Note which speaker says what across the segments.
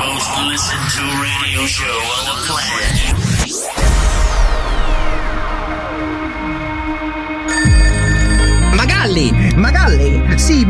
Speaker 1: listen to radio show on the planet.
Speaker 2: Magalli!
Speaker 3: Magalli! Sì,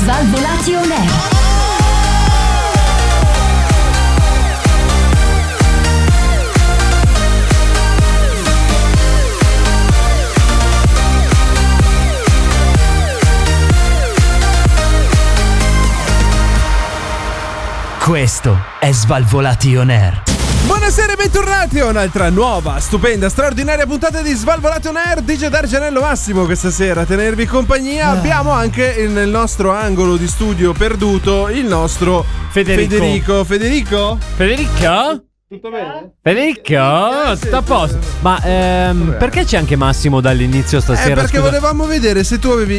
Speaker 4: Svalvolati on air.
Speaker 5: Questo è Svalvolati On Air.
Speaker 6: Buonasera e bentornati a un'altra nuova, stupenda, straordinaria puntata di Svalvolato On Air di D'Argenello Massimo questa sera a tenervi compagnia. Abbiamo anche il- nel nostro angolo di studio perduto il nostro
Speaker 7: Federico.
Speaker 6: Federico, Federico? Eh,
Speaker 7: Federico?
Speaker 6: Tutto bene? Eh,
Speaker 7: Federico? Tutto a posto. Ma ehm, perché c'è anche Massimo dall'inizio
Speaker 6: Eh,
Speaker 7: stasera?
Speaker 6: perché
Speaker 7: scusa?
Speaker 6: volevamo vedere se tu avevi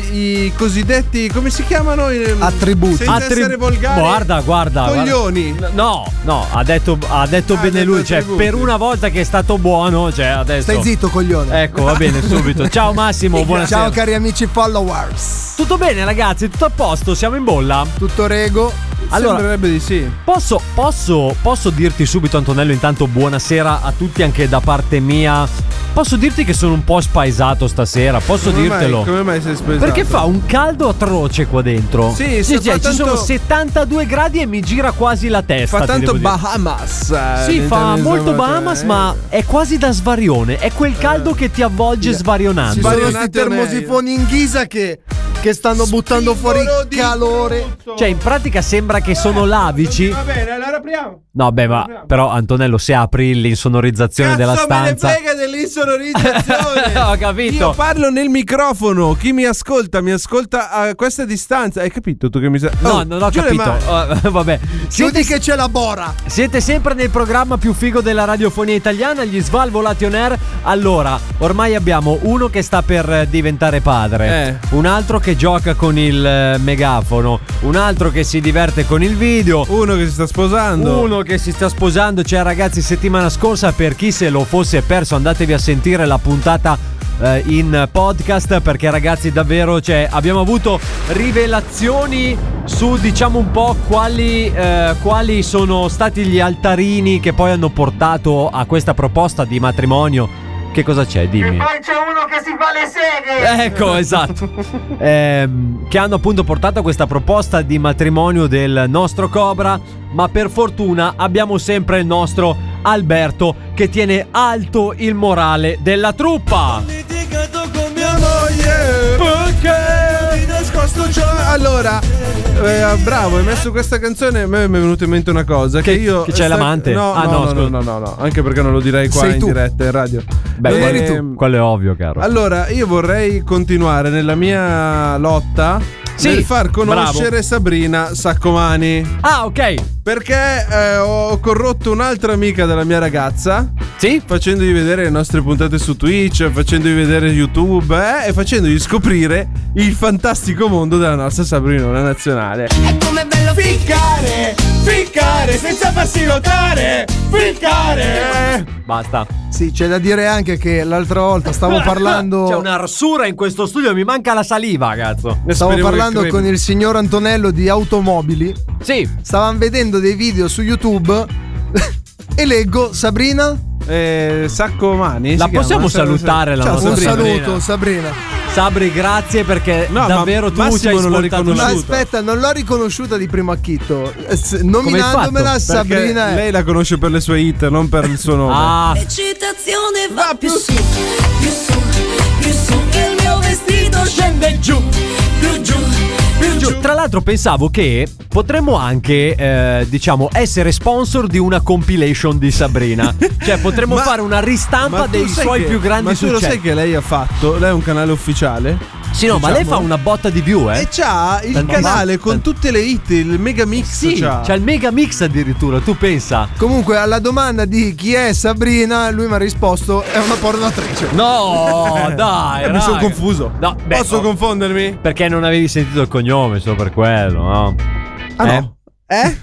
Speaker 6: i cosiddetti, come si chiamano? I-
Speaker 3: Attributi.
Speaker 6: Senza
Speaker 7: Attri-
Speaker 6: essere volgari.
Speaker 7: Boh, Guarda, guarda. guarda.
Speaker 6: Coglioni.
Speaker 7: No, no, ha detto, ha detto
Speaker 6: Ah, ha
Speaker 7: bene
Speaker 6: detto
Speaker 7: lui. Cioè,
Speaker 6: attributi.
Speaker 7: per una volta che è stato buono, cioè adesso.
Speaker 3: Stai zitto, coglione.
Speaker 7: Ecco, va bene, subito. Ciao Massimo, buonasera.
Speaker 3: Ciao cari amici followers.
Speaker 7: Tutto bene, ragazzi? Tutto a posto? Siamo in bolla?
Speaker 3: Tutto rego.
Speaker 7: Allora,
Speaker 6: Sembrerebbe di sì.
Speaker 7: Posso, posso, posso dirti subito, Antonello, intanto buonasera a tutti anche da parte mia. Posso dirti che sono un po' spaesato stasera, posso
Speaker 6: Come mai-
Speaker 7: dirtelo.
Speaker 6: come mai sei spesato?
Speaker 7: Perché fa un caldo atroce qua dentro. Cioè,
Speaker 6: Sì, sì, fa
Speaker 7: ci
Speaker 6: tanto-
Speaker 7: sono 72 gradi e mi gira quasi la testa.
Speaker 6: Fa
Speaker 7: ti
Speaker 6: tanto
Speaker 7: devo dire.
Speaker 6: Bahamas. eh,
Speaker 7: Sì, fa
Speaker 6: all'interno
Speaker 7: molto
Speaker 6: di
Speaker 7: Bahamas,
Speaker 6: Svalvolati,
Speaker 7: ma
Speaker 6: eh.
Speaker 7: è quasi da svarione. È quel caldo che ti avvolge
Speaker 3: Ci
Speaker 7: svarionando.
Speaker 3: sono questi
Speaker 6: Sbaglionate
Speaker 3: termosifoni in ghisa che, che stanno buttando fuori
Speaker 6: Spingono di
Speaker 3: calore.
Speaker 6: brutto.
Speaker 7: Cioè, in pratica sembra che sono lavici.
Speaker 6: Va bene, allora apriamo.
Speaker 7: No, beh, ma però, Antonello, se apri l'insonorizzazione della
Speaker 6: Cazzo me ne
Speaker 7: stanza.
Speaker 6: frega dell'insonorizzazione.
Speaker 7: Ho capito.
Speaker 6: Io parlo nel microfono. Chi mi ascolta, mi ascolta a questa distanza. Hai capito tu che mi sei.
Speaker 7: No,
Speaker 6: Oh,
Speaker 7: non ho
Speaker 6: giù le
Speaker 7: capito.
Speaker 6: mani.
Speaker 7: Eh, vabbè.
Speaker 3: Chiudi
Speaker 7: Siete,
Speaker 3: che c'è la bora.
Speaker 7: siete sempre nel programma più figo della radiofonia italiana, gli Svalvolati On Air. Allora, ormai abbiamo uno che sta per eh, diventare padre, un altro che gioca con il eh, megafono, un altro che si diverte con il video.
Speaker 6: Uno che si sta sposando.
Speaker 7: Uno che si sta sposando, cioè ragazzi, settimana scorsa per chi se lo fosse perso andatevi a sentire la puntata eh, in podcast perché ragazzi davvero cioè, abbiamo avuto rivelazioni su diciamo un po' quali, eh, quali sono stati gli altarini che poi hanno portato a questa proposta di matrimonio. Che cosa c'è? Dimmi.
Speaker 1: c'è uno che si fa le seghe.
Speaker 7: Ecco, esatto. Ehm, che hanno appunto portato a questa proposta di matrimonio del nostro Cobra, ma per fortuna abbiamo sempre il nostro Alberto che tiene alto il morale della truppa.
Speaker 6: Perché? Allora, eh, bravo, hai messo questa canzone. A me mi è venuta in mente una cosa. Che,
Speaker 7: Che-
Speaker 6: io.
Speaker 7: che c'è l'amante?
Speaker 6: No,
Speaker 7: Ah,
Speaker 6: no,
Speaker 7: no,
Speaker 6: no, no,
Speaker 7: scusa.
Speaker 6: no, no, no, Anche perché non lo direi qua
Speaker 3: Sei
Speaker 6: in
Speaker 3: tu.
Speaker 6: diretta in radio.
Speaker 7: Beh,
Speaker 6: Ehm,
Speaker 7: quello- quello è ovvio, caro.
Speaker 6: Allora, io vorrei continuare nella mia lotta
Speaker 7: Sì,
Speaker 6: nel far conoscere
Speaker 7: bravo.
Speaker 6: Sabrina Saccomani.
Speaker 7: Ah, ok.
Speaker 6: Perché eh, ho corrotto un'altra amica della mia ragazza.
Speaker 7: Sì?
Speaker 6: Facendogli vedere le nostre puntate su Twitch, facendogli vedere YouTube eh, e facendogli scoprire il fantastico mondo della nostra Sabrinona nazionale.
Speaker 2: È come bello
Speaker 6: Ficcare, ficcare senza farsi notare, ficcare.
Speaker 7: Basta.
Speaker 3: Sì, c'è da dire anche che l'altra volta stavo parlando.
Speaker 7: C'è una arsura in questo studio, mi manca la saliva, cazzo.
Speaker 3: Stavo parlando con il signor Antonello di automobili.
Speaker 7: Sì.
Speaker 3: Stavamo vedendo dei video su YouTube e leggo Sabrina.
Speaker 6: eh, Sacco Mani.
Speaker 7: La
Speaker 6: si chiama?
Speaker 7: possiamo
Speaker 6: Sa-
Speaker 7: salutare la
Speaker 6: Ciao,
Speaker 7: nostra
Speaker 3: Un
Speaker 6: Sabrina.
Speaker 7: Sabrina.
Speaker 3: saluto, Sabrina.
Speaker 7: Sabri, grazie perché
Speaker 6: No, ma
Speaker 7: davvero tu ci
Speaker 6: Massimo
Speaker 7: hai
Speaker 6: non l'ha
Speaker 7: ascoltato
Speaker 3: Ma
Speaker 6: riconosciuto. Saluto.
Speaker 3: aspetta, non l'ho riconosciuta di primo acchito. Eh, s-
Speaker 7: hai fatto?
Speaker 3: Nominandomela,
Speaker 7: Perché
Speaker 3: Sabrina. è-
Speaker 6: Lei la conosce per le sue hit, non per il suo nome.
Speaker 7: Ah,
Speaker 8: L'eccitazione va più su, più su, più su. Il mio vestito scende giù, più giù, più giù.
Speaker 7: Cioè, Tra l'altro pensavo che potremmo anche, eh, diciamo, essere sponsor di una compilation di Sabrina. cioè, potremmo
Speaker 6: Ma-
Speaker 7: fare una
Speaker 6: ma
Speaker 7: ristampa
Speaker 6: tu
Speaker 7: dei
Speaker 6: sai
Speaker 7: suoi
Speaker 6: che-
Speaker 7: più grandi
Speaker 6: Ma tu lo
Speaker 7: successi.
Speaker 6: sai che lei ha fatto? Lei ha un canale ufficiale?
Speaker 7: Sì, no, ma lei fa
Speaker 6: diciamo-
Speaker 7: una botta di view, eh.
Speaker 6: E c'ha il
Speaker 7: Tanti-
Speaker 6: canale con
Speaker 7: tanti-
Speaker 6: tutte le hit, il mega mix.
Speaker 7: Sì,
Speaker 6: c'ha.
Speaker 7: c'ha il mega mix addirittura, tu pensa.
Speaker 4: Comunque, alla domanda di chi è Sabrina, lui mi ha risposto: è una pornatrice.
Speaker 7: No, dai.
Speaker 6: Eh, mi sono
Speaker 7: raga.
Speaker 6: confuso.
Speaker 7: No, beh, oh.
Speaker 6: Posso
Speaker 7: no,
Speaker 6: confondermi?
Speaker 7: Perché non avevi sentito il cognome, solo per quello, no?
Speaker 6: Ah, no. Eh?
Speaker 7: Eh?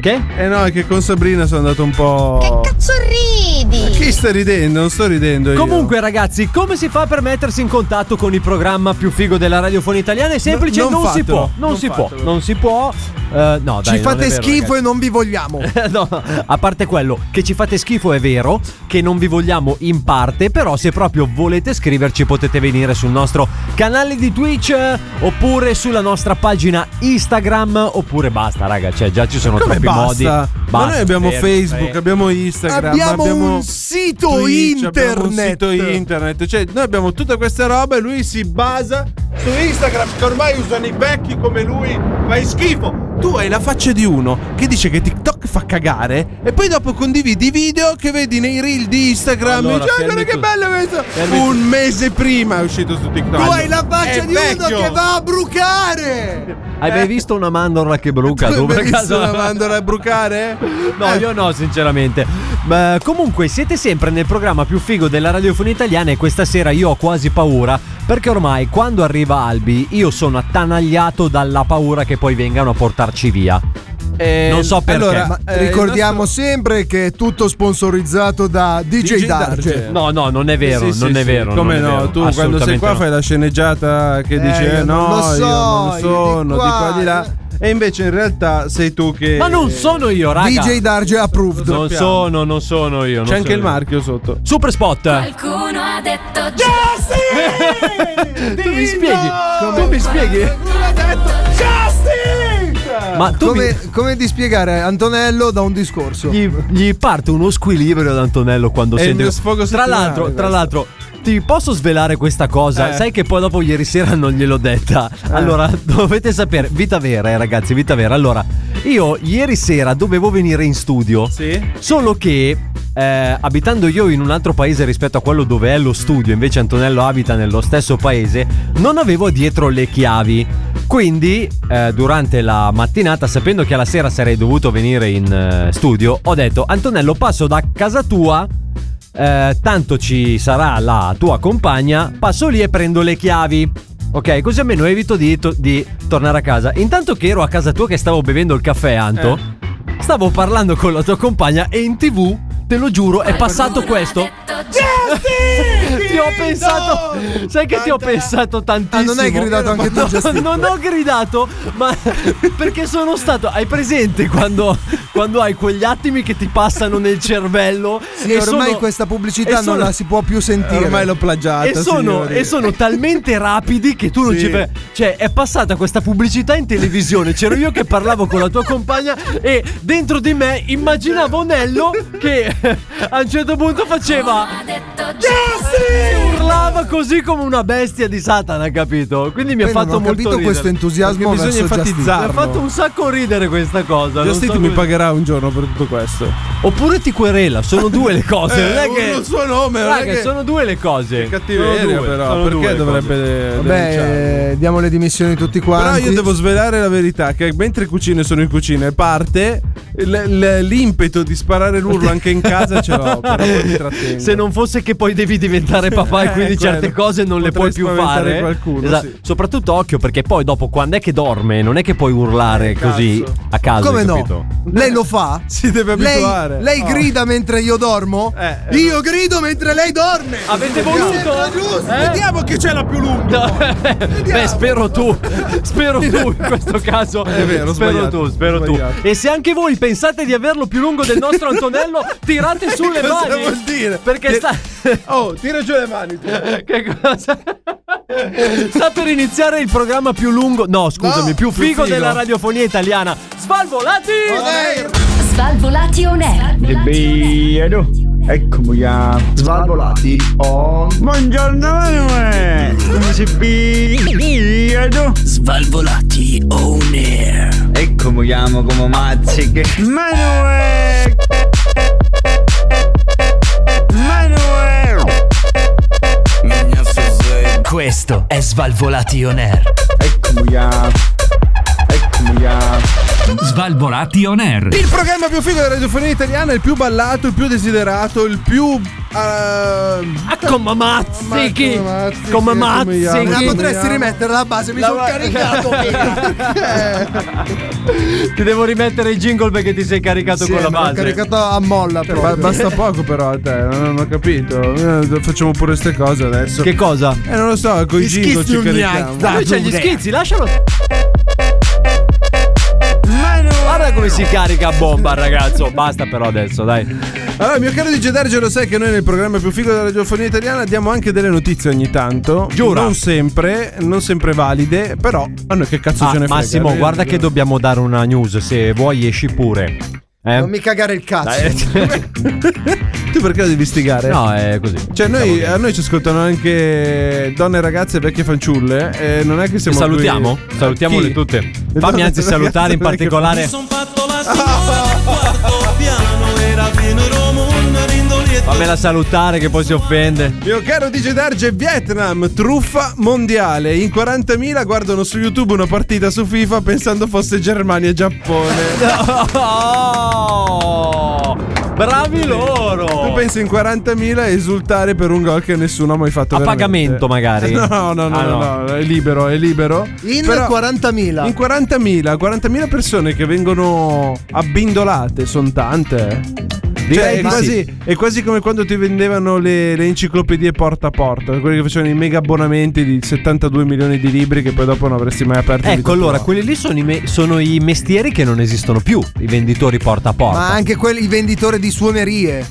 Speaker 7: Che?
Speaker 6: Eh no, è che con Sabrina sono andato un po'.
Speaker 2: Cazzo ridi!
Speaker 6: Chi sta ridendo? Non sto ridendo io.
Speaker 7: Comunque, ragazzi, come si fa per mettersi in contatto con il programma più figo della radiofonia italiana? È semplice,
Speaker 6: No, non
Speaker 7: non, si
Speaker 6: fatelo,
Speaker 7: può. Non,
Speaker 6: non
Speaker 7: si
Speaker 6: fatelo.
Speaker 7: può, non si può. Eh, no, dai,
Speaker 4: Ci fate schifo
Speaker 7: e
Speaker 4: e non vi vogliamo.
Speaker 7: No, a parte quello, che ci fate schifo è vero, che non vi vogliamo in parte, però se proprio volete scriverci potete venire sul nostro canale di Twitch eh, oppure sulla nostra pagina Instagram oppure basta, raga, cioè già ci sono
Speaker 6: Come
Speaker 7: troppi modi. eh.
Speaker 6: basta? Ma noi abbiamo
Speaker 7: fermi,
Speaker 6: Facebook,
Speaker 7: fermi.
Speaker 6: abbiamo Instagram,
Speaker 4: Abbiamo un sito
Speaker 6: Twitch, abbiamo un
Speaker 4: internet.
Speaker 6: sito internet. Cioè, noi abbiamo tutta questa roba e lui si basa su Instagram, che ormai usano i vecchi come lui, fai schifo. Tu hai la faccia di uno che dice che TikTok fa cagare e poi dopo condividi i video che vedi nei reel di Instagram.
Speaker 7: Allora,
Speaker 6: Cioè,
Speaker 7: fermi
Speaker 6: guarda che
Speaker 7: tu-
Speaker 6: bello questo!
Speaker 7: fermi
Speaker 6: Un mese prima è uscito su TikTok.
Speaker 4: Tu hai la faccia
Speaker 6: È
Speaker 4: di
Speaker 6: vecchio.
Speaker 4: uno che va a brucare.
Speaker 7: Hai mai visto una mandorla che bruca?
Speaker 6: Tu
Speaker 7: Tu per
Speaker 6: Eh. hai visto
Speaker 7: caso?
Speaker 6: la mandorla a brucare?
Speaker 7: No,
Speaker 6: Eh.
Speaker 7: io no, sinceramente. Ma comunque siete sempre nel programma più figo della radiofonia italiana e questa sera io ho quasi paura perché ormai quando arriva Albi io sono attanagliato dalla paura che poi vengano a portarci via. non so perché.
Speaker 6: Eh, allora, ma- Eh,
Speaker 4: Ricordiamo sempre che è tutto sponsorizzato da DJ,
Speaker 6: DJ
Speaker 4: Darge.
Speaker 6: Darge.
Speaker 7: No, no, non è vero,
Speaker 6: Sì, sì,
Speaker 7: non
Speaker 6: sì,
Speaker 7: è
Speaker 6: sì.
Speaker 7: vero.
Speaker 6: Come
Speaker 7: non è
Speaker 6: no?
Speaker 7: vero,
Speaker 6: tu quando sei
Speaker 7: assolutamente
Speaker 6: qua
Speaker 7: no.
Speaker 6: fai la sceneggiata che dice
Speaker 4: io
Speaker 6: no,
Speaker 4: non lo so,
Speaker 6: io non
Speaker 4: io
Speaker 6: sono,
Speaker 4: di
Speaker 6: di qua,
Speaker 4: qua,
Speaker 6: di là. E invece in realtà sei tu che.
Speaker 7: Ma non sono io, raga.
Speaker 4: DJ Darge approved.
Speaker 7: non sono, non sono io. non
Speaker 6: C'è anche
Speaker 7: sono
Speaker 6: il
Speaker 7: io.
Speaker 6: marchio sotto.
Speaker 7: Super spot.
Speaker 8: Qualcuno ha detto
Speaker 7: tu mi spieghi? Tu mi spieghi? Ma tu mi...
Speaker 4: Come, come di spiegare Antonello da un discorso?
Speaker 7: gli, gli parte uno squilibrio ad Antonello quando
Speaker 6: È il
Speaker 7: sente.
Speaker 6: mio sfogo
Speaker 7: tra
Speaker 6: settimanale,
Speaker 7: l'altro,
Speaker 6: questo.
Speaker 7: tra l'altro, ti posso svelare questa cosa?
Speaker 6: Eh.
Speaker 7: Sai che poi dopo ieri sera non gliel'ho detta. Allora, dovete sapere, vita vera, eh, ragazzi, vita vera. Allora, io ieri sera dovevo venire in studio.
Speaker 6: Sì.
Speaker 7: Solo che eh, abitando io in un altro paese rispetto a quello dove è lo studio, invece Antonello abita nello stesso paese, non avevo dietro le chiavi. Quindi, eh, durante la mattinata, sapendo che alla sera sarei dovuto venire in eh, studio, ho detto: Antonello, passo da casa tua. eh, tanto ci sarà la tua compagna, passo lì e prendo le chiavi. Ok, così almeno evito di, to- di tornare a casa. Intanto che ero a casa tua che stavo bevendo il caffè, Anto.
Speaker 6: Eh.
Speaker 7: Stavo parlando con la tua compagna e in tv, te lo giuro,
Speaker 8: Eh,
Speaker 7: è passato questo. Ti ho pensato, sai che ti ho pensato tantissimo.
Speaker 4: Ah, non hai gridato anche tu, Giustino?
Speaker 7: No, non ho gridato, ma perché sono stato. Hai presente quando, quando hai quegli attimi che ti passano nel cervello?
Speaker 4: Sì, ormai
Speaker 7: sono-
Speaker 4: questa
Speaker 7: e
Speaker 4: pubblicità
Speaker 7: sono-
Speaker 4: non la si può più sentire.
Speaker 6: Ormai l'ho plagiata.
Speaker 7: e sono,
Speaker 6: signori.
Speaker 7: e sono talmente rapidi che tu non
Speaker 6: Sì.
Speaker 7: ci fai. Cioè, è passata questa pubblicità in televisione. C'ero io che parlavo con la tua compagna e dentro di me immaginavo Nello che eh, a un certo punto faceva. Jesse! Urlava così come una bestia di Satana, capito? Quindi mi
Speaker 4: Poi
Speaker 7: ha fatto
Speaker 4: non ho
Speaker 7: molto
Speaker 4: capito
Speaker 7: ridere.
Speaker 4: questo entusiasmo
Speaker 6: Perché
Speaker 4: verso
Speaker 6: bisogna
Speaker 4: Justin.
Speaker 6: enfatizzare.
Speaker 7: mi ha fatto un sacco ridere questa cosa. non
Speaker 6: Justin
Speaker 7: so
Speaker 6: ti mi
Speaker 7: come-
Speaker 6: pagherà un giorno per tutto questo.
Speaker 7: Oppure ti querela, sono due le cose. Eh, non è che.
Speaker 6: il suo nome, Eh, non è
Speaker 7: Raga,
Speaker 6: che-
Speaker 7: sono due le cose. Sono
Speaker 6: Cattiveria,
Speaker 7: due,
Speaker 6: però.
Speaker 7: sono due
Speaker 6: Perché
Speaker 7: le cose.
Speaker 6: dovrebbe. denunciarlo?
Speaker 4: Beh, eh, diamo le dimissioni tutti
Speaker 6: Però
Speaker 4: quanti.
Speaker 6: io devo svelare la verità che mentre cucine sono in cucina e parte l- l- l'impeto di sparare l'urlo anche in casa ce l'ho, però poi mi trattengo.
Speaker 7: Se non fosse che poi devi diventare papà e
Speaker 6: Eh,
Speaker 7: quindi
Speaker 6: quello.
Speaker 7: certe cose non le puoi
Speaker 6: Potrei
Speaker 7: più
Speaker 6: spaventare
Speaker 7: fare.
Speaker 6: qualcuno, sì.
Speaker 7: Soprattutto occhio perché poi dopo quando è che dorme non è che puoi urlare
Speaker 6: Eh,
Speaker 7: così
Speaker 6: cazzo.
Speaker 7: a caso.
Speaker 4: Come
Speaker 7: hai
Speaker 4: no?
Speaker 7: capito?
Speaker 4: Lei lo fa?
Speaker 6: si deve
Speaker 4: Lei,
Speaker 6: abituare.
Speaker 4: lei grida mentre io dormo?
Speaker 6: Eh, eh.
Speaker 4: io grido mentre lei dorme.
Speaker 7: Avete
Speaker 4: Mi
Speaker 7: voluto?
Speaker 4: sembra giusto.
Speaker 7: Eh?
Speaker 4: Vediamo chi c'è la più lunga.
Speaker 7: No. Beh, spero tu, spero tu in questo caso.
Speaker 6: È vero, ho
Speaker 7: spero
Speaker 6: sbagliato,
Speaker 7: tu,
Speaker 6: ho
Speaker 7: spero tu.
Speaker 6: sbagliato.
Speaker 7: E se anche voi pensate di averlo più lungo del nostro Antonello, tirate su le
Speaker 6: Cosa
Speaker 7: mani.
Speaker 6: vuol dire?
Speaker 7: Perché
Speaker 6: Che-
Speaker 7: sta.
Speaker 6: Oh, tira giù le mani.
Speaker 4: Eh,
Speaker 6: tu.
Speaker 7: Che cosa? Sta per iniziare il programma più lungo, no scusami,
Speaker 4: No, più
Speaker 7: più, figo,
Speaker 4: figo.
Speaker 7: della radiofonia italiana.
Speaker 6: Oh,
Speaker 7: Svalvolati!
Speaker 8: Svalvolati on air. Svalvolati on air.
Speaker 9: Eccomi a Svalvolati on. Buongiorno Manuel! Come si piglia Svalvolati on air! Eccomi amo come mazziche! Manuel! Manuel!
Speaker 5: Questo è Svalvolati On Air.
Speaker 9: Eccomi a Eccomi
Speaker 10: Svalvolati on air.
Speaker 6: Il programma più figo della radiofonia italiana, il più ballato, il più desiderato, il più. ah,
Speaker 5: come mazzichi! Come mazzichi!
Speaker 4: La potresti rimettere la base, mi
Speaker 5: La-
Speaker 4: sono caricato.
Speaker 7: Ti devo rimettere il jingle perché ti sei caricato
Speaker 4: Sì,
Speaker 7: con la
Speaker 4: me l'ho
Speaker 7: base.
Speaker 4: caricato a molla proprio.
Speaker 6: basta poco però a te, non, non ho capito. Eh, Facciamo pure queste cose adesso.
Speaker 7: Che cosa?
Speaker 6: Eh, non lo so, con i
Speaker 7: Gli
Speaker 6: jingle
Speaker 7: schizzi
Speaker 6: ci
Speaker 7: ogni
Speaker 6: carichiamo.
Speaker 7: Dai, c'è gli schizzi, lascialo. Guarda come si carica a bomba, ragazzo. Basta però adesso, dai.
Speaker 6: Allora, mio caro DJ Darge, lo sai che noi nel programma più figo della radiofonia italiana diamo anche delle notizie ogni tanto.
Speaker 7: Giura.
Speaker 6: Non sempre, non sempre valide, però a noi che cazzo
Speaker 7: Ah,
Speaker 6: ce ne frega. eh.
Speaker 7: Massimo,
Speaker 6: Noi-
Speaker 7: guarda che dobbiamo dare una news. Se vuoi, esci pure. Eh?
Speaker 4: Non mi cagare il cazzo.
Speaker 7: Dai,
Speaker 6: Tu perché la devi stigare?
Speaker 7: No, è così.
Speaker 6: Cioè, noi, a noi ci ascoltano anche donne, ragazze, vecchie fanciulle. E non è che siamo. qui- Eh,
Speaker 7: salutiamo? Salutiamole
Speaker 6: Chi?
Speaker 7: tutte.
Speaker 6: Le
Speaker 7: Fammi
Speaker 6: donne,
Speaker 7: anzi
Speaker 6: ragazze,
Speaker 7: salutare in
Speaker 6: vecchie-
Speaker 7: particolare. Fammela salutare che poi si offende.
Speaker 6: Mio caro DJ Darge, Vietnam, truffa mondiale. In 40.000 guardano su YouTube una partita su FIFA pensando fosse Germania e Giappone.
Speaker 7: Oh, bravi loro!
Speaker 6: Tu pensi in 40.000 a esultare per un gol che nessuno ha mai fatto
Speaker 7: A
Speaker 6: veramente.
Speaker 7: pagamento, magari?
Speaker 6: No, no, no,
Speaker 7: Ah,
Speaker 6: no,
Speaker 7: no.
Speaker 6: no, è libero, è libero.
Speaker 4: In
Speaker 6: Però
Speaker 4: 40.000.
Speaker 6: in 40.000, 40.000 persone che vengono abbindolate, sono tante. Cioè,
Speaker 7: Direi
Speaker 6: è,
Speaker 7: di
Speaker 6: quasi,
Speaker 7: sì.
Speaker 6: è quasi come quando ti vendevano le, le enciclopedie porta a porta, quelli che facevano i mega abbonamenti di 72 milioni di libri che poi dopo non avresti mai aperto. in vita
Speaker 7: Ecco, allora,
Speaker 6: tua.
Speaker 7: quelli lì sono i, me- sono i mestieri che non esistono più, i venditori porta a porta.
Speaker 4: Ma anche quelli, i venditori di suonerie.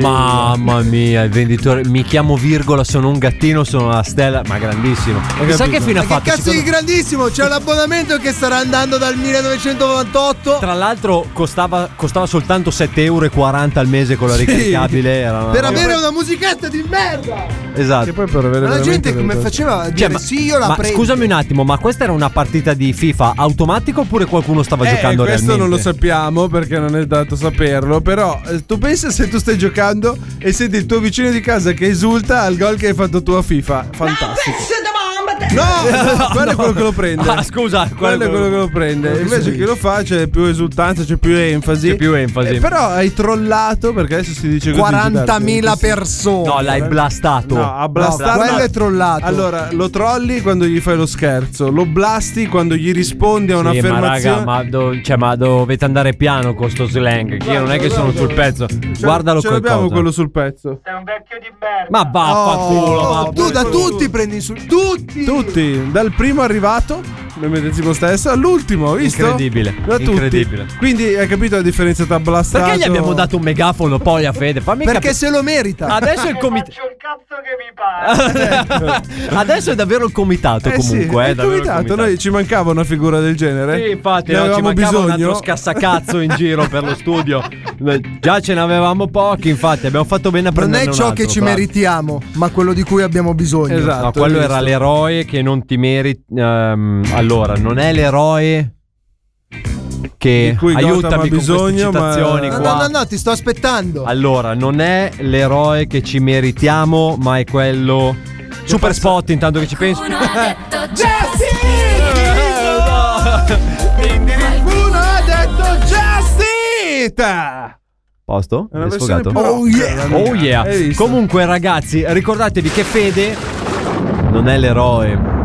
Speaker 7: Mamma mia, il venditore. Mi chiamo Virgola, sono un gattino, sono una stella, ma grandissimo. Chissà che fine ha
Speaker 4: Ma che
Speaker 7: fatto.
Speaker 4: cazzo di
Speaker 7: secondo-
Speaker 4: grandissimo! C'è un abbonamento che starà andando dal 1998.
Speaker 7: Tra l'altro costava, costava soltanto 7,40 euro al mese con la ricaricabile. Era una
Speaker 4: Per
Speaker 7: roba-
Speaker 4: avere una musichetta di merda!
Speaker 6: Che
Speaker 7: Esatto.
Speaker 6: poi per avere
Speaker 4: Ma la
Speaker 6: veramente
Speaker 4: gente come
Speaker 6: delle-
Speaker 4: faceva a
Speaker 7: Cioè,
Speaker 4: dire sì, io la
Speaker 7: ma
Speaker 4: prendo.
Speaker 7: scusami un attimo, ma questa era una partita di FIFA automatica oppure qualcuno stava
Speaker 6: Eh,
Speaker 7: giocando
Speaker 6: questo
Speaker 7: realmente?
Speaker 6: non lo sappiamo perché non è dato saperlo. Però eh, tu pensa se tu stai giocando e senti il tuo vicino di casa che esulta al gol che hai fatto tu a FIFA. Fantastico. No, no, quello è quello che lo prende.
Speaker 7: Ah, scusa,
Speaker 6: quello è quello che lo prende. Invece chi lo fa c'è più esultanza, c'è più enfasi.
Speaker 7: C'è più enfasi.
Speaker 6: Eh, però hai trollato perché adesso si dice così.
Speaker 4: 40.000
Speaker 6: Giuseppe.
Speaker 4: persone.
Speaker 7: No, l'hai blastato.
Speaker 6: No, a
Speaker 4: No,
Speaker 6: blastarlo.
Speaker 4: quello è trollato.
Speaker 6: Allora, lo trolli quando gli fai lo scherzo, lo blasti quando gli rispondi a
Speaker 7: Sì, ma raga,
Speaker 6: un'affermazione.
Speaker 7: ma, do- cioè, ma dovete andare piano con sto slang. che io non è che sono sul pezzo.
Speaker 6: Ce-
Speaker 7: Guardalo
Speaker 6: ce
Speaker 7: quel
Speaker 6: l'abbiamo
Speaker 7: coso.
Speaker 6: quello sul pezzo.
Speaker 7: Ma vaffanculo.
Speaker 4: Oh,
Speaker 7: ma-
Speaker 4: tu da tutti prendi su tutti.
Speaker 6: Tutti, dal primo arrivato, medesimo stesso, all'ultimo, visto?
Speaker 7: Incredibile,
Speaker 6: Da tutti.
Speaker 7: incredibile.
Speaker 6: Quindi hai capito la differenza tra blastato
Speaker 7: Perché gli abbiamo dato un megafono poi a Fede? Fammi
Speaker 4: Perché
Speaker 7: capire.
Speaker 4: se lo
Speaker 6: Ah,
Speaker 4: merita.
Speaker 7: Adesso il comitato. Adesso è davvero il comitato,
Speaker 6: Eh sì,
Speaker 7: comunque.
Speaker 6: è
Speaker 7: eh,
Speaker 6: il
Speaker 7: davvero il
Speaker 6: comitato,
Speaker 7: comitato.
Speaker 6: noi ci mancava una figura del genere.
Speaker 7: Sì, infatti,
Speaker 6: Eh? Ne
Speaker 7: no, ci
Speaker 6: avevamo
Speaker 7: mancava un
Speaker 6: bisogno.
Speaker 7: altro scassacazzo in giro per lo studio. Eh, Già ce n'avevamo pochi, infatti, abbiamo fatto bene a
Speaker 4: Non
Speaker 7: prendere
Speaker 4: è ciò che ci meritiamo, ma quello di cui abbiamo bisogno.
Speaker 6: Esatto.
Speaker 7: No, quello
Speaker 6: hai
Speaker 7: era
Speaker 6: visto?
Speaker 7: l'eroe che non ti meriti. ehm, allora, non è l'eroe che
Speaker 6: Di cui Gotham ha
Speaker 7: aiutami con
Speaker 6: bisogno,
Speaker 7: queste
Speaker 6: ma-
Speaker 7: citazioni
Speaker 6: No,
Speaker 4: No,
Speaker 7: qua.
Speaker 4: no, no, no, ti sto aspettando.
Speaker 7: Allora, non è l'eroe che ci meritiamo, ma è quello. Super spot, intanto che ci penso.
Speaker 6: Eh,
Speaker 8: Uno ha detto
Speaker 6: Qualcuno ha detto Justita!
Speaker 7: Posto?
Speaker 6: È una
Speaker 7: Mi è
Speaker 6: versione
Speaker 7: sfogato?
Speaker 6: più rock, la mia.
Speaker 7: Oh yeah.
Speaker 6: Hai visto?
Speaker 7: Comunque, ragazzi, ricordatevi che Fede non è l'eroe.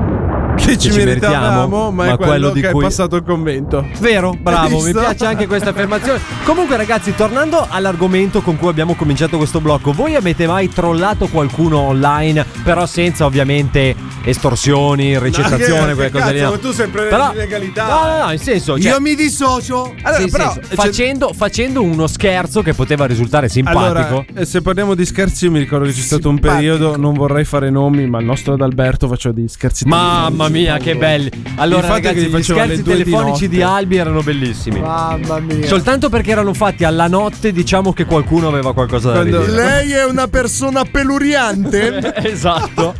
Speaker 6: che ci,
Speaker 7: ci
Speaker 6: meritavamo,
Speaker 7: meritavamo,
Speaker 6: ma,
Speaker 7: ma
Speaker 6: è quello,
Speaker 7: quello di
Speaker 6: che
Speaker 7: cui-
Speaker 6: è passato il commento.
Speaker 7: Vero, bravo, mi
Speaker 6: visto?
Speaker 7: piace anche questa affermazione. Comunque, ragazzi, tornando all'argomento con cui abbiamo cominciato questo blocco, voi avete mai trollato qualcuno online, però senza ovviamente estorsioni,
Speaker 6: No,
Speaker 7: ricetazione,
Speaker 6: che-
Speaker 7: quelle
Speaker 6: che
Speaker 7: cose lì.
Speaker 6: cazzo,
Speaker 7: no.
Speaker 6: ma tu sei in pre- illegalità.
Speaker 7: No, no, no, in senso. Cioè,
Speaker 4: Io mi dissocio.
Speaker 6: Allora,
Speaker 7: sì,
Speaker 6: però,
Speaker 7: senso,
Speaker 6: cioè-
Speaker 7: facendo, facendo uno scherzo che poteva risultare simpatico.
Speaker 6: Allora, eh, se parliamo di scherzi, io mi ricordo che c'è stato un periodo, non vorrei fare nomi, ma il nostro Adalberto faceva degli scherzi. terribili.
Speaker 7: Mamma mia, che belli. Allora,
Speaker 6: Il fatto è che
Speaker 7: ragazzi,
Speaker 6: li
Speaker 7: gli
Speaker 6: facevano alle
Speaker 7: scherzi
Speaker 6: due di
Speaker 7: telefonici di,
Speaker 6: notte.
Speaker 7: Albi erano bellissimi.
Speaker 11: Mamma mia.
Speaker 7: Soltanto perché erano fatti alla notte, diciamo che qualcuno aveva qualcosa da
Speaker 11: Quando-
Speaker 7: dire.
Speaker 11: Lei è una persona peluriante.
Speaker 7: esatto.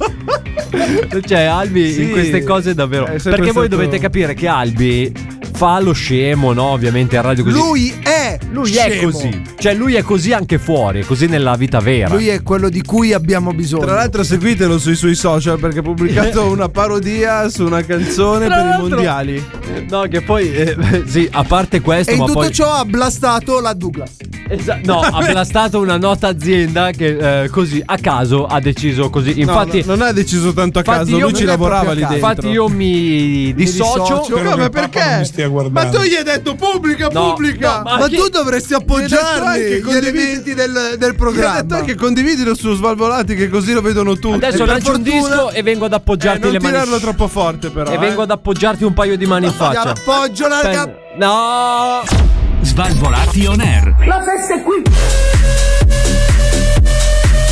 Speaker 7: Cioè, Albi
Speaker 11: Sì.
Speaker 7: in queste cose è davvero.
Speaker 11: È
Speaker 7: Perché
Speaker 11: sempre
Speaker 7: voi
Speaker 11: stato-
Speaker 7: dovete capire che Albi fa lo scemo, no? Ovviamente a radio così.
Speaker 4: Lui è
Speaker 7: Lui è
Speaker 4: scemo.
Speaker 7: così. Cioè, lui è così anche fuori, è così nella vita vera.
Speaker 4: Lui è quello di cui abbiamo bisogno.
Speaker 6: Tra l'altro seguitelo sui suoi social perché ha pubblicato una parodia su una canzone
Speaker 4: Tra
Speaker 6: per i
Speaker 4: l'altro-
Speaker 6: mondiali.
Speaker 7: No, che poi. eh, sì, a parte questo,
Speaker 4: E in
Speaker 7: ma
Speaker 4: tutto
Speaker 7: poi.
Speaker 4: ciò ha blastato la Douglas.
Speaker 7: Esatto. No, ha blastato una nota azienda che eh, così a caso ha deciso così. Infatti,
Speaker 6: no, non ha deciso tanto a
Speaker 7: infatti
Speaker 6: caso,
Speaker 7: io
Speaker 6: lui
Speaker 7: mi-
Speaker 6: ci lavorava lì dentro.
Speaker 7: Infatti, io mi dissocio.
Speaker 6: No, ma perché? Ma tu gli hai detto pubblica,
Speaker 7: No,
Speaker 6: pubblica.
Speaker 7: no, ma Ma chi- tu
Speaker 4: dovresti
Speaker 7: appoggiarmi
Speaker 6: gli
Speaker 7: gli
Speaker 6: elementi
Speaker 4: del, Cioè,
Speaker 6: programma. Gli ho detto anche condividilo su Svalvolati che così lo vedono tutti.
Speaker 7: Adesso
Speaker 6: E per
Speaker 7: lancio un
Speaker 6: fortuna-
Speaker 7: disco e vengo ad
Speaker 6: Eh,
Speaker 7: appoggiarti
Speaker 6: non
Speaker 7: le mani.
Speaker 6: tirarlo troppo forte però.
Speaker 7: e
Speaker 6: eh.
Speaker 7: vengo ad appoggiarti un paio di mani in faccia.
Speaker 4: appoggio la
Speaker 7: Pen- No!
Speaker 10: Svalvolati on air.
Speaker 2: La festa è qui.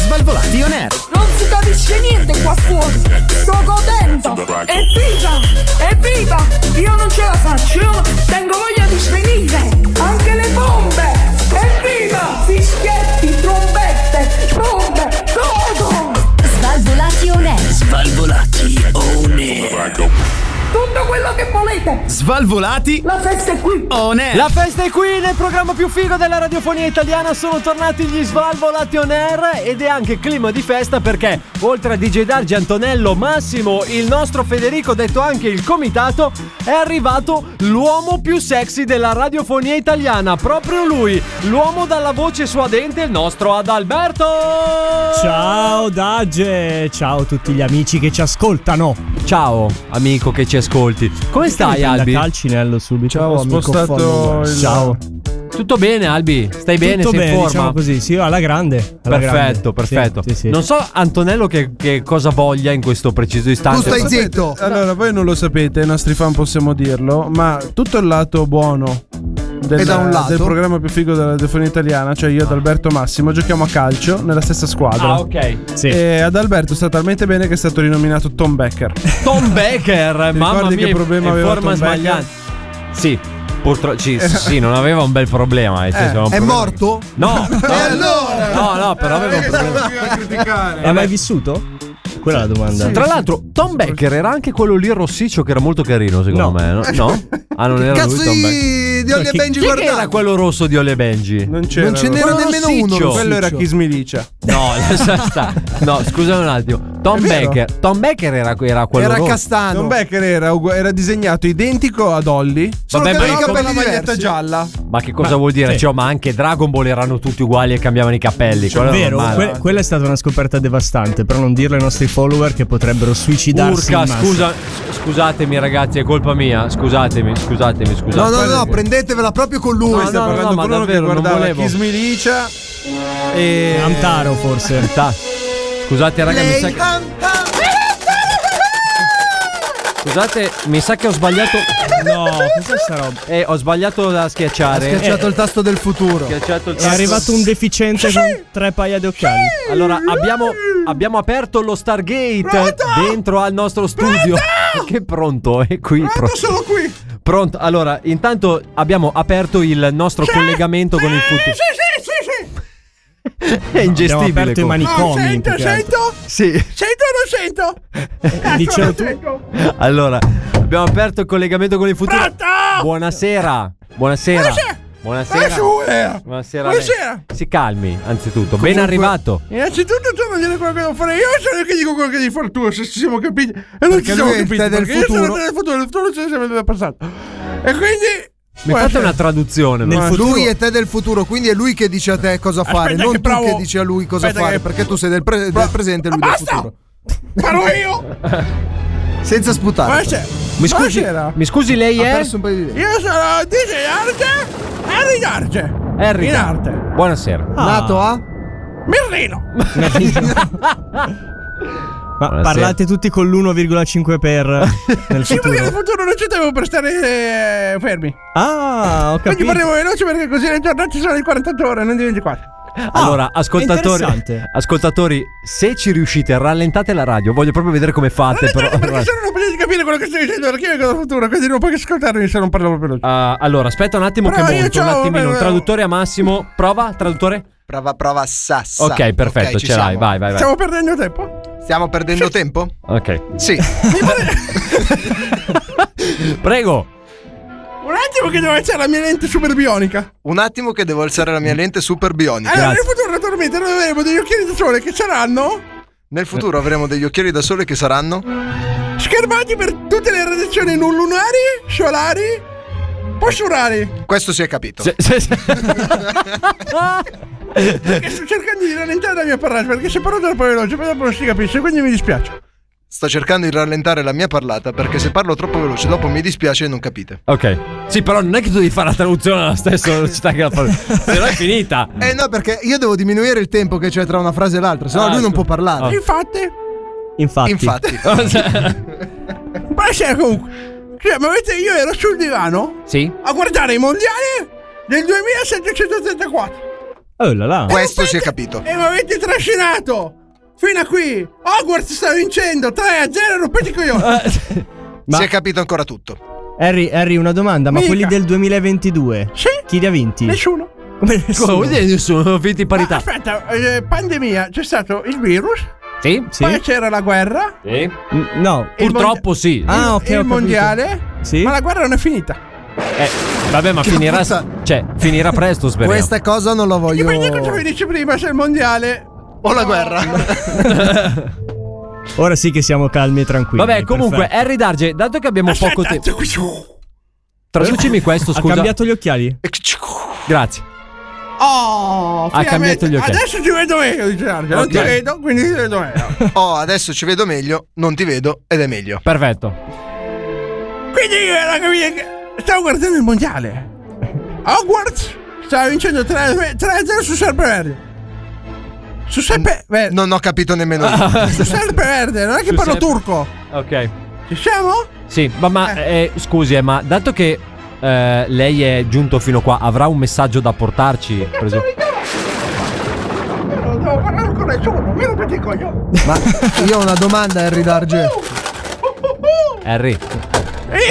Speaker 5: Svalvolati on air.
Speaker 2: Non si capisce niente qua fuori. Sto godendo. Evviva! Evviva! Io non ce la faccio. Io tengo voglia di svenire. Anche le bombe. Evviva! Fischietti, trombette, bombe. Godo! Svalvolati on
Speaker 1: Svalvolati on air.
Speaker 2: Tutto quello che volete.
Speaker 5: Svalvolati.
Speaker 2: La festa è qui.
Speaker 5: On air.
Speaker 7: La festa è qui nel programma più figo della radiofonia italiana. Sono tornati gli Svalvolati on air ed è anche clima di festa perché oltre a DJ Dargi, Antonello, Massimo, il nostro Federico, detto anche il comitato, è arrivato l'uomo più sexy della radiofonia italiana. Proprio lui, l'uomo dalla voce suadente, il nostro Adalberto.
Speaker 12: Ciao Dage, ciao a tutti gli amici che ci ascoltano.
Speaker 7: Ciao amico che ci ascolti. Come stai Albi?
Speaker 12: calcinello subito.
Speaker 7: Ciao, Ho amico spostato follower. il-
Speaker 12: Ciao.
Speaker 7: Tutto bene Albi? Stai bene?
Speaker 12: Tutto
Speaker 7: Sei in
Speaker 12: bene,
Speaker 7: forma?
Speaker 12: diciamo così, sì, alla grande. alla grande.
Speaker 7: Perfetto, perfetto.
Speaker 12: Sì, sì, sì.
Speaker 7: Non so Antonello che, che cosa voglia in questo preciso istante.
Speaker 6: Lo sapete- Allora, voi non lo sapete, i nostri fan possiamo dirlo, ma tutto il lato buono del,
Speaker 4: E da un lato?
Speaker 6: del programma più figo della radiofonia italiana, cioè io ad Alberto Massimo, giochiamo a calcio nella stessa squadra.
Speaker 7: Ah, ok. Sì.
Speaker 6: E ad Alberto sta talmente bene che è stato rinominato Tom Becker.
Speaker 7: Tom Becker, mamma
Speaker 6: ricordi
Speaker 7: mia,
Speaker 6: che problema
Speaker 7: in
Speaker 6: aveva
Speaker 7: forma
Speaker 6: Tom Becker?
Speaker 7: sbagliata. Sì. Purtroppo sì, sì, sì, non aveva un bel problema. nel senso, aveva un
Speaker 4: Eh, è
Speaker 7: problema-
Speaker 4: morto?
Speaker 7: No,
Speaker 4: E allora?
Speaker 7: no, no, però aveva un problema.
Speaker 12: È mai Eh, vissuto? Quella è la domanda.
Speaker 7: Tra l'altro, Tom Becker era anche quello lì rossiccio che era molto carino, secondo
Speaker 12: No.
Speaker 7: me. No? no? Ah, non era
Speaker 4: Cazzo
Speaker 7: lui Tom Becker.
Speaker 4: di, di Olly e
Speaker 7: Chi-
Speaker 4: Benji
Speaker 7: chi
Speaker 4: guardate.
Speaker 7: era quello rosso di Ole Benji?
Speaker 6: Non c'era.
Speaker 4: Non ce n'era
Speaker 6: Quello
Speaker 4: nemmeno
Speaker 6: rossiccio.
Speaker 4: uno rossiccio.
Speaker 6: Quello era Kismilicia.
Speaker 7: No, sta, sta. no, scusami un attimo. Tom
Speaker 6: È vero?
Speaker 7: Becker. Tom Becker era, era quello.
Speaker 6: Era
Speaker 7: rosso.
Speaker 6: castano. Tom Becker era, ugu- era disegnato identico ad Olly. Solo
Speaker 7: Vabbè,
Speaker 6: che
Speaker 7: ma
Speaker 6: aveva i
Speaker 7: io-
Speaker 6: capelli di
Speaker 7: diversi.
Speaker 6: maglietta gialla.
Speaker 7: Ma che cosa vuol dire?
Speaker 12: sì.
Speaker 7: Cioè, ma anche Dragon Ball erano tutti uguali e cambiavano i capelli.
Speaker 12: Cioè,
Speaker 7: quello è
Speaker 12: vero,
Speaker 7: normale.
Speaker 12: que- quella è stata una scoperta devastante. Però non dirlo ai nostri follower che potrebbero suicidarsi.
Speaker 7: Urca,
Speaker 12: in massa.
Speaker 7: scusa, s- scusatemi ragazzi, è colpa mia. Scusatemi, scusatemi,
Speaker 4: No,
Speaker 7: scusatemi.
Speaker 4: no, no, prendetevela proprio con lui.
Speaker 7: No, no, no, ma davvero, non volevo.
Speaker 6: Kismilicia.
Speaker 7: E...
Speaker 12: Antaro forse.
Speaker 7: Ta- Eh, Scusate raga, mi sa,
Speaker 4: Lei-
Speaker 7: che... Scusate, mi sa che ho sbagliato...
Speaker 12: No, cos'è sta roba?
Speaker 7: Eh, ho sbagliato da
Speaker 4: Ha
Speaker 7: schiacciare. Eh,
Speaker 4: schiacciato il tasto del futuro.
Speaker 7: Ho schiacciato il
Speaker 12: È arrivato un deficiente con tre paia di occhiali.
Speaker 7: Allora, abbiamo, abbiamo aperto lo Stargate dentro al nostro studio. Che è pronto? È qui. pronto.
Speaker 4: Sono qui.
Speaker 7: Pronto. Allora, intanto abbiamo aperto il nostro collegamento con il futuro.
Speaker 4: sì, sì, sì.
Speaker 7: È ingestibile.
Speaker 12: Abbiamo aperto i
Speaker 7: comunque.
Speaker 12: manicomi. più che altro.
Speaker 4: sento?
Speaker 7: Sì.
Speaker 4: Sento o non sento?
Speaker 12: Dicelo tu.
Speaker 7: Allora, abbiamo aperto il collegamento con il futuro. Buonasera. Buonasera. Buonasera.
Speaker 4: Buonasera.
Speaker 7: Buonasera. a lei.
Speaker 4: Buonasera.
Speaker 7: Si calmi, anzitutto. Ben arrivato.
Speaker 6: Innanzitutto tu non dire quello che devo fare io, sono che dico quello che devi fare tu, se ci siamo capiti. E non
Speaker 4: Perché
Speaker 6: ci siamo
Speaker 4: lui è il
Speaker 6: capiti,
Speaker 4: te del
Speaker 6: perché io sono il
Speaker 4: futuro.
Speaker 6: te del futuro, il futuro ce ne siamo del passato. E quindi...
Speaker 7: Mi fate una traduzione.
Speaker 12: Nel
Speaker 7: no?
Speaker 12: futuro.
Speaker 4: Lui è te del futuro, quindi è lui che dice a te cosa fare,
Speaker 6: Aspetta
Speaker 4: non
Speaker 6: che
Speaker 4: tu
Speaker 6: provo-
Speaker 4: che dici a lui cosa
Speaker 6: Aspetta
Speaker 4: fare,
Speaker 6: che- Ah,
Speaker 4: perché tu sei del, pre- del presente e lui del futuro.
Speaker 6: Parlo io!
Speaker 4: Senza sputare.
Speaker 6: Buonasera!
Speaker 7: Mi scusi,
Speaker 6: Buonasera!
Speaker 7: mi scusi lei eh?
Speaker 4: Ha
Speaker 7: è?
Speaker 4: perso un paio di idee.
Speaker 6: Io sono DJ Arte, Harry Arte,
Speaker 7: Harry
Speaker 6: in
Speaker 7: Arte.
Speaker 6: arte,
Speaker 7: Buonasera.
Speaker 4: Nato a?
Speaker 6: Mirrino!
Speaker 12: Ma
Speaker 4: Eh,
Speaker 7: Buonasera.
Speaker 12: parlate tutti con l'1,5 per nel
Speaker 6: Sì, perché
Speaker 12: futuro.
Speaker 6: nel futuro non ci devo per stare eh, fermi.
Speaker 12: Ah, ho
Speaker 6: Quindi
Speaker 12: capito.
Speaker 6: parliamo veloce perché così le giornate sono di 48 ore, non di 24.
Speaker 7: Allora,
Speaker 6: è
Speaker 7: ascoltatori,
Speaker 6: interessante.
Speaker 7: ascoltatori, se ci riuscite, rallentate la radio. Voglio proprio vedere come fate. Però,
Speaker 4: Perché sono capace di capire quello che stai dicendo perché io cosa futura, quindi non puoi ascoltarmi se non parlo proprio veloce.
Speaker 7: Ah, allora, aspetta un attimo
Speaker 4: Però
Speaker 7: che
Speaker 4: io
Speaker 7: monto.
Speaker 4: c'ho-
Speaker 7: Un attimino, un
Speaker 4: eh,
Speaker 7: traduttore a Massimo. Prova, traduttore.
Speaker 13: Prova, prova, sassa.
Speaker 7: Ok, perfetto, ce l'hai. Vai, vai, vai.
Speaker 13: Stiamo perdendo tempo? Stiamo perdendo tempo?
Speaker 7: Ok.
Speaker 13: Sì.
Speaker 7: Prego.
Speaker 4: Un attimo che devo alzare la mia lente super bionica.
Speaker 13: Un attimo che devo alzare la mia lente super bionica.
Speaker 4: Allora, nel futuro naturalmente noi avremo degli occhiali da sole che saranno
Speaker 13: Nel futuro avremo degli occhiali da sole che saranno
Speaker 4: schermati per tutte le radiazioni non lunari, solari, posturali.
Speaker 13: Questo si è capito.
Speaker 4: Perché sto cercando di rallentare la mia parlata, perché se parlo troppo veloce, poi dopo non si capisce, quindi mi dispiace.
Speaker 13: Sto cercando di rallentare la mia parlata perché se parlo troppo veloce dopo mi dispiace e non capite.
Speaker 7: Ok. Sì, però non è che tu devi fare la traduzione alla stessa velocità che la fa. Se no è finita.
Speaker 14: Eh no, perché io devo diminuire il tempo che c'è tra una frase e l'altra, sennò
Speaker 7: Ah,
Speaker 14: lui non
Speaker 7: sì.
Speaker 14: può parlare.
Speaker 4: Infatti,
Speaker 6: Esatto. Ah, Infatti.
Speaker 13: Infatti.
Speaker 4: ma se comunque, cioè, ma vedete, io ero sul
Speaker 6: Ah.
Speaker 4: divano
Speaker 7: sì.
Speaker 4: a guardare i mondiali del 2784.
Speaker 6: Oh là là.
Speaker 13: Questo si è capito.
Speaker 4: E mi avete trascinato fino a qui. Hogwarts sta vincendo 3 a 0. Rompete i coglioni.
Speaker 13: Si è capito ancora tutto.
Speaker 6: Ah, Harry, Harry, una domanda, ma
Speaker 4: Mica.
Speaker 6: quelli del 2022?
Speaker 4: Sì.
Speaker 6: Chi li ha vinti?
Speaker 4: Nessuno.
Speaker 6: Come nessuno?
Speaker 7: Vuol dire nessuno, finti in parità.
Speaker 4: Aspetta, eh, pandemia, c'è stato il virus,
Speaker 7: Sì?
Speaker 6: Sì?
Speaker 4: poi c'era la guerra,
Speaker 7: Sì.
Speaker 6: Mm, No.
Speaker 4: il
Speaker 7: Purtroppo sì.
Speaker 6: Ah, ok. ho
Speaker 4: il
Speaker 6: capito.
Speaker 4: mondiale,
Speaker 6: Sì?
Speaker 4: ma la guerra non è finita.
Speaker 7: Eh, vabbè, ma finirà. Cioè, finirà presto, speriamo.
Speaker 14: Questa cosa non la voglio.
Speaker 4: Dipende cosa mi dici prima, se il mondiale
Speaker 13: O la guerra.
Speaker 6: Ora sì che siamo calmi e tranquilli.
Speaker 7: Vabbè, comunque,
Speaker 6: perfetto.
Speaker 7: Harry Darge, dato che abbiamo poco tempo.
Speaker 4: Aspetta, qui su.
Speaker 7: Traducimi questo,
Speaker 6: Ha
Speaker 7: scusa.
Speaker 6: cambiato gli occhiali?
Speaker 7: Grazie.
Speaker 4: Oh, finalmente.
Speaker 7: cambiato gli occhiali.
Speaker 4: Adesso ti vedo meglio, dice Angelo. Non
Speaker 7: Ok.
Speaker 4: ti vedo, quindi ti vedo meglio.
Speaker 13: Oh, adesso ci vedo meglio, non ti vedo ed è meglio.
Speaker 7: Perfetto.
Speaker 4: quindi io era capito che stavo guardando il mondiale. Hogwarts stava vincendo 3 a 0 su Serpeverde. Su Serpeverde.
Speaker 13: Non ho capito nemmeno
Speaker 6: Ah.
Speaker 13: io.
Speaker 4: Su Serpeverde, non è che parlo
Speaker 7: Serpe-
Speaker 4: turco.
Speaker 7: Ok.
Speaker 4: Ci siamo?
Speaker 7: Sì, ma, ma, eh, scusi, eh, ma dato che eh, lei è giunto fino qua, avrà un messaggio da portarci? per esempio?
Speaker 4: Non devo parlare con nessuno, meno per ti coglione.
Speaker 14: Ma io ho una domanda, Harry Darge.
Speaker 7: Harry.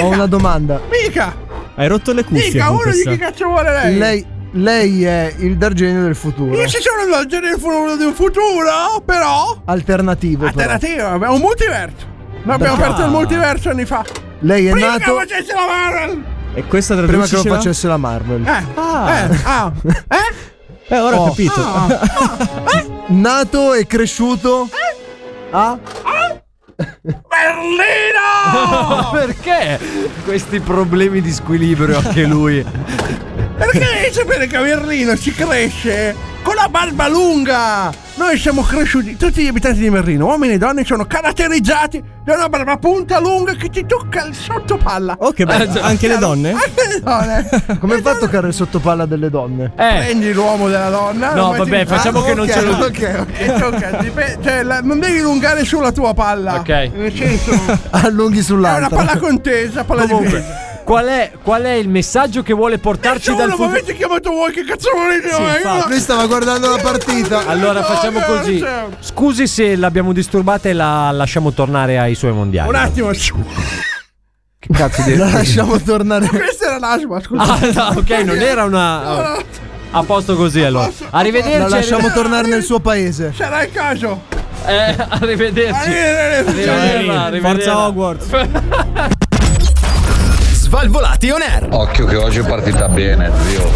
Speaker 14: Ho una domanda.
Speaker 4: Mica!
Speaker 6: Hai rotto le cuffie
Speaker 4: Mica
Speaker 6: con
Speaker 4: uno di
Speaker 6: questa.
Speaker 4: chi cazzo vuole lei?
Speaker 14: Lei, lei è il Dargenio del futuro.
Speaker 4: Io ci sono dal genere futuro di un futuro, però.
Speaker 14: Alternativo. però.
Speaker 4: Alternativa, è un multiverso. Noi abbiamo
Speaker 6: Da-
Speaker 4: aperto il multiverso anni fa.
Speaker 14: Lei è
Speaker 4: Prima che
Speaker 14: nato
Speaker 4: facesse la Marvel!
Speaker 6: E questa
Speaker 14: prima che lo
Speaker 6: traducicela?
Speaker 14: facesse la Marvel.
Speaker 4: Eh,
Speaker 6: Ah.
Speaker 4: eh, ah, eh?
Speaker 6: Eh, ora ho
Speaker 14: Oh.
Speaker 6: capito.
Speaker 14: Nato e cresciuto a
Speaker 4: Berlino!
Speaker 7: Perché questi problemi di squilibrio anche lui?
Speaker 4: Perché devi sapere che a Berlino si cresce con la barba lunga! Noi siamo cresciuti, tutti gli abitanti di Berlino, uomini e donne, sono caratterizzati da una barba punta lunga che ti tocca il sottopalla.
Speaker 6: Oh, che
Speaker 7: Ah,
Speaker 6: bello. Anche le donne?
Speaker 4: Anche le donne.
Speaker 14: Come fa a toccare il sottopalla delle donne?
Speaker 7: Eh,
Speaker 4: Prendi l'uomo della donna.
Speaker 7: no,
Speaker 4: lo metti
Speaker 7: vabbè,
Speaker 4: in-
Speaker 7: facciamo
Speaker 14: Ah,
Speaker 7: che non
Speaker 14: ok,
Speaker 7: ce lo.
Speaker 14: ok, ok.
Speaker 4: E Eh, tocca, dipende- cioè, la- non devi lungare sulla tua palla.
Speaker 7: Ok.
Speaker 4: Nel senso, è
Speaker 14: Allunghi
Speaker 4: una
Speaker 14: sull'altra.
Speaker 4: palla contesa, palla difesa.
Speaker 7: Qual è, qual è il messaggio che vuole portarci
Speaker 4: Nessuno
Speaker 7: dal
Speaker 4: mi
Speaker 7: futuro?
Speaker 4: avete chiamato voi, che eh? cazzo volete? voi?
Speaker 7: infatti.
Speaker 14: Lui stava guardando la partita.
Speaker 7: Allora facciamo così. Scusi se l'abbiamo disturbata e la lasciamo tornare ai suoi mondiali.
Speaker 4: Un attimo.
Speaker 7: Che cazzo di.
Speaker 14: La lasciamo tornare.
Speaker 4: Questa era l'asma, scusa.
Speaker 7: Ah, no, ok, non era una. A posto così allora. Arrivederci.
Speaker 14: La lasciamo
Speaker 7: arrivederci.
Speaker 14: tornare nel suo paese.
Speaker 4: Sarà il caso.
Speaker 7: Eh, arrivederci. Arrivederla,
Speaker 6: Harry,
Speaker 7: arrivederla.
Speaker 6: Forza Hogwarts.
Speaker 15: Svalvolati on air.
Speaker 16: Occhio che oggi è partita bene, zio.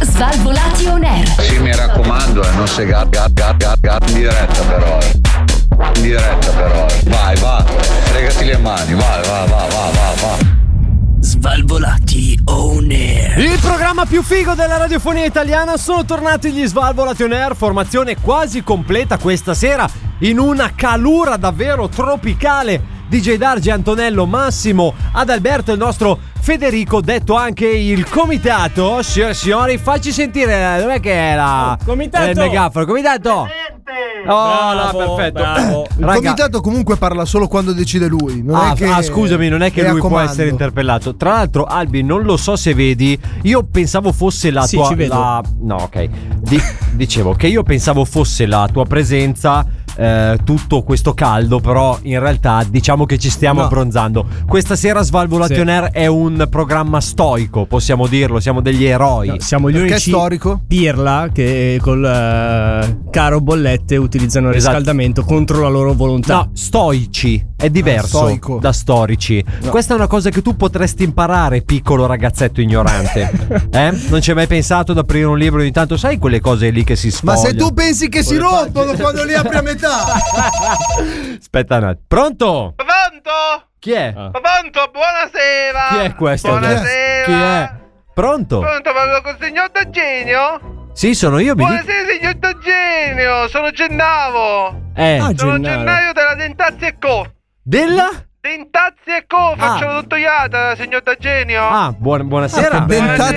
Speaker 8: Svalvolati on air.
Speaker 16: Sì, mi raccomando, eh, non sei gar, gar, gar, gar, gar- in diretta però. eh. In diretta però. eh. Vai, va. Fregati le mani, vai, va, va, va, va, va.
Speaker 17: Svalvolati
Speaker 1: oh
Speaker 17: on air.
Speaker 7: Il programma più figo della radiofonia italiana sono tornati gli Svalvolati on Air, formazione quasi completa questa sera in una calura davvero tropicale. DJ Dargi, Antonello, Massimo, Adalberto e il nostro Federico, detto anche il comitato. Signore e signori, facci sentire, dov'è che è la...
Speaker 6: Oh, comitato!
Speaker 7: il megafono, comitato! Oh, là, perfetto.
Speaker 4: Il
Speaker 7: Raga-
Speaker 4: comitato comunque parla solo quando decide lui. Non
Speaker 7: Ah,
Speaker 4: è che
Speaker 7: ah, scusami, non è che
Speaker 4: a
Speaker 7: lui può
Speaker 4: comando.
Speaker 7: essere interpellato. Tra l'altro, Albi, non lo so se vedi. Io pensavo fosse la
Speaker 12: Sì,
Speaker 7: tua.
Speaker 12: ci vedo.
Speaker 7: la- No, ok. Di- Dicevo che io pensavo fosse la tua presenza. eh, tutto questo caldo, però in realtà diciamo che ci stiamo
Speaker 12: No.
Speaker 7: abbronzando. Questa sera Svalvolation
Speaker 12: Sì.
Speaker 7: Air è un programma stoico, possiamo dirlo. Siamo degli eroi.
Speaker 12: Siamo gli unici pirla che col eh, caro bollette utilizzano il
Speaker 7: Esatto.
Speaker 12: riscaldamento contro la loro volontà.
Speaker 7: No, stoici è
Speaker 12: Ah,
Speaker 7: diverso
Speaker 12: stoico.
Speaker 7: da storici.
Speaker 12: No.
Speaker 7: Questa è una cosa che tu potresti imparare, piccolo ragazzetto ignorante. eh? Non ci hai mai pensato ad aprire un libro ogni tanto? Sai quelle cose lì che si
Speaker 4: Ma
Speaker 7: sfogliano?
Speaker 4: se tu pensi che si rompono quando li apri a metà,
Speaker 7: Aspetta un attimo. Pronto?
Speaker 14: Pronto?
Speaker 7: Chi è?
Speaker 14: Pronto, buonasera!
Speaker 7: Chi è questo?
Speaker 14: Buonasera!
Speaker 7: Chi è? Pronto?
Speaker 14: Pronto, parlo con il signor D'Agenio?
Speaker 7: Sì, sono io, mi dica.
Speaker 14: Buonasera, signor D'Agenio! Sono Gennavo!
Speaker 7: Eh. Ah,
Speaker 14: sono
Speaker 7: Gennaro.
Speaker 14: Gennaio della Dentazzi e Co!
Speaker 7: Della?
Speaker 14: Dentazzi e Co! Faccio la dottoriata, eh, signor D'Agenio!
Speaker 7: Ah, buona- buonasera.
Speaker 14: Buonasera. Buonasera,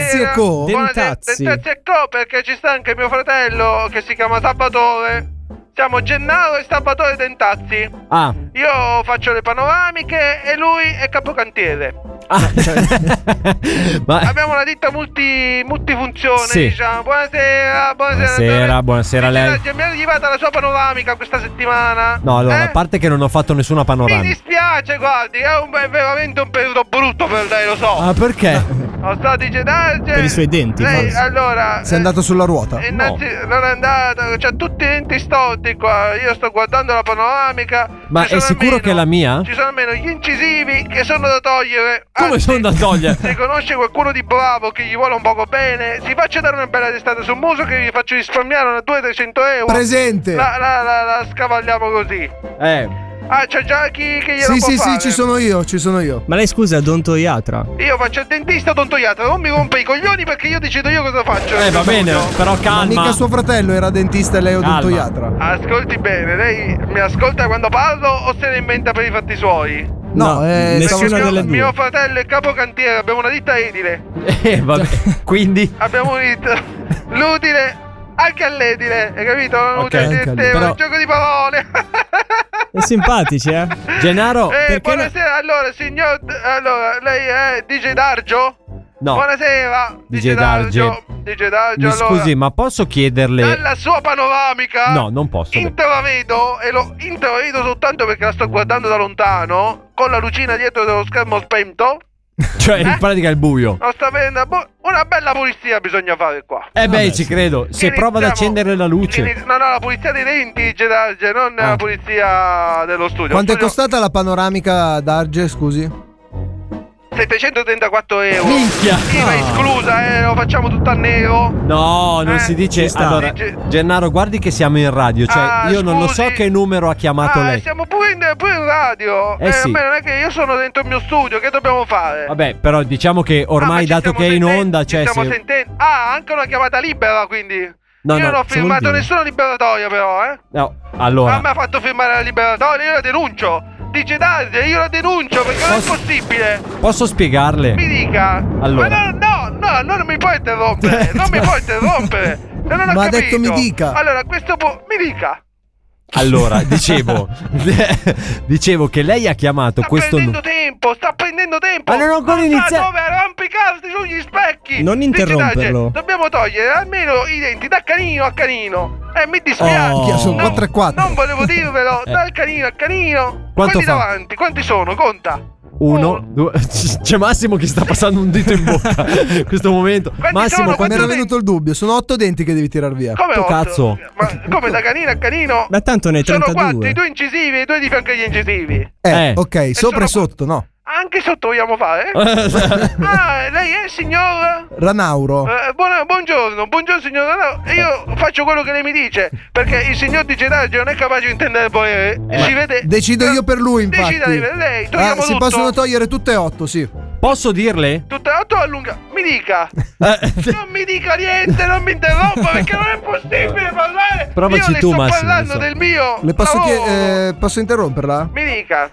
Speaker 14: Dentazzi e Co! Perché ci sta anche mio fratello che si chiama Sabatore! Siamo Gennaro e Sabatore Dentazzi!
Speaker 7: Ah,
Speaker 14: Io faccio le panoramiche e lui è capocantiere.
Speaker 7: ma-
Speaker 14: Abbiamo una ditta multi, multifunzione,
Speaker 7: Sì.
Speaker 14: diciamo. Buonasera, buonasera.
Speaker 7: Buonasera, buonasera a lei.
Speaker 14: Mi è arrivata la sua panoramica questa settimana.
Speaker 7: No, allora,
Speaker 14: Eh?
Speaker 7: a parte che non ho fatto nessuna
Speaker 14: Mi
Speaker 7: panoramica.
Speaker 14: dispiace, guardi, è, un- è veramente un periodo brutto per lei, lo so.
Speaker 7: Ah, perché?
Speaker 14: Lo so, dice Darge.
Speaker 4: Per i suoi denti,
Speaker 14: Lei,
Speaker 4: forse.
Speaker 14: allora,
Speaker 4: sei andato sulla ruota.
Speaker 14: e Eh, innanzi- non è andata, c'ha tutti i denti storti qua. Io sto guardando la panoramica.
Speaker 7: Ma
Speaker 14: Ci
Speaker 7: è
Speaker 14: sono
Speaker 7: sicuro che è la mia?
Speaker 14: ci sono almeno gli incisivi che sono da togliere.
Speaker 7: Come sono da togliere?
Speaker 14: Se conosce qualcuno di bravo che gli vuole un poco bene, si faccia dare una bella testata sul muso che gli faccio risparmiare una 200-300 euro.
Speaker 4: Presente.
Speaker 14: La, la- la- la scavagliamo così.
Speaker 7: Eh.
Speaker 14: Ah, c'è già chi che glielo
Speaker 4: Sì,
Speaker 14: può
Speaker 4: sì,
Speaker 14: fare.
Speaker 4: sì, ci sono io, ci sono io.
Speaker 12: Ma lei scusa, odontoiatra?
Speaker 14: Io faccio il dentista odontoiatra, non mi rompe i coglioni perché io decido io cosa faccio.
Speaker 7: Eh, va bene, però
Speaker 4: Ma
Speaker 7: calma.
Speaker 4: mica suo fratello era dentista e lei odontoiatra.
Speaker 14: Ascolti bene, lei mi ascolta quando parlo o se ne inventa per i fatti suoi?
Speaker 4: No, eh,
Speaker 14: Perché
Speaker 4: stavo-
Speaker 14: mio, mio fratello è capocantiere, abbiamo una ditta edile.
Speaker 7: Eh, vabbè. Quindi.
Speaker 14: abbiamo unito l'utile anche all'edile, hai capito? Non
Speaker 7: Ok,
Speaker 14: utile
Speaker 7: anche
Speaker 14: il
Speaker 7: all'edile.
Speaker 14: tema,
Speaker 7: Però-
Speaker 14: un gioco di parole.
Speaker 12: È simpatici, eh?
Speaker 7: Gennaro,
Speaker 14: Eh, buonasera, allora, signor. Allora, lei è DJ Dargio?
Speaker 7: No.
Speaker 14: Buonasera,
Speaker 7: DJ Darge.
Speaker 14: DJ Dargio.
Speaker 7: Mi
Speaker 14: allora,
Speaker 7: scusi, ma posso chiederle.
Speaker 14: dalla sua panoramica.
Speaker 7: No, non posso.
Speaker 14: Intravedo e lo intravedo soltanto perché la sto guardando da lontano con la lucina dietro dello schermo spento.
Speaker 7: Cioè,
Speaker 14: Eh?
Speaker 7: in pratica è il buio.
Speaker 14: Non sta vedendo bu- una bella pulizia bisogna fare qua.
Speaker 7: Eh beh, ci credo. Se prova ad accendere la luce. Ah.
Speaker 14: No, no, la pulizia dei denti, Gedage, non la pulizia dello studio.
Speaker 4: Quanto è
Speaker 14: Studio,
Speaker 4: costata la panoramica d'Arge, scusi?
Speaker 14: 734 euro.
Speaker 7: Minchia! Ah.
Speaker 14: IVA esclusa, eh, lo facciamo tutto a nero.
Speaker 7: No, non
Speaker 14: Eh,
Speaker 7: si
Speaker 14: ci
Speaker 7: dice.
Speaker 14: sta.
Speaker 7: Allora,
Speaker 14: Dice-
Speaker 7: Gennaro, guardi che siamo in radio. Cioè,
Speaker 14: Ah,
Speaker 7: io non lo so
Speaker 14: scusi.
Speaker 7: che numero ha chiamato
Speaker 14: Ah,
Speaker 7: lei.
Speaker 14: siamo pure in, pure in radio.
Speaker 7: Eh, sì.
Speaker 14: a me non è che io sono dentro il mio studio, che dobbiamo fare?
Speaker 7: Vabbè, però diciamo che
Speaker 14: Ah, ma
Speaker 7: ormai,
Speaker 14: ci
Speaker 7: dato
Speaker 14: stiamo
Speaker 7: che è in
Speaker 14: senten-
Speaker 7: onda,
Speaker 14: ci
Speaker 7: cioè.
Speaker 14: stiamo
Speaker 7: se-
Speaker 14: senten- Ah, anche una chiamata libera, quindi.
Speaker 7: No,
Speaker 14: io
Speaker 7: no,
Speaker 14: non ho
Speaker 7: se vuol
Speaker 14: firmato
Speaker 7: dire.
Speaker 14: nessuna liberatoria, però, eh.
Speaker 7: No,
Speaker 14: Ah, mi
Speaker 7: allora.
Speaker 14: ha fatto firmare la liberatoria, io la denuncio. Dice Dante, io la denuncio perché non è possibile.
Speaker 7: Posso
Speaker 14: Mi
Speaker 7: spiegarle?
Speaker 14: dica.
Speaker 7: Allora.
Speaker 14: Ma no, no, no, no, non mi puoi interrompere. non mi puoi interrompere. No, non ho
Speaker 4: Ma ha
Speaker 14: capito.
Speaker 4: detto mi dica.
Speaker 14: Allora, questo può... Mi dica.
Speaker 7: Allora, dicevo. dicevo che lei ha chiamato questo
Speaker 14: Prendendo
Speaker 7: numero.
Speaker 14: tempo, sta prendendo tempo.
Speaker 7: Ma non ho ancora
Speaker 14: Sta
Speaker 7: iniziato.
Speaker 14: dove arrampicarsi sugli specchi.
Speaker 7: Non
Speaker 14: Dice
Speaker 7: interromperlo.
Speaker 14: Dante, Dobbiamo togliere almeno i denti da canino a canino. Eh, mi dispiace.
Speaker 4: Minchia, sono
Speaker 14: No,
Speaker 4: 4 e 4.
Speaker 14: Non volevo dirvelo,
Speaker 7: Oh. Eh.
Speaker 14: dal canino a canino.
Speaker 7: Quanto
Speaker 14: Quelli
Speaker 7: fa?
Speaker 14: davanti, quanti sono? Conta.
Speaker 7: Uno, due. C'è Massimo che sta passando un dito in bocca in questo momento. Massimo,
Speaker 4: mi
Speaker 7: quando
Speaker 4: era venuto il dubbio, sono 8 denti che devi tirar via.
Speaker 14: Come otto?
Speaker 7: cazzo.
Speaker 14: Ma come da canino a canino?
Speaker 4: Ma tanto ne hai
Speaker 14: sono
Speaker 4: 32.
Speaker 14: quattro, i due incisivi e i due di fianco agli incisivi.
Speaker 4: Eh, ok, sopra e sotto, no.
Speaker 14: Anche sotto vogliamo fare? ah, lei è il signor?
Speaker 4: Ranauro.
Speaker 14: Eh, buona- buongiorno, buongiorno signor Ranauro. E Io faccio quello che lei mi dice, perché il signor di Gennaro non è capace di intendere poi. ci vede.
Speaker 4: Eh, Decido io per lui, infatti.
Speaker 14: Eh, Decida lei per lei, togliamo
Speaker 4: Ah, si
Speaker 14: tutto.
Speaker 4: possono togliere tutte e otto, sì.
Speaker 7: Posso dirle?
Speaker 14: Tutte e otto allunga. Mi dica. non mi dica niente, non mi interrompa perché non è possibile parlare.
Speaker 4: Provaci
Speaker 14: Io le
Speaker 4: tu,
Speaker 14: sto
Speaker 4: Massimo,
Speaker 14: parlando
Speaker 4: adesso.
Speaker 14: del mio.
Speaker 4: Le posso,
Speaker 14: lavoro.
Speaker 4: chie- eh, posso interromperla?
Speaker 14: Mi dica.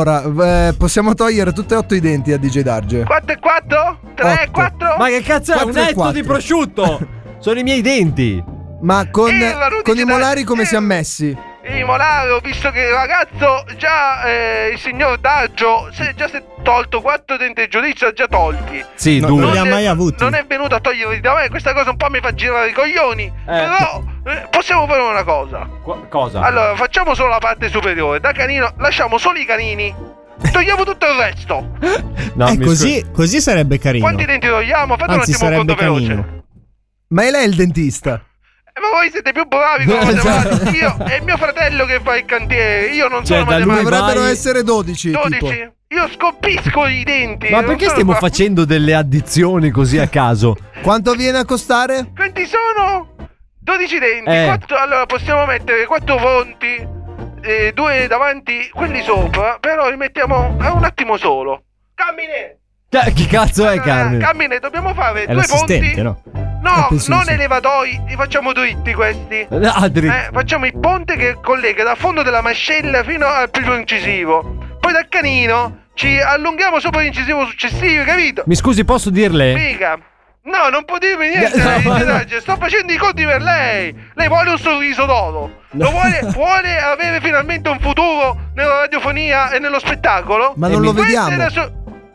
Speaker 4: Allora, eh, possiamo togliere tutte e otto i denti a DJ Darge.
Speaker 14: 4 e 4? 3 e 4?
Speaker 7: Ma che cazzo è? Un etto di prosciutto! Sono i miei denti!
Speaker 4: Ma con,
Speaker 14: Eh, la
Speaker 4: con i
Speaker 14: ruticità-
Speaker 4: molari come siamo messi?
Speaker 14: Io Molare, ho visto che il ragazzo, già eh, il signor Daggio, si è già si è tolto quattro denti di giudizio, ha già tolti.
Speaker 7: Sì,
Speaker 14: No,
Speaker 7: due.
Speaker 14: non
Speaker 7: Non li ha
Speaker 14: è-
Speaker 7: mai avuti.
Speaker 14: Non è venuto a toglierli da me, questa cosa un po' mi fa girare i coglioni. Però eh, possiamo fare una cosa.
Speaker 7: Cosa?
Speaker 14: Allora, facciamo solo la parte superiore. Da canino, lasciamo solo i canini. Togliamo tutto il resto.
Speaker 12: eh, così, così sarebbe carino.
Speaker 14: Quanti denti togliamo? Fate
Speaker 12: Anzi,
Speaker 14: un attimo un
Speaker 12: sarebbe
Speaker 14: conto veloce.
Speaker 12: canino.
Speaker 4: Ma è lei il dentista?
Speaker 14: Eh, ma voi siete più bravi con la matematica. Io e mio fratello che fa il cantiere. Io non
Speaker 7: Esatto. Cioè,
Speaker 14: sono
Speaker 7: da lui
Speaker 14: matematico.
Speaker 4: Dovrebbero
Speaker 7: vai-
Speaker 4: essere 12.
Speaker 14: 12.
Speaker 4: tipo.
Speaker 14: Io scompisco i denti.
Speaker 7: Ma
Speaker 14: non
Speaker 7: perché
Speaker 14: sono
Speaker 7: stiamo
Speaker 14: bravo.
Speaker 7: facendo delle addizioni così a caso?
Speaker 4: Quanto viene a costare?
Speaker 14: Quanti sono? 12 denti.
Speaker 7: Eh.
Speaker 14: quattro- allora possiamo mettere 4 fonti, eh, due davanti, quelli sopra. Però li mettiamo a un attimo solo. Cammine! Eh,
Speaker 7: Ca- Chi cazzo è Eh, Carmine?
Speaker 14: Cammine, dobbiamo fare
Speaker 7: È
Speaker 14: due ponti.
Speaker 7: l'assistente, no?
Speaker 14: No,
Speaker 7: Eh, sì,
Speaker 14: non
Speaker 7: sì.
Speaker 14: elevatoi, li facciamo dritti questi.
Speaker 7: Ah, dritti.
Speaker 14: Eh, facciamo il ponte che collega dal fondo della mascella fino al primo incisivo. Poi dal canino ci allunghiamo sopra l'incisivo successivo, capito?
Speaker 7: Mi scusi, posso dirle?
Speaker 14: Figa. No, non può dirmi niente,
Speaker 7: No,
Speaker 14: lei,
Speaker 7: no.
Speaker 14: disagio. sto facendo i conti per lei. Lei vuole un sorriso d'oro. Lo vuole, vuole avere finalmente un futuro nella radiofonia e nello spettacolo?
Speaker 4: Ma non lo
Speaker 14: Questa è
Speaker 4: vediamo.
Speaker 14: la sua-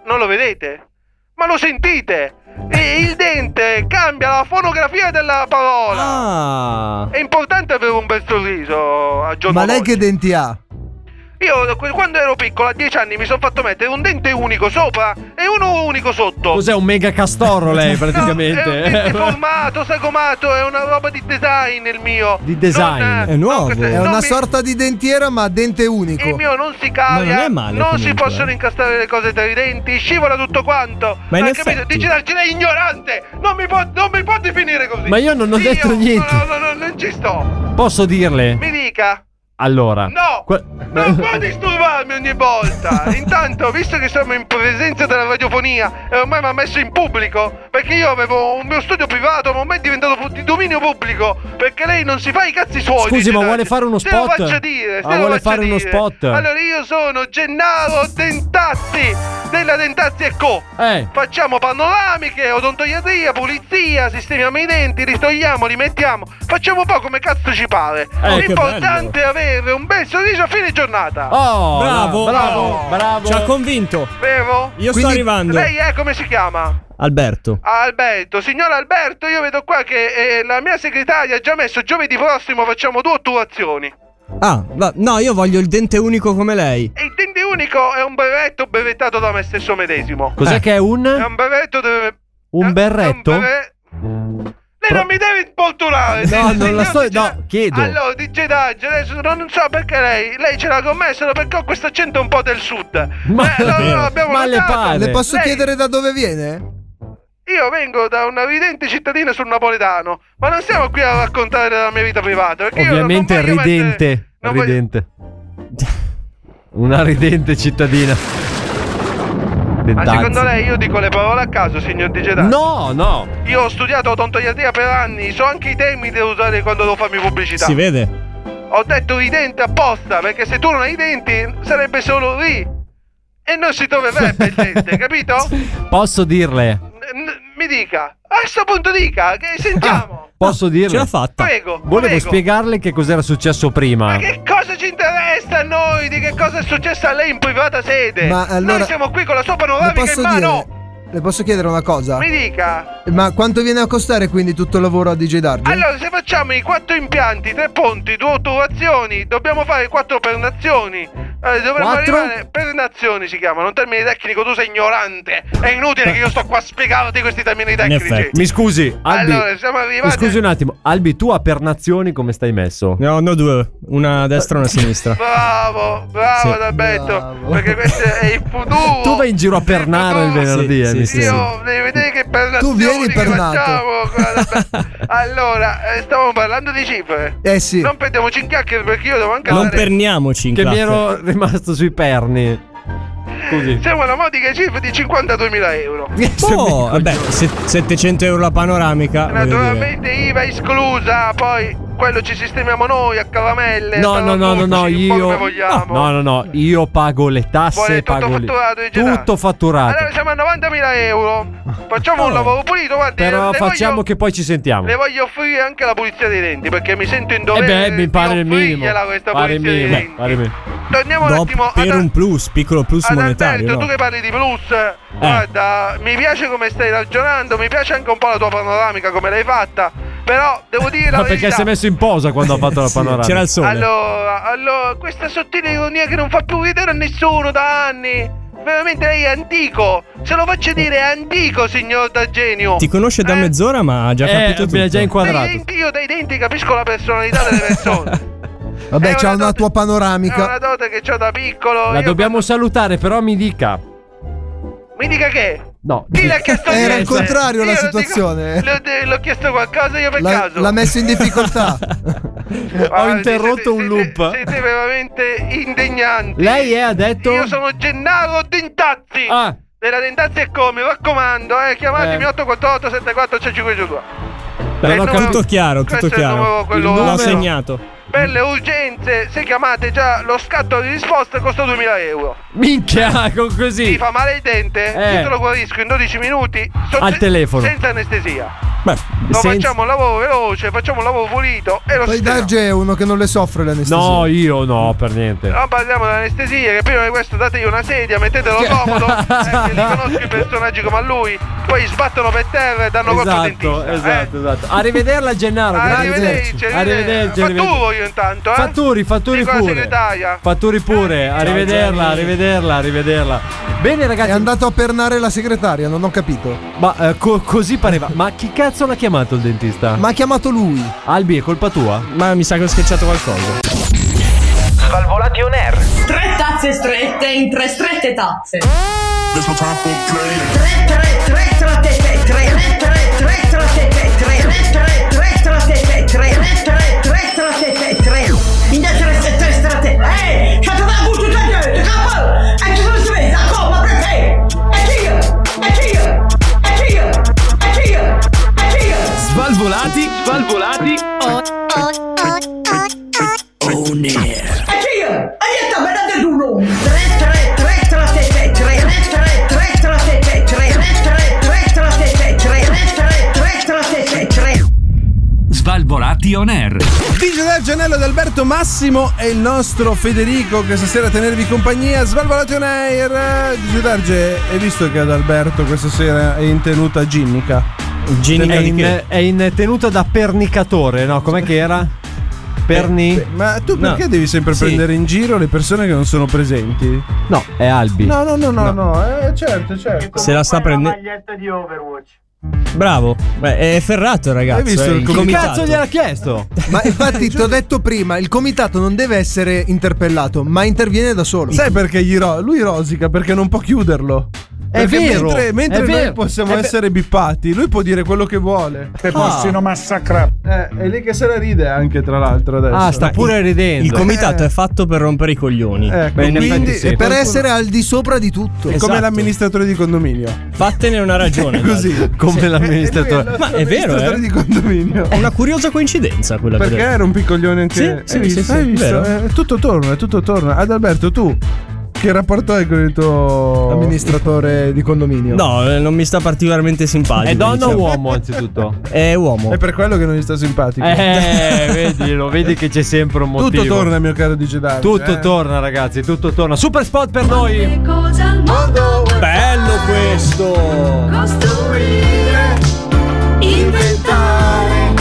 Speaker 14: Non lo vedete? Ma lo sentite? E il dente cambia la fonografia della parola.
Speaker 7: Ah.
Speaker 14: È importante avere un bel sorriso a giorno
Speaker 4: Ma lei
Speaker 14: d'oggi.
Speaker 4: che denti ha?
Speaker 14: Io que- quando ero piccolo, a 10 anni, mi sono fatto mettere un dente unico sopra e uno unico sotto.
Speaker 7: Cos'è un mega castorro lei
Speaker 14: È
Speaker 7: praticamente?
Speaker 14: formato, sagomato, è una roba di design il mio.
Speaker 7: Di design.
Speaker 14: Non-
Speaker 7: È nuovo.
Speaker 14: questo-
Speaker 4: È
Speaker 14: non
Speaker 4: una
Speaker 14: mi-
Speaker 4: sorta di dentiera ma a dente unico.
Speaker 14: Il mio non si
Speaker 4: Ma non
Speaker 14: cavia,
Speaker 4: è male,
Speaker 14: si
Speaker 4: comunque,
Speaker 14: possono
Speaker 4: eh.
Speaker 14: incastrare le cose tra i denti, scivola tutto quanto.
Speaker 7: Ma in
Speaker 14: Hai
Speaker 7: effetti-
Speaker 14: capito? Dici darci lei ignorante, non mi, può, non mi può definire così.
Speaker 7: Ma io non ho detto
Speaker 14: no,
Speaker 7: niente.
Speaker 14: No, no, no, non ci sto.
Speaker 7: Posso dirle?
Speaker 14: Mi dica.
Speaker 7: Allora.
Speaker 14: No, non può disturbarmi ogni volta. Intanto, visto che siamo in presenza della radiofonia e ormai mi ha messo in pubblico, perché io avevo un mio studio privato, ma ormai è diventato pu- di dominio pubblico, perché lei non si fa i cazzi suoi.
Speaker 7: Scusi, ma
Speaker 14: Gennaro.
Speaker 7: vuole fare uno
Speaker 14: Se lo
Speaker 7: spot?
Speaker 14: faccia dire, se
Speaker 7: Ah,
Speaker 14: lo
Speaker 7: vuole
Speaker 14: faccia
Speaker 7: fare uno
Speaker 14: dire.
Speaker 7: spot?
Speaker 14: Allora io sono Gennaro Dentazzi della Dentazzi e Co.
Speaker 7: Eh.
Speaker 14: Facciamo panoramiche, odontoiatria, pulizia, sistemiamo i denti, li togliamo, li mettiamo, facciamo un po' come cazzo ci pare.
Speaker 7: Eh, che
Speaker 14: L'importante è avere un bel sorriso a fine giornata.
Speaker 7: Oh,
Speaker 12: Bravo,
Speaker 7: bravo, bravo.
Speaker 12: Ci ha convinto.
Speaker 14: Vero?
Speaker 12: Io sto arrivando.
Speaker 14: Lei è come si chiama?
Speaker 12: Alberto.
Speaker 14: Alberto, signor Alberto, io vedo qua che eh, la mia segretaria ha già messo giovedì prossimo facciamo due attuazioni.
Speaker 12: Ah, va- no, io voglio il dente unico come lei.
Speaker 14: E il dente unico è un berretto brevettato da me stesso medesimo.
Speaker 7: Cos'è che è
Speaker 14: È
Speaker 7: un
Speaker 14: un berretto dove...
Speaker 7: un berretto?
Speaker 14: Beh, Lei non mi deve importunare.
Speaker 7: No,
Speaker 14: signor-
Speaker 7: non la sto
Speaker 14: signor Dice-
Speaker 7: no, chiedo.
Speaker 14: Allora, dice Daggio, adesso non non so perché lei, lei ce l'ha con me solo perché ho questo accento un po' del sud.
Speaker 7: Ma-
Speaker 14: Eh, allora l'abbiamo
Speaker 7: Ma le
Speaker 14: notato.
Speaker 7: pare.
Speaker 4: Le posso
Speaker 14: Lei-
Speaker 4: chiedere da dove viene?
Speaker 14: Io vengo da una evidente cittadina sul napoletano, ma non siamo qui a raccontare la mia vita privata. perché io
Speaker 7: Ovviamente
Speaker 14: non voglio mettere-
Speaker 7: ridente,
Speaker 14: non voglio-
Speaker 7: ridente. Una ridente cittadina.
Speaker 14: Ma
Speaker 7: Dentazzi.
Speaker 14: secondo lei io dico le parole a caso, signor Dice Daggio?
Speaker 7: No, no.
Speaker 14: Io ho studiato odontoiatria per anni, so anche i temi da usare quando devo farmi pubblicità.
Speaker 12: Si vede?
Speaker 14: Ho detto i denti apposta, perché se tu non hai i denti sarebbe solo lì. E non si troverebbe il dente, capito?
Speaker 7: Posso dirle?
Speaker 14: N- n- mi dica. A sto punto dica, che sentiamo.
Speaker 7: Posso dirle?
Speaker 12: Ah, Ce l'ha fatta.
Speaker 14: Prego,
Speaker 7: Volevo
Speaker 14: prego.
Speaker 7: spiegarle che cos'era successo
Speaker 4: Ah.
Speaker 7: prima.
Speaker 14: Che cosa ci interessa a noi di che cosa è successo a lei in privata sede?
Speaker 4: Ma allora-
Speaker 14: Eh. Noi siamo qui con la sua
Speaker 4: Le
Speaker 14: panoramica in
Speaker 4: posso
Speaker 14: mano.
Speaker 4: dire? Le posso chiedere una cosa?
Speaker 14: Mi dica.
Speaker 4: Ma quanto viene a costare quindi tutto il lavoro a DJ Darge?
Speaker 14: Allora, se facciamo i quattro impianti, tre ponti, due ottuazioni, dobbiamo fare quattro pernazioni. Eh, dovremmo
Speaker 7: Quattro?
Speaker 14: arrivare. Pernazioni si chiamano, un termine tecnico, tu sei ignorante. È inutile che io sto qua a spiegarti questi termini tecnici.
Speaker 7: Mi scusi, Albi.
Speaker 14: Allora, siamo
Speaker 7: mi
Speaker 14: arrivati.
Speaker 7: scusi un attimo. Albi, tu a pernazioni come stai messo?
Speaker 12: No, no, due. Una a destra e una a sinistra.
Speaker 14: Bravo, bravo
Speaker 12: Sì.
Speaker 14: Alberto. Perché questo è il futuro.
Speaker 7: Tu vai in giro a pernare il venerdì, eh, mi sembra.
Speaker 14: Io devi vedere che pernazioni
Speaker 4: Tu vieni
Speaker 14: che
Speaker 4: pernato.
Speaker 14: facciamo. guarda. allora, eh, stavamo parlando di cifre.
Speaker 4: Eh sì.
Speaker 14: Non perdiamoci in chiacchiere perché io devo anche
Speaker 12: Non
Speaker 14: andare-
Speaker 12: perniamoci in
Speaker 7: Che mi
Speaker 12: classe.
Speaker 7: ero rimasto sui perni. Scusi.
Speaker 14: Siamo alla modica cifra di 52.000 euro.
Speaker 12: Oh, vabbè, se- 700 euro la panoramica. voglio dire.
Speaker 14: Naturalmente IVA esclusa, poi quello ci sistemiamo noi a caramelle.
Speaker 7: No, no, no, no, no,
Speaker 14: tarallucci, un po'
Speaker 7: io.
Speaker 14: Come vogliamo.
Speaker 7: No, no, no, io pago le tasse,
Speaker 14: Vuole tutto
Speaker 7: pago le-
Speaker 14: fatturato e girare.
Speaker 7: tutto fatturato.
Speaker 14: Allora siamo a 90.000 euro. Facciamo un lavoro pulito, guardi.
Speaker 7: Però
Speaker 14: le
Speaker 7: facciamo
Speaker 14: voglio-
Speaker 7: che poi ci sentiamo.
Speaker 14: Le voglio offrire anche la pulizia dei denti perché mi sento in
Speaker 7: E
Speaker 14: dovere.
Speaker 7: Eh beh, mi pare il
Speaker 14: di offrirgliela
Speaker 7: minimo.
Speaker 14: questa
Speaker 7: Pare il
Speaker 14: pulizia dei
Speaker 7: minimo. eh,
Speaker 14: denti.
Speaker 7: pare il minimo.
Speaker 14: Torniamo un
Speaker 12: No,
Speaker 14: attimo ad
Speaker 12: per un plus, piccolo plus
Speaker 14: Ad
Speaker 12: monetario.
Speaker 14: Alberto, tu
Speaker 12: no?
Speaker 14: che parli di plus,
Speaker 7: Eh.
Speaker 14: guarda, mi piace come stai ragionando, mi piace anche un po' la tua panoramica, come l'hai fatta. Però devo dire la
Speaker 7: Ma
Speaker 14: verità.
Speaker 7: perché si è messo in posa quando ha fatto la
Speaker 12: Sì,
Speaker 7: panorama?
Speaker 12: c'era il sole.
Speaker 14: Allora, allora, questa sottile ironia che non fa più ridere a nessuno da anni. Veramente lei è antico. Se lo faccio dire è antico, signor D'Agenio.
Speaker 12: Ti conosce da mezz'ora, ma ha già
Speaker 7: Eh,
Speaker 12: capito tutto.
Speaker 7: mi ha già inquadrato.
Speaker 14: Dai denti, io dai denti capisco la personalità delle persone.
Speaker 4: Vabbè,
Speaker 14: È
Speaker 4: c'ha
Speaker 14: una
Speaker 4: una tua
Speaker 14: È
Speaker 4: panoramica.
Speaker 14: una dote che ho da piccolo.
Speaker 7: La
Speaker 14: Io-
Speaker 7: dobbiamo salutare, però mi dica.
Speaker 14: Mi dica che?
Speaker 7: No.
Speaker 14: Dile che sto
Speaker 4: Era
Speaker 14: niente.
Speaker 4: il contrario la
Speaker 14: Io lo
Speaker 4: situazione.
Speaker 14: dico- le ho- le ho chiesto qualcosa io per
Speaker 4: L'ha,
Speaker 14: caso. Ah,
Speaker 4: l'ha messo in difficoltà.
Speaker 7: Ho interrotto un loop.
Speaker 14: Siete veramente indegnanti.
Speaker 7: Lei è ha detto.
Speaker 14: Io sono Gennaro Dentazzi.
Speaker 7: Ah.
Speaker 14: Della Dentazzi e come? Mi raccomando, eh, chiamatemi
Speaker 7: Eh.
Speaker 14: 848 74 552
Speaker 12: Beh,
Speaker 14: Eh,
Speaker 12: no,
Speaker 14: no,
Speaker 12: tutto chiaro,
Speaker 14: questo
Speaker 12: tutto
Speaker 14: è il numero,
Speaker 12: chiaro.
Speaker 14: quello-
Speaker 12: L'ho
Speaker 14: numero.
Speaker 12: segnato.
Speaker 14: Per le urgenze, se chiamate già lo scatto di risposta costa 2000 euro.
Speaker 7: Minchia, con
Speaker 14: Ti
Speaker 7: così.
Speaker 14: fa male il dente?
Speaker 7: Eh.
Speaker 14: Io te lo guarisco in 12 minuti.
Speaker 7: Al
Speaker 14: se-
Speaker 7: telefono.
Speaker 14: Senza anestesia.
Speaker 12: Beh,
Speaker 14: No,
Speaker 7: senza-
Speaker 14: facciamo un lavoro veloce, facciamo un lavoro pulito e lo
Speaker 4: Poi
Speaker 14: sistemiamo.
Speaker 4: Darge è uno che non le soffre l'anestesia.
Speaker 7: No, io no, per niente.
Speaker 14: Non parliamo dell'anestesia, che prima di questo dategli una sedia, mettetelo comodo, eh, che li conosco i personaggi come a lui, poi sbattono per terra e danno colpo al
Speaker 7: Esatto,
Speaker 14: dentista.
Speaker 7: esatto,
Speaker 14: eh.
Speaker 7: esatto. Arrivederla Gennaro,
Speaker 14: Arrivederci,
Speaker 7: grazie. Arrivederci.
Speaker 14: Fatturo io intanto, eh.
Speaker 7: Fatturi, fatturi
Speaker 14: Dico alla
Speaker 7: pure.
Speaker 14: segretaria.
Speaker 7: Fatturi pure, arrivederla, arrivederla, arrivederla. Bene
Speaker 4: È
Speaker 7: ragazzi,
Speaker 4: andato a pernare la segretaria, non ho capito.
Speaker 7: ma eh, co- così pareva. Ma chi cazzo l'ha chiamato il dentista?
Speaker 4: Ma ha chiamato lui.
Speaker 7: Albi, è colpa tua?
Speaker 12: Ma mi sa che ho schiacciato qualcosa.
Speaker 5: Svalvolati on air.
Speaker 17: Tre tazze strette in tre strette tazze. Tre tre tre tratte tre tre tre tre tratte tre tre tre tre tratte tre tre tre tre tratte tre tre in tre tre tre tratte ehi c'è da gusto c'è da capo e ci sono sve da coma perché e chi io e chi io e chi io e chi io e chi io
Speaker 10: Svalvolati, svalvolati.
Speaker 17: E chi io? Aietta, me date tu no! 3 3 3 tra te te 3 3 3 tra te te 3 3 3 tra te te 3 3 3 tra te te 3
Speaker 10: Svalvolati on air.
Speaker 6: Dice dal Gianello ed Alberto Massimo e il nostro Federico che stasera a tenervi compagnia. Svalvolate on air. Dice Darge, hai visto che ad Alberto questa sera è in tenuta ginnica?
Speaker 7: È
Speaker 6: Tenuta di
Speaker 7: in,
Speaker 6: che?
Speaker 7: è in tenuta da pernicatore, no? Com'è che era? Perni?
Speaker 6: Eh, Ma tu perché
Speaker 7: No.
Speaker 6: devi sempre
Speaker 7: Sì.
Speaker 6: prendere in giro le persone che non sono presenti?
Speaker 7: No, è Albi.
Speaker 6: No, no, no, no, no, eh, certo, certo.
Speaker 12: Se la sta prendendo.
Speaker 14: maglietta di Overwatch.
Speaker 12: Bravo. Beh, è ferrato il ragazzo.
Speaker 6: Hai visto
Speaker 12: eh,
Speaker 6: il
Speaker 12: il
Speaker 6: com-
Speaker 12: comitato.
Speaker 7: Cazzo gliel'ha chiesto?
Speaker 4: Ma infatti ti ho detto prima, il comitato non deve essere interpellato, ma interviene da solo.
Speaker 6: Sai perché gli ro- lui rosica? Perché non può chiuderlo.
Speaker 7: È
Speaker 6: Perché
Speaker 7: vero,
Speaker 6: Mentre,
Speaker 7: è
Speaker 6: mentre noi
Speaker 7: vero,
Speaker 6: possiamo
Speaker 7: è ve-
Speaker 6: essere bippati, lui può dire quello che vuole.
Speaker 7: Te possino
Speaker 6: massacrare. Eh, è lì che se la ride anche, tra l'altro, adesso.
Speaker 7: Ah, sta pure ridendo.
Speaker 12: Il comitato è fatto per rompere i coglioni.
Speaker 6: Eh. Ecco,
Speaker 7: Beh, in
Speaker 6: quindi
Speaker 7: effetti sì.
Speaker 6: è
Speaker 4: Per essere al di sopra di tutto.
Speaker 6: come
Speaker 12: Esatto.
Speaker 6: l'amministratore di condominio.
Speaker 12: Fattene una ragione.
Speaker 6: Così.
Speaker 12: guarda.
Speaker 7: Come l'amministratore.
Speaker 12: Ma è vero,
Speaker 6: Amministratore
Speaker 12: eh?
Speaker 6: di condominio.
Speaker 12: È una curiosa coincidenza quella che ho
Speaker 6: Perché
Speaker 12: detto.
Speaker 6: era un piccoglione anche
Speaker 12: Sì,
Speaker 6: Hai
Speaker 12: sì,
Speaker 6: visto?
Speaker 12: sì, sì,
Speaker 6: Hai
Speaker 12: è
Speaker 6: visto?
Speaker 12: vero.
Speaker 6: Eh, tutto torna, tutto torna. Adalberto, tu che rapporto hai con il tuo amministratore di condominio?
Speaker 12: No, eh, non mi sta particolarmente simpatico.
Speaker 7: È donna o
Speaker 12: diciamo. Eh.
Speaker 7: uomo, anzitutto?
Speaker 12: È uomo.
Speaker 6: È per quello che non gli sta simpatico.
Speaker 7: Eh, vedilo, vedi che c'è sempre un motivo.
Speaker 6: tutto torna, mio caro digitale.
Speaker 7: Tutto
Speaker 6: eh.
Speaker 7: torna, ragazzi, tutto torna. Super spot per noi.
Speaker 17: Cosa al mondo vuoi
Speaker 12: Bello questo!
Speaker 17: costruire, inventare,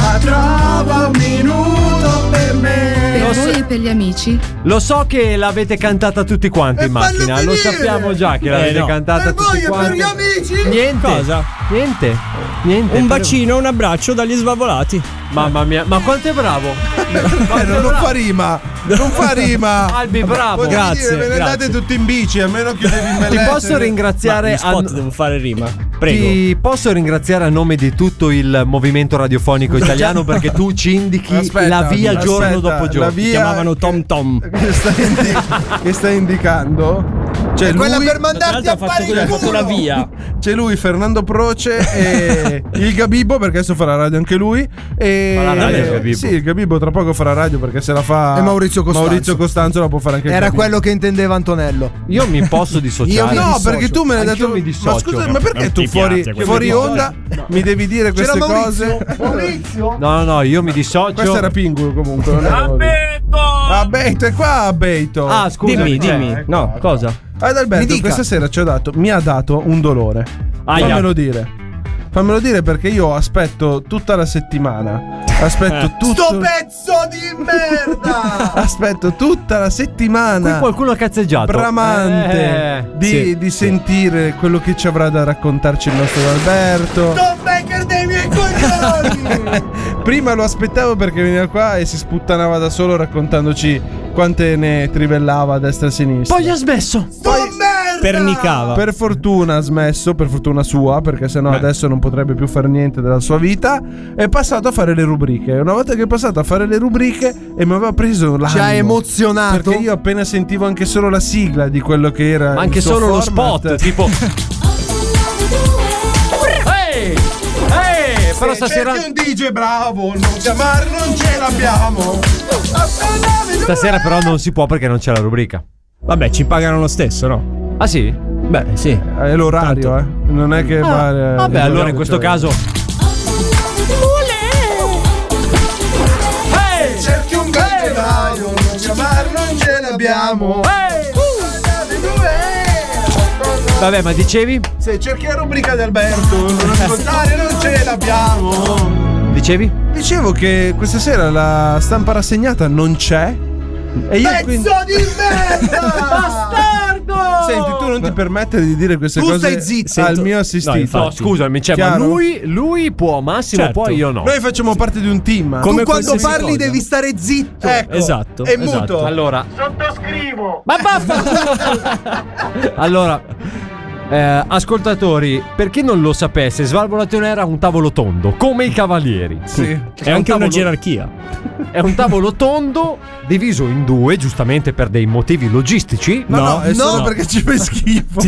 Speaker 17: ma trova un minuto per me.
Speaker 7: Lo so,
Speaker 18: e per gli amici?
Speaker 7: lo so che l'avete cantata tutti quanti in
Speaker 4: fallo
Speaker 7: macchina, lo
Speaker 4: finire!
Speaker 7: sappiamo già che l'avete
Speaker 12: Eh, no.
Speaker 7: cantata tutti quanti.
Speaker 4: amici!
Speaker 7: Niente.
Speaker 12: Cosa?
Speaker 7: Niente. Niente.
Speaker 12: Un
Speaker 7: per-
Speaker 12: bacino, un abbraccio dagli svavolati.
Speaker 7: Mamma mia, ma quanto è bravo.
Speaker 6: Eh, non, non fa rima, non fa rima.
Speaker 7: Albi, bravo.
Speaker 6: Poi
Speaker 7: Ti
Speaker 12: Grazie,
Speaker 6: Dire, ve ne
Speaker 12: grazie.
Speaker 6: andate tutti in bici, almeno chiudevi in bellezza.
Speaker 7: posso ringraziare
Speaker 12: Gli
Speaker 7: a
Speaker 12: spot devo fare rima. Prego.
Speaker 7: Ti posso ringraziare a nome di tutto il movimento radiofonico italiano perché tu ci indichi
Speaker 6: Aspetta,
Speaker 7: la via
Speaker 6: aspetta,
Speaker 7: giorno dopo
Speaker 6: la
Speaker 7: giorno.
Speaker 6: via-
Speaker 12: Mi chiamavano Tom Tom.
Speaker 6: Che sta, indi- che sta indicando? Cioè,
Speaker 4: Quella
Speaker 6: lui-
Speaker 4: per
Speaker 12: Tra
Speaker 4: mandarti
Speaker 12: l'altro
Speaker 4: a
Speaker 12: ha fatto
Speaker 4: fare
Speaker 12: così, ha
Speaker 4: il
Speaker 12: fatto
Speaker 4: culo.
Speaker 12: la via.
Speaker 6: C'è lui, Fernando Proce e il Gabibbo, perché adesso farà radio anche lui. E
Speaker 7: Farà radio il Gabibbo.
Speaker 6: Sì, il Gabibbo tra poco farà radio perché se la fa.
Speaker 4: E Maurizio Costanzo.
Speaker 6: Maurizio Costanzo la può fare anche il
Speaker 4: Era
Speaker 6: Gabibbo.
Speaker 4: quello che intendeva Antonello.
Speaker 7: Io mi posso
Speaker 6: Io
Speaker 7: dissociare.
Speaker 6: mi- Cioè, no, perché tu me l'hai
Speaker 7: Anch'io
Speaker 6: detto.
Speaker 7: mi
Speaker 6: ma
Speaker 7: dissocio.
Speaker 6: scusa, ma perché
Speaker 7: Non
Speaker 6: tu
Speaker 7: ti
Speaker 6: fuori,
Speaker 7: piace quel
Speaker 6: fuori
Speaker 7: dissocio.
Speaker 6: onda mi devi dire
Speaker 7: C'era
Speaker 6: queste
Speaker 7: Maurizio.
Speaker 6: cose?
Speaker 11: Maurizio?
Speaker 7: No, no, no, io mi dissocio.
Speaker 6: Questo era Pingulo comunque. non era Maurizio. Abeito, è qua Abeito.
Speaker 7: Ah, scusa,
Speaker 6: Eh,
Speaker 7: Dimmi, dimmi.
Speaker 6: ecco.
Speaker 7: No, cosa? Mi
Speaker 6: Adalberto,
Speaker 7: dica.
Speaker 6: questa sera ci ha dato, mi ha dato un dolore.
Speaker 7: Aia.
Speaker 6: Fammelo dire. Fammelo dire perché io aspetto tutta la settimana.
Speaker 7: Eh.
Speaker 6: Aspetto tutto.
Speaker 11: Sto pezzo di merda!
Speaker 6: Aspetto tutta la settimana.
Speaker 7: Qui qualcuno ha cazzeggiato.
Speaker 6: Bramante
Speaker 7: Eh,
Speaker 6: di,
Speaker 7: sì,
Speaker 6: di sentire quello che ci avrà da raccontarci il nostro Alberto.
Speaker 11: Tom Baker dei miei coglioni!
Speaker 6: Prima lo aspettavo perché veniva qua e si sputtanava da solo raccontandoci quante ne trivellava a destra e a sinistra.
Speaker 7: Poi ha smesso. Pernicava.
Speaker 6: Per fortuna ha smesso, per fortuna sua, perché sennò adesso non potrebbe più fare niente della sua vita. È passato a fare le rubriche. Una volta che è passato a fare le rubriche e mi aveva preso la.
Speaker 4: Ci ha emozionato.
Speaker 6: Perché io appena sentivo anche solo la sigla di quello che era.
Speaker 7: Ma anche
Speaker 6: il suo
Speaker 7: solo lo
Speaker 6: format. eh,
Speaker 7: spot, tipo. Ehi! Ehi! Però stasera,
Speaker 11: Cerchi un DJ bravo, non chiamare non ce l'abbiamo.
Speaker 7: stasera però non si può perché non c'è la rubrica.
Speaker 12: Vabbè, ci pagano lo stesso, no?
Speaker 7: Ah sì?
Speaker 12: Beh, sì.
Speaker 6: È l'orario, eh. Non è che. va-
Speaker 7: Vabbè,
Speaker 6: eh,
Speaker 7: allora in questo
Speaker 6: cioè-
Speaker 7: caso
Speaker 11: Cerchi un grande bravo, non chiamare non ce l'abbiamo.
Speaker 7: Vabbè, ma dicevi?
Speaker 11: Se cerchi la rubrica di Alberto, non
Speaker 4: Eh!
Speaker 11: ascoltare non ce l'abbiamo.
Speaker 7: Dicevi?
Speaker 6: Dicevo che questa sera la stampa rassegnata non c'è. E io
Speaker 11: Pezzo
Speaker 6: quindi.
Speaker 11: di merda! Bastardo!
Speaker 6: Senti, tu non ti permettere di dire queste
Speaker 7: Tu
Speaker 6: cose
Speaker 7: stai zitto.
Speaker 6: al mio
Speaker 7: No,
Speaker 6: assistito.
Speaker 7: infatti. No, scusami, cioè, ma
Speaker 6: Chiaro?
Speaker 7: lui, lui può Massimo,
Speaker 6: Certo.
Speaker 7: poi io no.
Speaker 6: Noi facciamo parte di un team.
Speaker 7: Come
Speaker 6: tu quando
Speaker 7: qualsiasi
Speaker 6: parli
Speaker 7: cosa.
Speaker 6: devi stare zitto. Ecco.
Speaker 7: Esatto,
Speaker 6: E muto.
Speaker 7: esatto. Allora,
Speaker 11: Sottoscrivo.
Speaker 7: Ma Allora, eh, ascoltatori, per chi non lo sapesse, Svalvolazione era un tavolo tondo, come i cavalieri.
Speaker 6: Sì.
Speaker 12: È anche una
Speaker 7: gerarchia. È un tavolo tondo diviso in due, giustamente per dei motivi logistici.
Speaker 6: No, no, è solo perché ci fai schifo.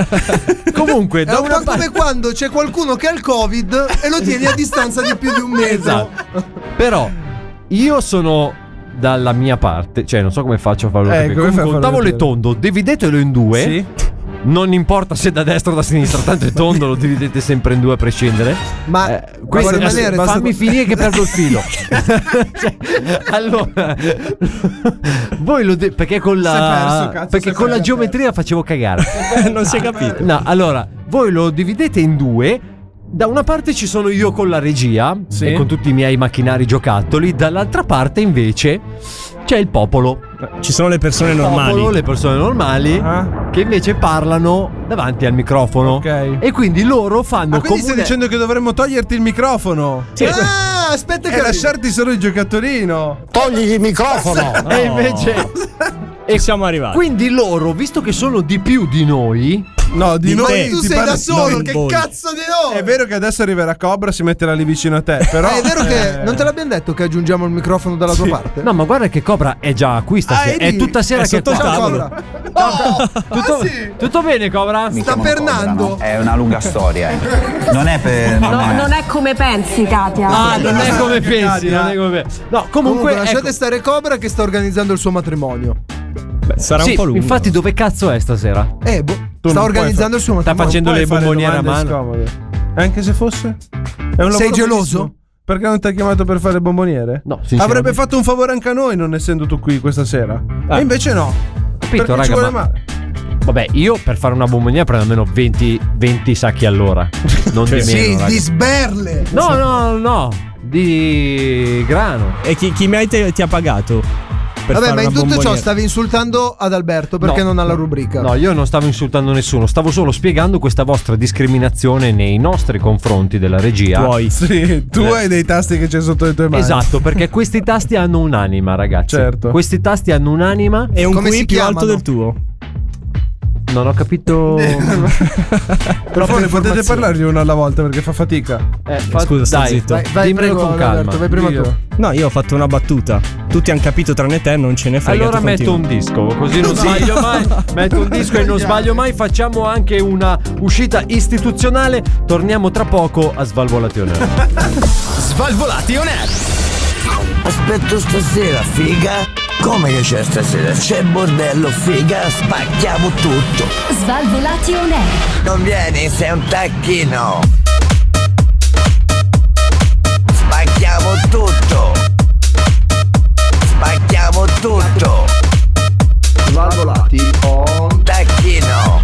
Speaker 7: Comunque,
Speaker 4: È
Speaker 7: da
Speaker 4: un
Speaker 7: una
Speaker 4: po'
Speaker 7: parte...
Speaker 4: come quando c'è qualcuno che ha il Covid e lo tieni a distanza di più di un metro.
Speaker 7: Esatto. Però io sono dalla mia parte, cioè non so come faccio a farlo
Speaker 6: Eh,
Speaker 7: capire.
Speaker 6: come fai a
Speaker 7: Comunque, un
Speaker 6: farlo
Speaker 7: tavolo è
Speaker 6: capire?
Speaker 7: tondo, dividetelo in due. Non importa se da destra o da sinistra, tanto è tondo, lo dividete sempre in due a prescindere. Eh,
Speaker 4: Ma
Speaker 7: Questo
Speaker 4: vuole rimanere-
Speaker 7: fammi finire che perdo il filo. Cioè, allora, voi lo de- perché con
Speaker 12: Sei
Speaker 7: la
Speaker 12: perso, cazzo,
Speaker 7: perché
Speaker 12: sei
Speaker 7: con la
Speaker 12: perso.
Speaker 7: geometria facevo cagare.
Speaker 12: non si è capito.
Speaker 7: No, allora, voi lo dividete in due. Da una parte ci sono io con la regia e con tutti i miei macchinari giocattoli, dall'altra parte invece c'è il popolo.
Speaker 12: Ci sono le persone
Speaker 7: Il popolo,
Speaker 12: normali. Ah.
Speaker 7: le persone normali
Speaker 6: Ah?
Speaker 7: che invece parlano davanti al microfono. E quindi loro fanno
Speaker 12: Ah,
Speaker 6: Ma quindi stai
Speaker 7: comune-
Speaker 6: dicendo che dovremmo toglierti il microfono?
Speaker 7: Sì.
Speaker 6: Ah,
Speaker 4: che
Speaker 6: aspetta E
Speaker 4: arrivo.
Speaker 6: lasciarti solo il giocattolino. Togli il microfono.
Speaker 7: E invece
Speaker 12: E siamo arrivati.
Speaker 7: Quindi loro, visto che sono di più di noi,
Speaker 6: No, di,
Speaker 7: Di
Speaker 6: noi
Speaker 7: te.
Speaker 6: ti
Speaker 7: Tu sei
Speaker 6: parlo-
Speaker 7: da solo,
Speaker 6: no,
Speaker 7: che
Speaker 6: voi.
Speaker 4: Cazzo di no!
Speaker 6: È vero che adesso arriverà Cobra, si metterà lì vicino a te, però
Speaker 4: È vero che
Speaker 6: Eh.
Speaker 4: non te l'abbiamo detto che aggiungiamo il microfono dalla tua parte?
Speaker 7: No, ma guarda che Cobra è già qui stasera.
Speaker 4: Ah, è
Speaker 7: è,
Speaker 4: lì.
Speaker 7: tutta sera
Speaker 4: È
Speaker 7: che è
Speaker 4: sotto Oh, ah,
Speaker 7: qua.
Speaker 4: il tavolo.
Speaker 7: Ciao, Cobra. tutto, tutto bene, Cobra? Ah,
Speaker 4: Sta pernando.
Speaker 18: È una lunga storia. eh. Non è per. non
Speaker 19: No,
Speaker 18: è-
Speaker 19: non è come pensi, Katia.
Speaker 7: Ah, non è come pensi. Non è come pensi. No, comunque.
Speaker 4: Comunque, lasciate
Speaker 7: ecco-
Speaker 4: stare Cobra che sta organizzando il suo matrimonio.
Speaker 12: sarà
Speaker 7: Sì,
Speaker 12: un po' lungo.
Speaker 7: Infatti, dove cazzo è stasera?
Speaker 4: Eh, boh,
Speaker 6: Tu
Speaker 4: sta
Speaker 6: non puoi
Speaker 4: organizzando
Speaker 6: fa-
Speaker 4: il suo
Speaker 6: non
Speaker 4: matrimonio.
Speaker 7: Sta facendo
Speaker 6: puoi
Speaker 7: le
Speaker 6: fare
Speaker 7: bomboniere a
Speaker 6: domande scomode. Anche se fosse? È un
Speaker 4: Sei
Speaker 6: lavoro
Speaker 4: geloso?
Speaker 6: bellissimo. Perché non ti ha chiamato per fare il bomboniere?
Speaker 7: No,
Speaker 6: Avrebbe fatto un favore anche a noi non essendo tu qui questa sera. E invece no.
Speaker 7: Capito,
Speaker 6: perché ci
Speaker 7: raga,
Speaker 6: vuole
Speaker 7: ma-
Speaker 6: male.
Speaker 7: Vabbè, io per fare una bomboniera prendo almeno 20, 20 sacchi all'ora. Non di meno.
Speaker 4: sì,
Speaker 7: raga.
Speaker 4: di sberle.
Speaker 7: No, no, no. Di grano.
Speaker 12: E chi, chi mi hai te- ti ha pagato? Per
Speaker 4: Vabbè,
Speaker 12: fare
Speaker 4: ma in
Speaker 12: una
Speaker 4: tutto ciò
Speaker 12: bomboniera?
Speaker 4: stavi insultando ad Alberto perché
Speaker 7: No.
Speaker 4: non ha la rubrica.
Speaker 7: No, io non stavo insultando nessuno, stavo solo spiegando questa vostra discriminazione nei nostri confronti della regia.
Speaker 12: Tuoi.
Speaker 6: Sì, tu
Speaker 7: Eh.
Speaker 6: hai dei tasti che c'è sotto le tue mani.
Speaker 7: Esatto, perché questi tasti hanno un'anima, ragazzi.
Speaker 6: Certo.
Speaker 7: Questi tasti hanno un'anima.
Speaker 12: È un
Speaker 4: Come
Speaker 12: qui
Speaker 4: si
Speaker 12: più
Speaker 4: chiamano?
Speaker 12: alto del tuo.
Speaker 7: Non ho capito.
Speaker 6: Per favore, potete parlargli uno alla volta perché fa fatica.
Speaker 7: Eh, fa- Scusa, sta dai, zitto. vai- vai,
Speaker 6: Dimmelo
Speaker 7: prego,
Speaker 6: con calma.
Speaker 7: Alberto, vai prima
Speaker 6: Dillo.
Speaker 7: tu.
Speaker 12: No, io ho fatto una battuta. Tutti hanno capito tranne te, non ce ne frega.
Speaker 7: Allora
Speaker 12: tu
Speaker 7: metto
Speaker 12: continua.
Speaker 7: un disco, così non sbaglio mai. Metto un disco e non sbaglio mai. Facciamo anche una uscita istituzionale. Torniamo tra poco a Svalvolazione.
Speaker 1: Svalvolati on air. Aspetto stasera, figa. Come che c'è stasera? C'è bordello, figa. Spacchiamo tutto.
Speaker 8: Svalvolati on air.
Speaker 1: Non vieni, sei un tacchino. Spacchiamo tutto. Spacchiamo tutto.
Speaker 9: Svalvolati on
Speaker 1: Tacchino.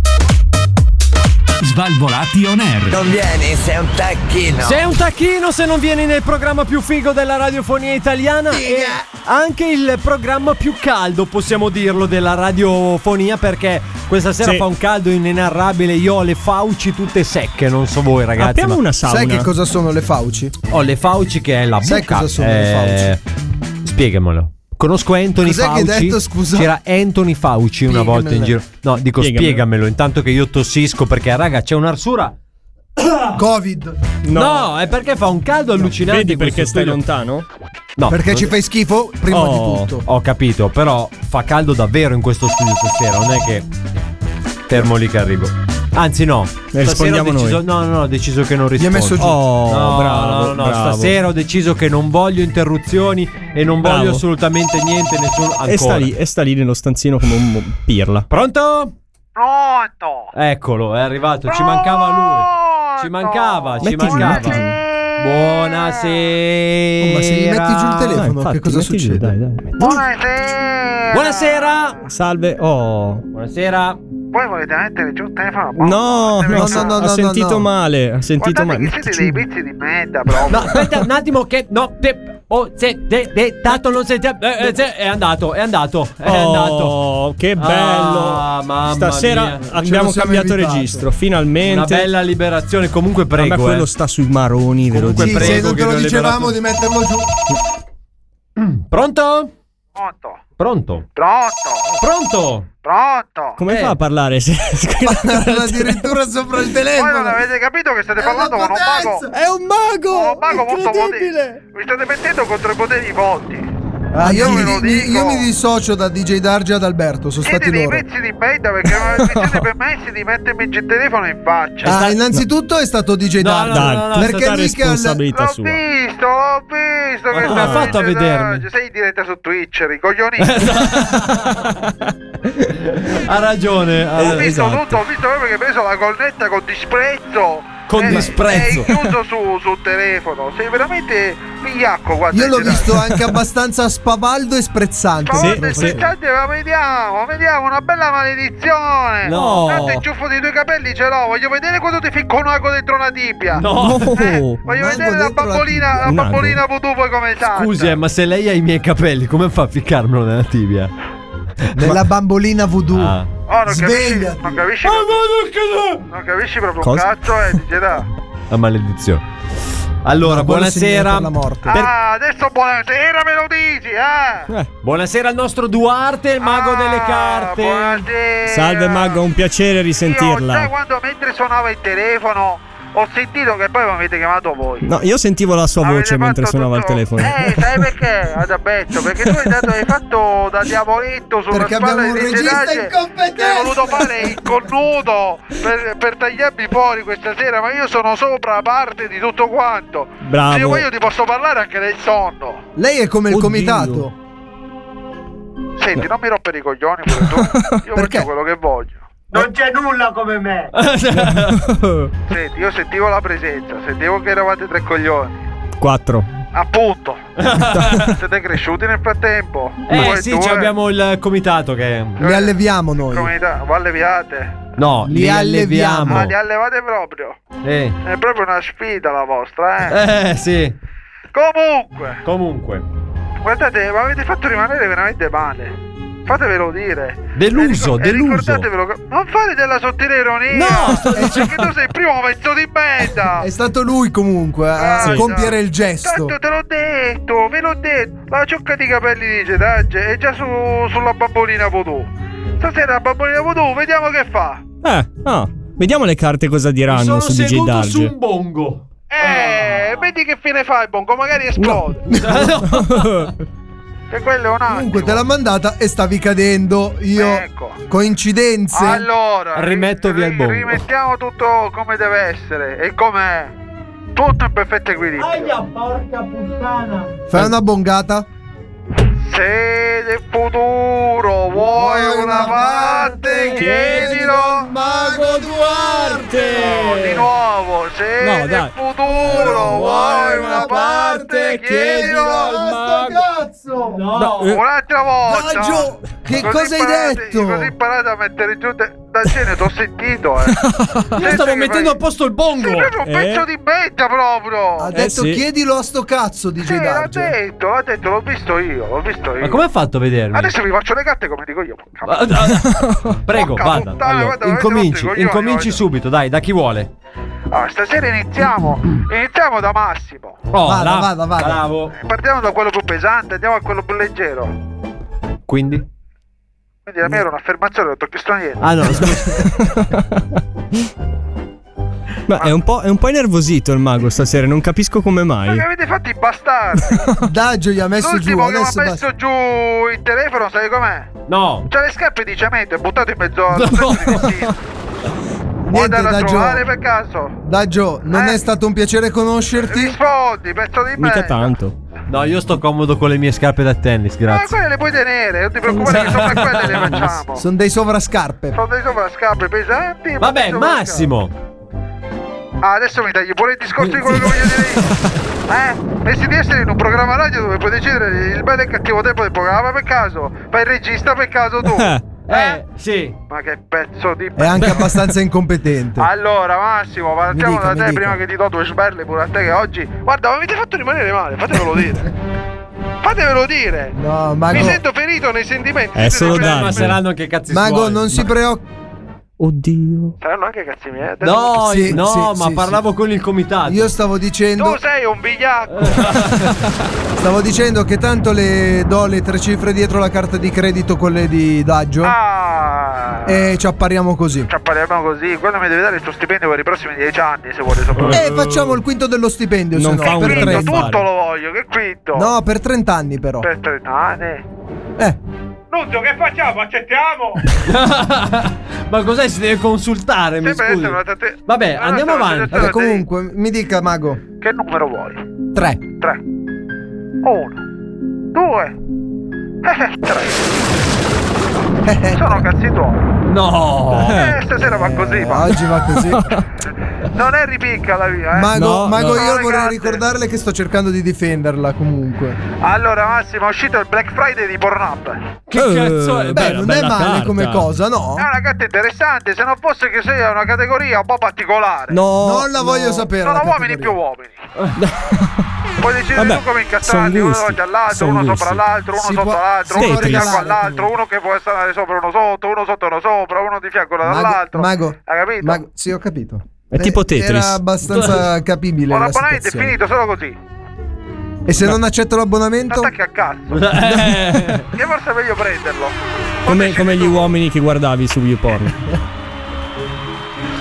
Speaker 10: Svalvolati on air.
Speaker 1: Non vieni, sei un tacchino.
Speaker 7: Sei un tacchino se non vieni nel programma più figo della radiofonia italiana e anche il programma più caldo, possiamo dirlo, della radiofonia perché questa sera
Speaker 12: Sì.
Speaker 7: fa un caldo inenarrabile. Io ho le fauci tutte secche, non so voi ragazzi.
Speaker 4: Apriamo
Speaker 7: ma-
Speaker 4: una sauna. Sai che cosa sono le fauci?
Speaker 7: Ho le fauci che è la
Speaker 4: Sai
Speaker 7: bocca.
Speaker 4: cosa sono le
Speaker 7: fauci? Spiegamelo. Conosco Anthony
Speaker 4: Cos'è che hai
Speaker 7: Fauci.
Speaker 4: detto, scusa?
Speaker 7: C'era Anthony Fauci una
Speaker 4: Spiegamelo.
Speaker 7: volta in giro. No, dico
Speaker 4: Spiegamelo.
Speaker 7: spiegamelo. intanto che io tossisco perché raga, c'è un'arsura.
Speaker 4: Covid.
Speaker 7: No. è perché fa un caldo allucinante.
Speaker 12: Vedi
Speaker 7: questo
Speaker 12: perché stai
Speaker 7: studio.
Speaker 12: lontano?
Speaker 7: No,
Speaker 4: Perché
Speaker 7: non-
Speaker 4: ci fai schifo prima
Speaker 7: Oh,
Speaker 4: di tutto.
Speaker 7: Ho capito, però fa caldo davvero in questo studio stasera, non è che fermo lì che arrivo. Anzi no, stasera
Speaker 12: rispondiamo
Speaker 7: ho deciso,
Speaker 12: noi.
Speaker 7: No, no, ho deciso che non
Speaker 12: Gli ha
Speaker 7: rispondo.
Speaker 12: messo giù.
Speaker 7: Oh,
Speaker 12: No,
Speaker 7: no,
Speaker 12: bravo,
Speaker 7: no, no,
Speaker 12: bravo.
Speaker 7: stasera ho deciso che non voglio interruzioni e non
Speaker 12: Bravo.
Speaker 7: voglio assolutamente niente nessuno ancora.
Speaker 12: E sta, lì, e sta lì nello stanzino come un mo- pirla.
Speaker 7: Pronto?
Speaker 14: Pronto?
Speaker 7: Eccolo, è arrivato, ci mancava lui. Ci mancava, ci
Speaker 12: Metti giù,
Speaker 7: mancava.
Speaker 12: metti giù.
Speaker 7: Buonasera.
Speaker 4: Oh, ma se gli metti giù il telefono,
Speaker 12: Ah, infatti,
Speaker 4: che cosa
Speaker 12: metti giù,
Speaker 4: succede?
Speaker 12: dai, dai.
Speaker 14: Buonasera.
Speaker 7: Buonasera.
Speaker 12: Salve. Oh.
Speaker 7: Buonasera.
Speaker 14: Voi volete mettere giù il telefono?
Speaker 12: No, no,
Speaker 4: no,
Speaker 12: ha
Speaker 4: no, no,
Speaker 12: sentito
Speaker 4: no.
Speaker 12: male. Ha sentito
Speaker 14: Guardate
Speaker 12: male.
Speaker 14: che siete
Speaker 12: Metti
Speaker 14: dei
Speaker 12: giù.
Speaker 14: pezzi di merda, proprio.
Speaker 7: No, aspetta un attimo che no, te, oh, se, te, te, tanto non senti, eh, eh, se- è andato, è andato, è
Speaker 12: Oh,
Speaker 7: andato.
Speaker 12: che bello!
Speaker 7: Ah, mamma
Speaker 12: Stasera
Speaker 7: mia. Ce
Speaker 12: abbiamo
Speaker 7: lo siamo
Speaker 12: cambiato
Speaker 7: evitato.
Speaker 12: registro,
Speaker 7: Una
Speaker 12: finalmente.
Speaker 7: bella liberazione, comunque prego.
Speaker 12: Ma quello
Speaker 7: eh.
Speaker 12: sta sui maroni, ve lo
Speaker 7: Comunque
Speaker 12: dico.
Speaker 7: prego
Speaker 4: non
Speaker 7: che
Speaker 4: te lo
Speaker 7: vi ho
Speaker 4: dicevamo
Speaker 7: liberato.
Speaker 4: di metterlo giù.
Speaker 7: Pronto?
Speaker 14: Pronto?
Speaker 7: Pronto?
Speaker 14: Pronto?
Speaker 7: Pronto?
Speaker 14: Pronto?
Speaker 12: Come
Speaker 7: Eh.
Speaker 12: fa a parlare? se-
Speaker 4: Addirittura sopra il
Speaker 14: Voi non
Speaker 4: telefono.
Speaker 14: avete capito che state parlando con un mago?
Speaker 12: È un mago!
Speaker 14: Un mago molto potente. Vi state mettendo contro i poteri forti.
Speaker 4: Ah, io,
Speaker 14: Io
Speaker 4: mi,
Speaker 14: ve lo
Speaker 4: mi-
Speaker 14: dico.
Speaker 4: io mi dissocio da DJ Darge ad Alberto, sono
Speaker 14: Siete
Speaker 4: stati
Speaker 14: dei
Speaker 4: loro.
Speaker 14: pezzi di merda perché non vi siete permessi di mettermi il telefono in faccia.
Speaker 4: Ah, innanzitutto è stato DJ
Speaker 7: No,
Speaker 4: Darge.
Speaker 7: no, no, no, no, è
Speaker 4: perché
Speaker 7: stata
Speaker 4: Michael
Speaker 12: responsabilità
Speaker 14: L'ho
Speaker 12: sua.
Speaker 14: visto, l'ho visto che
Speaker 7: come ha
Speaker 14: stavo
Speaker 7: fatto a
Speaker 14: dicendo,
Speaker 7: vedermi?
Speaker 14: Sei in diretta su Twitch, ricoglionito.
Speaker 7: Ha ragione. ha-
Speaker 14: ho visto
Speaker 7: esatto.
Speaker 14: tutto, ho visto proprio che hai preso la cornetta con disprezzo.
Speaker 7: Con
Speaker 14: e-
Speaker 7: disprezzo.
Speaker 14: E chiuso su, sul telefono. Sei veramente figliacco, guarda.
Speaker 4: Io l'ho
Speaker 14: Gerardo.
Speaker 4: visto anche abbastanza spavaldo e sprezzante.
Speaker 14: Ma guarda, aspettate, la vediamo, vediamo una bella maledizione.
Speaker 4: No.
Speaker 14: Tanto il ciuffo dei tuoi capelli ce l'ho, voglio vedere quando ti ficco un ago dentro una tibia.
Speaker 7: No. Oh.
Speaker 14: Eh, voglio
Speaker 4: Un ago
Speaker 14: vedere la
Speaker 4: dentro la
Speaker 14: bambolina,
Speaker 4: tibia.
Speaker 14: la
Speaker 7: Un ago?
Speaker 14: bambolina voodoo poi come salta.
Speaker 7: Scusi, eh, ma se lei ha i miei capelli, come fa a ficcarmelo nella tibia?
Speaker 12: Mm.
Speaker 4: Nella bambolina voodoo.
Speaker 7: Ah.
Speaker 14: Oh, non capisci,
Speaker 4: Svegliati.
Speaker 14: non capisci, proprio, non capisci proprio un
Speaker 7: Cosa?
Speaker 14: cazzo, eh, dice da.
Speaker 7: La maledizione.
Speaker 4: Ma
Speaker 7: Allora,
Speaker 4: quello
Speaker 7: buonasera.
Speaker 4: significa la morte.
Speaker 7: Per-
Speaker 14: Ah, adesso buonasera me lo dici, eh?
Speaker 7: Buonasera al nostro Duarte, il mago delle carte.
Speaker 14: Ah, Buonasera.
Speaker 12: Salve mago, è un piacere
Speaker 14: Io già
Speaker 12: risentirla.
Speaker 14: quando mentre suonava il telefono ho sentito che poi mi avete chiamato voi.
Speaker 12: No, io sentivo la sua
Speaker 14: Avete
Speaker 12: voce mentre
Speaker 14: fatto
Speaker 12: suonava il
Speaker 14: tutto-
Speaker 12: telefono.
Speaker 14: Eh, sai perché? Ad abbetto, perché tu hai, dato- hai fatto da diavoletto sulla
Speaker 4: Perché
Speaker 14: spalla
Speaker 4: abbiamo
Speaker 14: di
Speaker 4: un
Speaker 14: DJ
Speaker 4: regista
Speaker 14: Dage,
Speaker 4: incompetente.
Speaker 14: che Hai voluto fare il connudo per, per tagliarmi fuori questa sera, ma io sono sopra la parte di tutto quanto.
Speaker 12: Bravo.
Speaker 14: Se io voglio ti posso parlare anche del sonno.
Speaker 4: Lei è come il
Speaker 12: Oddio.
Speaker 4: comitato.
Speaker 14: Senti, non mi rompere i coglioni pure tu. Io faccio quello che voglio. Non c'è nulla come me. Senti, io sentivo la presenza, sentivo che eravate tre coglioni.
Speaker 12: 4.
Speaker 14: Appunto. Siete cresciuti nel frattempo.
Speaker 7: Eh
Speaker 14: Voi
Speaker 7: sì,
Speaker 14: due,
Speaker 7: ci abbiamo il comitato che.
Speaker 14: Eh,
Speaker 4: Li alleviamo noi.
Speaker 14: Comunità, voi alleviate.
Speaker 7: No,
Speaker 4: Li
Speaker 7: li,
Speaker 4: alleviamo.
Speaker 7: alleviamo.
Speaker 14: Ah, li allevate proprio.
Speaker 7: Eh.
Speaker 14: È proprio una sfida la vostra, eh.
Speaker 7: eh, sì.
Speaker 14: Comunque,
Speaker 7: Comunque,
Speaker 14: guardate, mi avete fatto rimanere veramente male. Fatevelo dire.
Speaker 7: deluso,
Speaker 14: E
Speaker 7: deluso.
Speaker 14: ricordatevelo, che- non fate della sottile ironia.
Speaker 7: No, sto
Speaker 14: perché tu sei il primo pezzo di merda.
Speaker 4: È stato lui comunque a
Speaker 14: Dai,
Speaker 4: compiere
Speaker 14: dai.
Speaker 4: il gesto.
Speaker 14: Tanto te l'ho detto, ve l'ho detto. La ciocca di capelli di Getagge è già su, sulla bambolina voodoo. Stasera Babbolino Voodoo, vediamo che fa.
Speaker 12: Eh, no. Vediamo le carte cosa diranno su DJ Darge.
Speaker 14: bongo. Eh, vedi che fine fa il bongo, magari esplode. Che quello è un attimo. Ecco.
Speaker 4: Comunque te l'ha mandata e stavi cadendo. Io. Coincidenze.
Speaker 14: Eh. Allora,
Speaker 4: rimetto via il bombo.
Speaker 14: Rimettiamo tutto come deve essere e come tutto in perfetto equilibrio.
Speaker 2: porca puttana.
Speaker 4: Fai una bongata.
Speaker 14: Se del futuro vuoi una parte, chiedilo Mago Duarte. Di nuovo, se
Speaker 2: No,
Speaker 14: del
Speaker 2: dai.
Speaker 14: futuro vuoi una parte, chiedilo al Mago.
Speaker 2: Cazzo!
Speaker 14: No,
Speaker 12: Eh.
Speaker 14: un'altra volta.
Speaker 2: Dai, Gio, che
Speaker 14: Così
Speaker 2: cosa hai
Speaker 14: imparate-
Speaker 2: detto?
Speaker 14: Così imparate a mettere giù de- da cena, t'ho sentito, eh.
Speaker 4: Io stavo mettendo a posto il bongo.
Speaker 14: Sei
Speaker 7: eh?
Speaker 14: proprio un
Speaker 12: Eh.
Speaker 14: pezzo di betta proprio.
Speaker 4: Ha detto chiedilo a sto cazzo, DJ
Speaker 14: Sì, l'ha
Speaker 4: Darge.
Speaker 14: detto, l'ha detto, l'ho visto io, l'ho visto io.
Speaker 7: Ma come ha fatto a vedermi?
Speaker 14: Adesso vi faccio le carte come dico io. porca
Speaker 7: Prego, vada.
Speaker 14: puttana,
Speaker 7: Allora,
Speaker 14: guarda,
Speaker 7: incominci,
Speaker 14: avete rotto i
Speaker 7: incominci
Speaker 14: coglioni,
Speaker 7: subito, dai, da chi vuole.
Speaker 14: Allora, Ah, stasera iniziamo. Iniziamo da Massimo.
Speaker 7: Oh, Vada, là. vada, vada. Bravo.
Speaker 14: Partiamo da quello più pesante, andiamo a quello più leggero.
Speaker 7: Quindi?
Speaker 14: Quindi la mia era un'affermazione, non ti ho chiesto niente.
Speaker 12: Ah, no, Ma è un, po', è un po' innervosito il mago stasera, non capisco come mai.
Speaker 14: Mi avete fatti i bastardi.
Speaker 4: Daggio gli ha messo giù.
Speaker 14: L'ultimo che mi ha
Speaker 4: Adesso basta.
Speaker 14: messo giù il telefono, sai com'è?
Speaker 7: No.
Speaker 14: C'ha le scarpe di cemento, è buttato in mezzo al Vuoi
Speaker 4: Niente,
Speaker 14: andarlo a
Speaker 4: Daggio.
Speaker 14: trovare per Eh. caso?
Speaker 4: Daggio, non è stato un piacere conoscerti.
Speaker 14: Rispondi, pezzo di me.
Speaker 7: tanto. No, io sto comodo con le mie scarpe da tennis,
Speaker 14: Ma
Speaker 7: grazie.
Speaker 14: Eh, quelle le puoi tenere, non ti preoccupare che sopra quelle le facciamo.
Speaker 4: Sono dei sovrascarpe.
Speaker 14: Sono dei sopra scarpe pesanti. ma
Speaker 7: Vabbè,
Speaker 14: dei sovra-
Speaker 7: Massimo.
Speaker 14: Ah, adesso mi tagli pure il discorso di quello che voglio dire io. Eh? Pensi di essere in un programma radio dove puoi decidere il bello e il cattivo tempo del programma per caso? Fai il regista per caso tu?
Speaker 4: Eh,
Speaker 14: eh
Speaker 7: sì.
Speaker 14: Ma che pezzo di
Speaker 4: È anche abbastanza incompetente.
Speaker 14: Allora Massimo, partiamo
Speaker 4: dica,
Speaker 14: da
Speaker 4: mi
Speaker 14: te
Speaker 4: dica.
Speaker 14: prima che ti do due sberle pure a te che oggi... Guarda, mi avete fatto rimanere male, fatevelo dire. fatevelo dire.
Speaker 4: No, Mago.
Speaker 14: Mi sento ferito nei sentimenti. siete dei
Speaker 7: Ma
Speaker 14: feriti.
Speaker 7: saranno anche cazzi
Speaker 4: Mago,
Speaker 7: suoi.
Speaker 4: non si preoccupa. Oddio.
Speaker 14: Saranno anche cazzi miei. eh?
Speaker 7: No,
Speaker 4: Sì,
Speaker 7: no,
Speaker 4: sì,
Speaker 7: ma
Speaker 4: sì,
Speaker 7: parlavo con il comitato.
Speaker 4: Io stavo dicendo.
Speaker 14: Tu sei un bigliacco.
Speaker 4: Stavo dicendo che tanto le do le tre cifre dietro la carta di credito, quelle di Daggio.
Speaker 14: Ah.
Speaker 4: E ci appariamo così.
Speaker 14: Cioè, parliamo Ah. così, quello mi deve dare il tuo stipendio per i prossimi dieci anni, se vuole sopravvivere.
Speaker 4: E facciamo il quinto dello stipendio,
Speaker 14: Non
Speaker 4: se
Speaker 14: fa
Speaker 4: no.
Speaker 14: un
Speaker 4: Per
Speaker 14: gran
Speaker 4: 30.
Speaker 14: affare. Tutto lo voglio, che quinto.
Speaker 4: No, per 30 anni però.
Speaker 14: Per 30 anni.
Speaker 4: Eh.
Speaker 14: Nunzio, che facciamo? Accettiamo?
Speaker 7: Ma cos'è? Si deve consultare, mi
Speaker 4: Sempre
Speaker 7: scusi.
Speaker 4: essere una
Speaker 7: Vabbè,
Speaker 14: Ah,
Speaker 7: andiamo avanti.
Speaker 4: Vabbè, comunque, mi dica, Mago.
Speaker 14: Che numero vuoi?
Speaker 4: 3.
Speaker 14: 3. 1. 2. Sono cazzi tuoi.
Speaker 7: No.
Speaker 14: Eh, stasera va così. va.
Speaker 4: Oggi va così.
Speaker 14: Non è ripicca la via, eh.
Speaker 4: Mago, Mago,
Speaker 14: Sono
Speaker 4: io
Speaker 14: le
Speaker 4: vorrei
Speaker 14: carte.
Speaker 4: ricordarle che sto cercando di difenderla comunque.
Speaker 14: Allora Massimo, è uscito il Black Friday di Pornhub.
Speaker 4: Che Eh, cazzo è? beh, Bella, non è bella male carta. come cosa, no?
Speaker 14: È una carta interessante, se non fosse che sei una categoria un po' particolare.
Speaker 4: No, Non la no. voglio sapere,
Speaker 14: Sono
Speaker 4: la
Speaker 14: uomini più uomini. Puoi decidere
Speaker 4: Vabbè,
Speaker 14: tu come
Speaker 4: son
Speaker 14: incastrarti, uno
Speaker 4: gusti,
Speaker 14: davanti all'altro,
Speaker 4: son
Speaker 14: uno sopra
Speaker 4: gusti.
Speaker 14: l'altro, uno
Speaker 4: Si
Speaker 14: sotto
Speaker 4: può-
Speaker 14: l'altro,
Speaker 4: si
Speaker 14: uno
Speaker 4: può
Speaker 14: di fianco
Speaker 4: regalare,
Speaker 14: all'altro, uno che può stare sopra uno sotto, uno sotto uno sopra, uno di fianco all'altro.
Speaker 4: Mago,
Speaker 14: Hai capito?
Speaker 4: Mago, sì, ho capito.
Speaker 12: È tipo Tetris.
Speaker 4: Era abbastanza capibile.
Speaker 14: Ora
Speaker 4: La
Speaker 14: banalmente è
Speaker 4: situazione.
Speaker 14: finito solo così.
Speaker 4: E se non accetto l'abbonamento?
Speaker 14: Attacca a cazzo. che forse è meglio prenderlo.
Speaker 12: Come, come gli uomini che guardavi su YouPorn.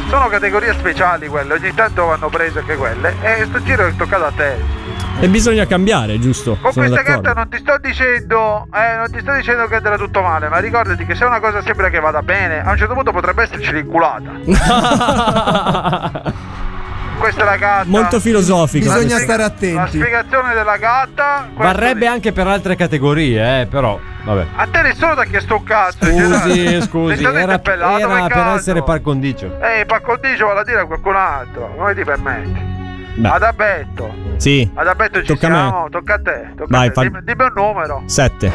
Speaker 14: Sono categorie speciali quelle, ogni tanto vanno prese anche quelle. E sto giro è toccato a te.
Speaker 12: E bisogna cambiare, giusto?
Speaker 14: Con
Speaker 12: Sono
Speaker 14: questa
Speaker 12: d'accordo.
Speaker 14: carta non ti sto dicendo. eh, non ti sto dicendo che andrà tutto male, ma ricordati che se una cosa sembra che vada bene, a un certo punto potrebbe esserci l'inculata. questa è la carta.
Speaker 12: Molto filosofico.
Speaker 14: La
Speaker 12: Bisogna
Speaker 14: spiega-
Speaker 12: stare
Speaker 14: La
Speaker 12: attenti.
Speaker 14: spiegazione della carta.
Speaker 7: Varrebbe anche per altre categorie, eh, però. Vabbè.
Speaker 14: A te nessuno ti ha chiesto un cazzo. cioè,
Speaker 7: Scusi,
Speaker 14: Gerardo.
Speaker 7: scusi,
Speaker 14: Sei stato
Speaker 7: era,
Speaker 14: interpellato
Speaker 7: era
Speaker 14: per
Speaker 7: per
Speaker 4: Ah,
Speaker 14: caso?
Speaker 7: essere par condicio.
Speaker 14: Ehi, pa condicio, vado a dire a qualcun altro. Come ti permetti? Ad abbetto.
Speaker 12: Sì.
Speaker 14: Ad abbetto ci
Speaker 12: Tocca a me.
Speaker 14: siamo. Tocca a te. Tocca
Speaker 12: Vai,
Speaker 14: a te.
Speaker 12: fa-
Speaker 14: Dimmi, dimmi un numero.
Speaker 12: 7.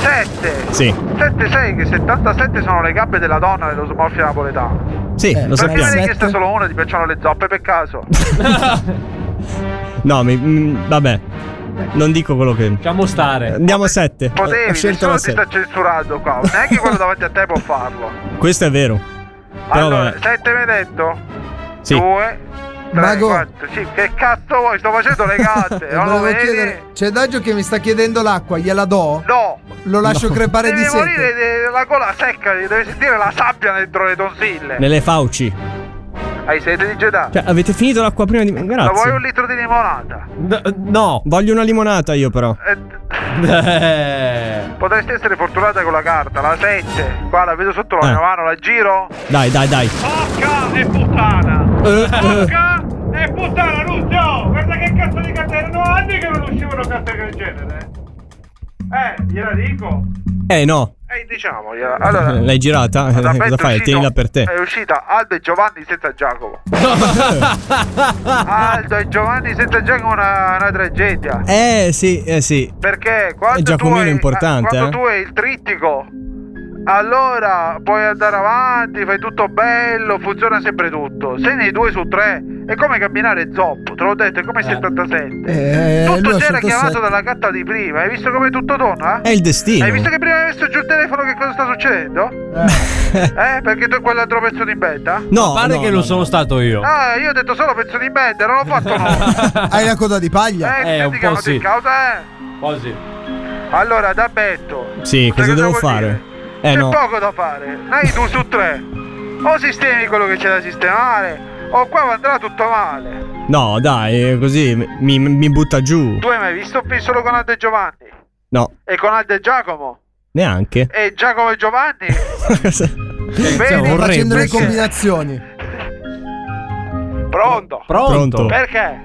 Speaker 14: 7.
Speaker 12: Sì.
Speaker 14: 7 sai che 77 sono le gambe della donna dello smorfia napoletano.
Speaker 12: Sì,
Speaker 7: Eh,
Speaker 12: lo
Speaker 14: Perché me ne hai
Speaker 12: sappiamo.
Speaker 14: chiesta solo una, ti piacciono le zoppe per caso.
Speaker 12: Eh, No, mi, mm, vabbè. Non dico quello che.
Speaker 7: Facciamo stare.
Speaker 12: Andiamo a 7.
Speaker 14: Potevi, diciamo
Speaker 12: Ho scelto
Speaker 14: nessuno
Speaker 12: la
Speaker 14: ti sta
Speaker 12: 7.
Speaker 14: censurando qua. Neanche quello davanti a te può farlo.
Speaker 12: Questo è vero. Però
Speaker 14: Allora,
Speaker 12: vabbè.
Speaker 14: 7 mi hai detto?
Speaker 12: Sì.
Speaker 14: 2, 3,
Speaker 4: Mago.
Speaker 14: 4, 5. Che cazzo vuoi? Sto facendo le gatte. non lo
Speaker 4: eh, Volevo
Speaker 14: vedi?
Speaker 4: chiedere- C'è Daggio che mi sta chiedendo l'acqua, gliela do?
Speaker 14: No.
Speaker 4: Lo lascio crepare
Speaker 14: Devi
Speaker 4: di sete.
Speaker 14: morire de- la gola secca, devi sentire la sabbia dentro le tonsille.
Speaker 12: Nelle fauci.
Speaker 14: Hai sete di Jedi?
Speaker 12: Cioè, avete finito l'acqua prima di.
Speaker 14: La vuoi un
Speaker 12: Grazie.
Speaker 14: litro di limonata?
Speaker 12: no. Voglio una limonata io, però.
Speaker 7: Eh.
Speaker 14: Potresti essere fortunata con la carta, la 7. Qua la vedo sotto la
Speaker 12: Eh.
Speaker 14: mia mano, la giro.
Speaker 12: Dai, dai, dai.
Speaker 14: Porca e puttana!
Speaker 7: Eh.
Speaker 12: Eh.
Speaker 14: Porca e puttana, Lucio! Guarda che cazzo di carta erano anni che non uscivano carte del genere. Eh, gliela dico.
Speaker 12: Eh, no.
Speaker 14: Eh, diciamo, gliela... Allora,
Speaker 12: L'hai girata?
Speaker 14: da
Speaker 12: Eh, Cosa
Speaker 14: Petto è
Speaker 12: fai?
Speaker 14: uscito- Eh,
Speaker 12: Tienila per te.
Speaker 14: È uscita Aldo e Giovanni senza Giacomo. Aldo e Giovanni senza Giacomo è una, una tragedia.
Speaker 12: Eh, sì, eh, sì.
Speaker 14: Perché quando
Speaker 12: Eh, Giacomino
Speaker 14: tu hai,
Speaker 12: è importante,
Speaker 14: quando
Speaker 12: eh.
Speaker 14: tu hai il trittico, allora puoi andare avanti, fai tutto bello, funziona sempre tutto. Se ne hai due su tre, è come camminare zoppo, te l'ho detto, è come il 77.
Speaker 4: Eh,
Speaker 14: tutto
Speaker 4: lui ha
Speaker 14: c'era
Speaker 4: 77.
Speaker 14: chiamato dalla gatta di prima, hai visto come tutto torna?
Speaker 12: È il destino.
Speaker 14: Hai visto che prima hai messo giù il telefono che cosa sta succedendo? Eh, perché tu è quell'altro pezzo di betta?
Speaker 7: No, pare che non sono stato io.
Speaker 14: Ah, io ho detto solo pezzo di merda, non l'ho fatto no.
Speaker 4: Hai la coda di paglia?
Speaker 14: Eh, ti chiamato in causa, eh. Allora, da Betto,
Speaker 12: Sì, cosa devo fare? Eh,
Speaker 14: c'è
Speaker 12: no.
Speaker 14: poco da fare. Dai tu su tre. O sistemi quello che c'è da sistemare, o qua andrà tutto male.
Speaker 12: No, dai, eh, così mi, mi butta giù.
Speaker 14: Tu hai mai visto un film solo con Aldo e Giovanni?
Speaker 12: No,
Speaker 14: E con Aldo e Giacomo?
Speaker 12: neanche.
Speaker 14: E Giacomo e Giovanni?
Speaker 12: cioè,
Speaker 4: Stiamo
Speaker 14: Vedi?
Speaker 4: facendo le
Speaker 14: Perché?
Speaker 4: combinazioni.
Speaker 14: Pronto?
Speaker 12: Pronto.
Speaker 14: Perché?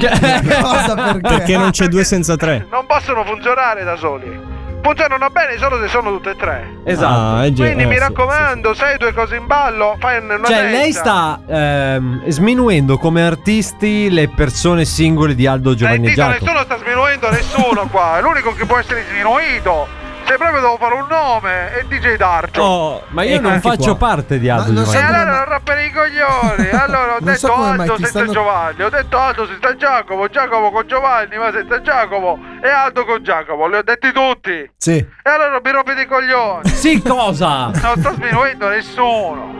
Speaker 4: Cosa perché?
Speaker 12: Perché non c'è due senza tre.
Speaker 14: Non possono funzionare da soli. Funzionano bene solo se sono tutte e tre.
Speaker 7: Esatto.
Speaker 12: Ah, è gi-
Speaker 14: Quindi
Speaker 12: eh,
Speaker 14: mi
Speaker 12: sì.
Speaker 14: raccomando, se hai due cose in ballo, fai una
Speaker 7: Cioè,
Speaker 14: testa.
Speaker 7: lei sta ehm, sminuendo come artisti le persone singole di
Speaker 14: Eh,
Speaker 7: Aldo Giovanni e
Speaker 14: Tito,
Speaker 7: Giacomo.
Speaker 14: nessuno sta sminuendo nessuno qua. È l'unico che può essere sminuito. Se proprio devo fare un nome, è DJ Darcio.
Speaker 7: Oh, ma
Speaker 12: Eh,
Speaker 7: io
Speaker 14: E
Speaker 7: non
Speaker 14: anche
Speaker 7: faccio parte di Aldo
Speaker 14: E
Speaker 7: Giovanni.
Speaker 14: allora non rompere i coglioni. Allora ho
Speaker 4: Non so
Speaker 14: detto
Speaker 4: come mai
Speaker 14: Aldo
Speaker 4: ti
Speaker 14: senza
Speaker 4: stanno-
Speaker 14: Giovanni, ho detto Aldo senza Giacomo, Giacomo con Giovanni, ma senza Giacomo e Aldo con Giacomo. Li ho detti tutti. E
Speaker 4: Sì.
Speaker 14: allora non mi rompete i coglioni.
Speaker 7: Sì, cosa?
Speaker 14: Non sto sminuendo nessuno.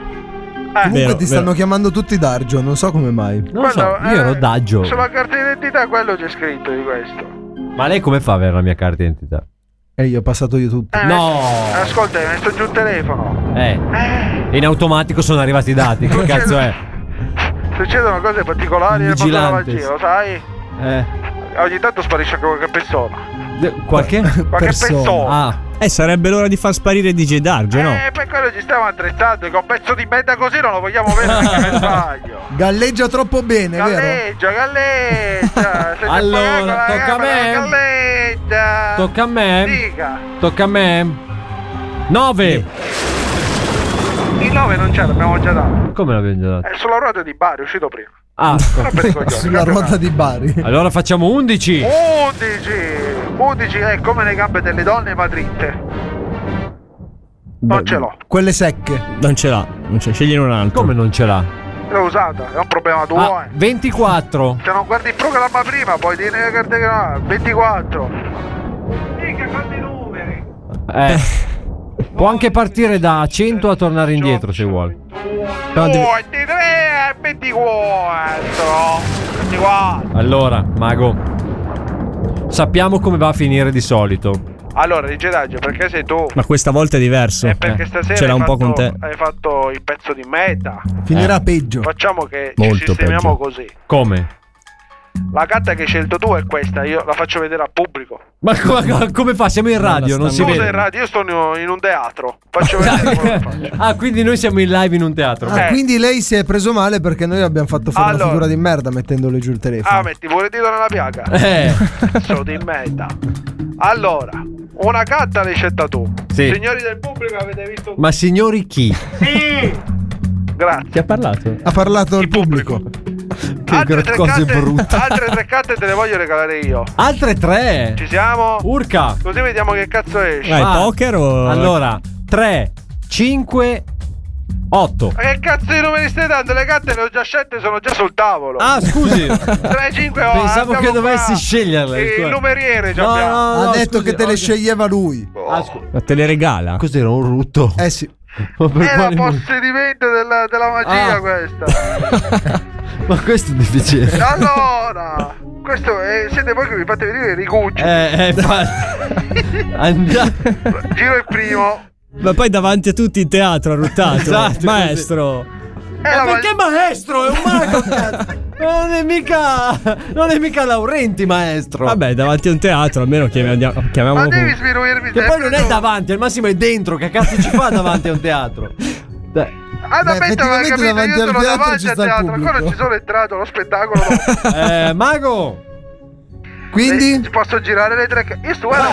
Speaker 14: Eh.
Speaker 4: Comunque ti stanno
Speaker 12: vero.
Speaker 4: chiamando tutti Dargio, non so come mai.
Speaker 7: Non lo so,
Speaker 14: Guarda,
Speaker 7: io
Speaker 14: eh,
Speaker 7: ero Daggio.
Speaker 14: Sulla carta d'identità quello c'è scritto di questo.
Speaker 7: Ma lei come fa ad avere la mia carta d'identità?
Speaker 4: E io ho passato io tutto.
Speaker 14: Eh,
Speaker 7: No.
Speaker 14: Ascolta, mi è messo giù il telefono.
Speaker 7: Eh. In automatico sono arrivati i dati. Che cazzo è?
Speaker 14: Succedono cose particolari nel mondo della
Speaker 7: Vigilante,
Speaker 14: magia,
Speaker 7: sì.
Speaker 14: lo sai?
Speaker 7: Eh.
Speaker 14: Ogni tanto sparisce anche qualche persona.
Speaker 7: d- Qualche?
Speaker 14: Qualche persona.
Speaker 7: Ah. eh,
Speaker 12: Eh, sarebbe l'ora di far sparire DJ Darge, no?
Speaker 14: E per quello ci stiamo attrezzando, che un pezzo di merda così non lo vogliamo vedere perché per sbaglio.
Speaker 4: Galleggia troppo bene, vero?
Speaker 14: Galleggia, galleggia. se c'è
Speaker 7: Allora,
Speaker 14: pagato la
Speaker 7: tocca a
Speaker 14: camera,
Speaker 7: me.
Speaker 14: Galleggia.
Speaker 7: Tocca a me.
Speaker 14: Dica.
Speaker 7: Tocca a me. 9.
Speaker 14: Il 9 non c'è, l'abbiamo già dato.
Speaker 7: Come l'abbiamo già dato?
Speaker 14: È sulla ruota di Bari, è uscito prima.
Speaker 7: Ah,
Speaker 14: Rompete i coglioni,
Speaker 4: Sulla
Speaker 14: campionato.
Speaker 4: ruota di Bari.
Speaker 7: allora facciamo 11.
Speaker 14: 11 11 è come le gambe delle donne ma dritte non ce l'ho
Speaker 4: Quelle secche.
Speaker 12: Non ce l'ha. Non ce Scegliene un altro.
Speaker 7: Come non ce l'ha?
Speaker 14: l'ho usata è un problema tuo
Speaker 7: Ah,
Speaker 14: eh.
Speaker 7: 24.
Speaker 14: se non guardi il programma prima poi dire che carte che no, 24 mica quanti numeri
Speaker 7: Eh. Può anche partire da 100 a tornare indietro se vuole. Però devi-
Speaker 14: 23 e 24 24
Speaker 7: Allora, mago. Sappiamo come va a finire di solito.
Speaker 14: allora rigedaggio perché sei tu
Speaker 7: Eh,
Speaker 12: Ma questa volta è diverso.
Speaker 14: perché
Speaker 12: Eh,
Speaker 14: stasera
Speaker 12: ce l'ha
Speaker 14: hai
Speaker 12: un po'
Speaker 14: fatto- eh.
Speaker 12: con te.
Speaker 14: hai fatto il pezzo di meta
Speaker 4: Finirà peggio.
Speaker 14: facciamo che ci
Speaker 12: Molto peggio.
Speaker 14: sistemiamo così
Speaker 7: Come?
Speaker 14: La carta che hai scelto tu è questa, io la faccio vedere al pubblico.
Speaker 7: Ma co- co- come fa? Siamo in radio, non si
Speaker 14: tu sei in
Speaker 7: vede.
Speaker 14: radio, io sto in in un teatro. Faccio vedere quello che faccio.
Speaker 7: Ah, quindi noi siamo in live in un teatro.
Speaker 4: Ah,
Speaker 14: Eh.
Speaker 4: quindi lei si è preso male perché noi abbiamo fatto fare
Speaker 14: Allora.
Speaker 4: una figura di merda mettendole giù il telefono.
Speaker 14: Ah, metti pure il dito nella piaga.
Speaker 7: Eh.
Speaker 14: Sono di merda. Allora, una carta l'hai scelta tu.
Speaker 7: Sì.
Speaker 14: Signori del pubblico, avete visto?
Speaker 7: Ma signori chi?
Speaker 14: Sì! Grazie.
Speaker 7: Chi ha parlato?
Speaker 4: ha parlato il pubblico.
Speaker 7: Che gro- cose
Speaker 14: carte,
Speaker 7: brutte.
Speaker 14: altre tre carte te le voglio regalare io.
Speaker 7: Altre tre.
Speaker 14: Ci siamo?
Speaker 7: Urca.
Speaker 14: Così vediamo che cazzo esce.
Speaker 12: Vai,
Speaker 7: Ah.
Speaker 12: poker o.
Speaker 7: Allora, 3, 5, 8.
Speaker 14: Ma che cazzo di numeri stai dando? Le carte le ho già scelte, sono già sul tavolo.
Speaker 7: Ah, scusi.
Speaker 14: 3, 5,
Speaker 7: Pensavo che dovessi sceglierle.
Speaker 14: Il
Speaker 7: Scusa.
Speaker 14: numeriere già
Speaker 7: No,
Speaker 14: abbiamo.
Speaker 7: no, no,
Speaker 4: ha detto
Speaker 7: scusi,
Speaker 4: che te le
Speaker 7: oggi-
Speaker 4: sceglieva lui.
Speaker 14: Boh.
Speaker 7: Ah, scu-
Speaker 12: Ma te le regala?
Speaker 7: Cos'era un rutto?
Speaker 4: Eh sì.
Speaker 7: Ma per
Speaker 14: È la
Speaker 7: quale Ah. motivo?
Speaker 14: possedimento della, della magia
Speaker 7: Ah.
Speaker 14: questa.
Speaker 7: Ma questo è difficile.
Speaker 14: Allora, questo è, siete voi che mi fate venire i rigucci.
Speaker 7: Eh, eh, fa- Andiamo. Eh.
Speaker 14: Giro il primo.
Speaker 12: Ma poi davanti a tutti in teatro ha ruttato.
Speaker 7: Esatto,
Speaker 12: Maestro.
Speaker 14: ma
Speaker 7: perché maestro? È un mago. cazzo. non è mica. Non è mica Laurenti, maestro.
Speaker 12: Vabbè, davanti a un teatro almeno chiamiamo, chiamiamolo come-
Speaker 14: sminuirmi
Speaker 7: Che poi non è davanti, al massimo è dentro. Che cazzo ci fa davanti a un teatro? Dai.
Speaker 14: Ah, no,
Speaker 7: Beh,
Speaker 14: aspetta, ma
Speaker 7: effettivamente
Speaker 14: capito, io
Speaker 7: davanti al
Speaker 14: sono
Speaker 7: teatro
Speaker 14: davanti
Speaker 7: ci
Speaker 14: al
Speaker 7: sta il
Speaker 14: teatro, ancora non
Speaker 7: pubblico.
Speaker 14: ci sono entrato, lo spettacolo. no.
Speaker 7: Eh, mago.
Speaker 14: Quindi?
Speaker 4: Ah,
Speaker 14: posso girare le tre... ca- Io sto guarda,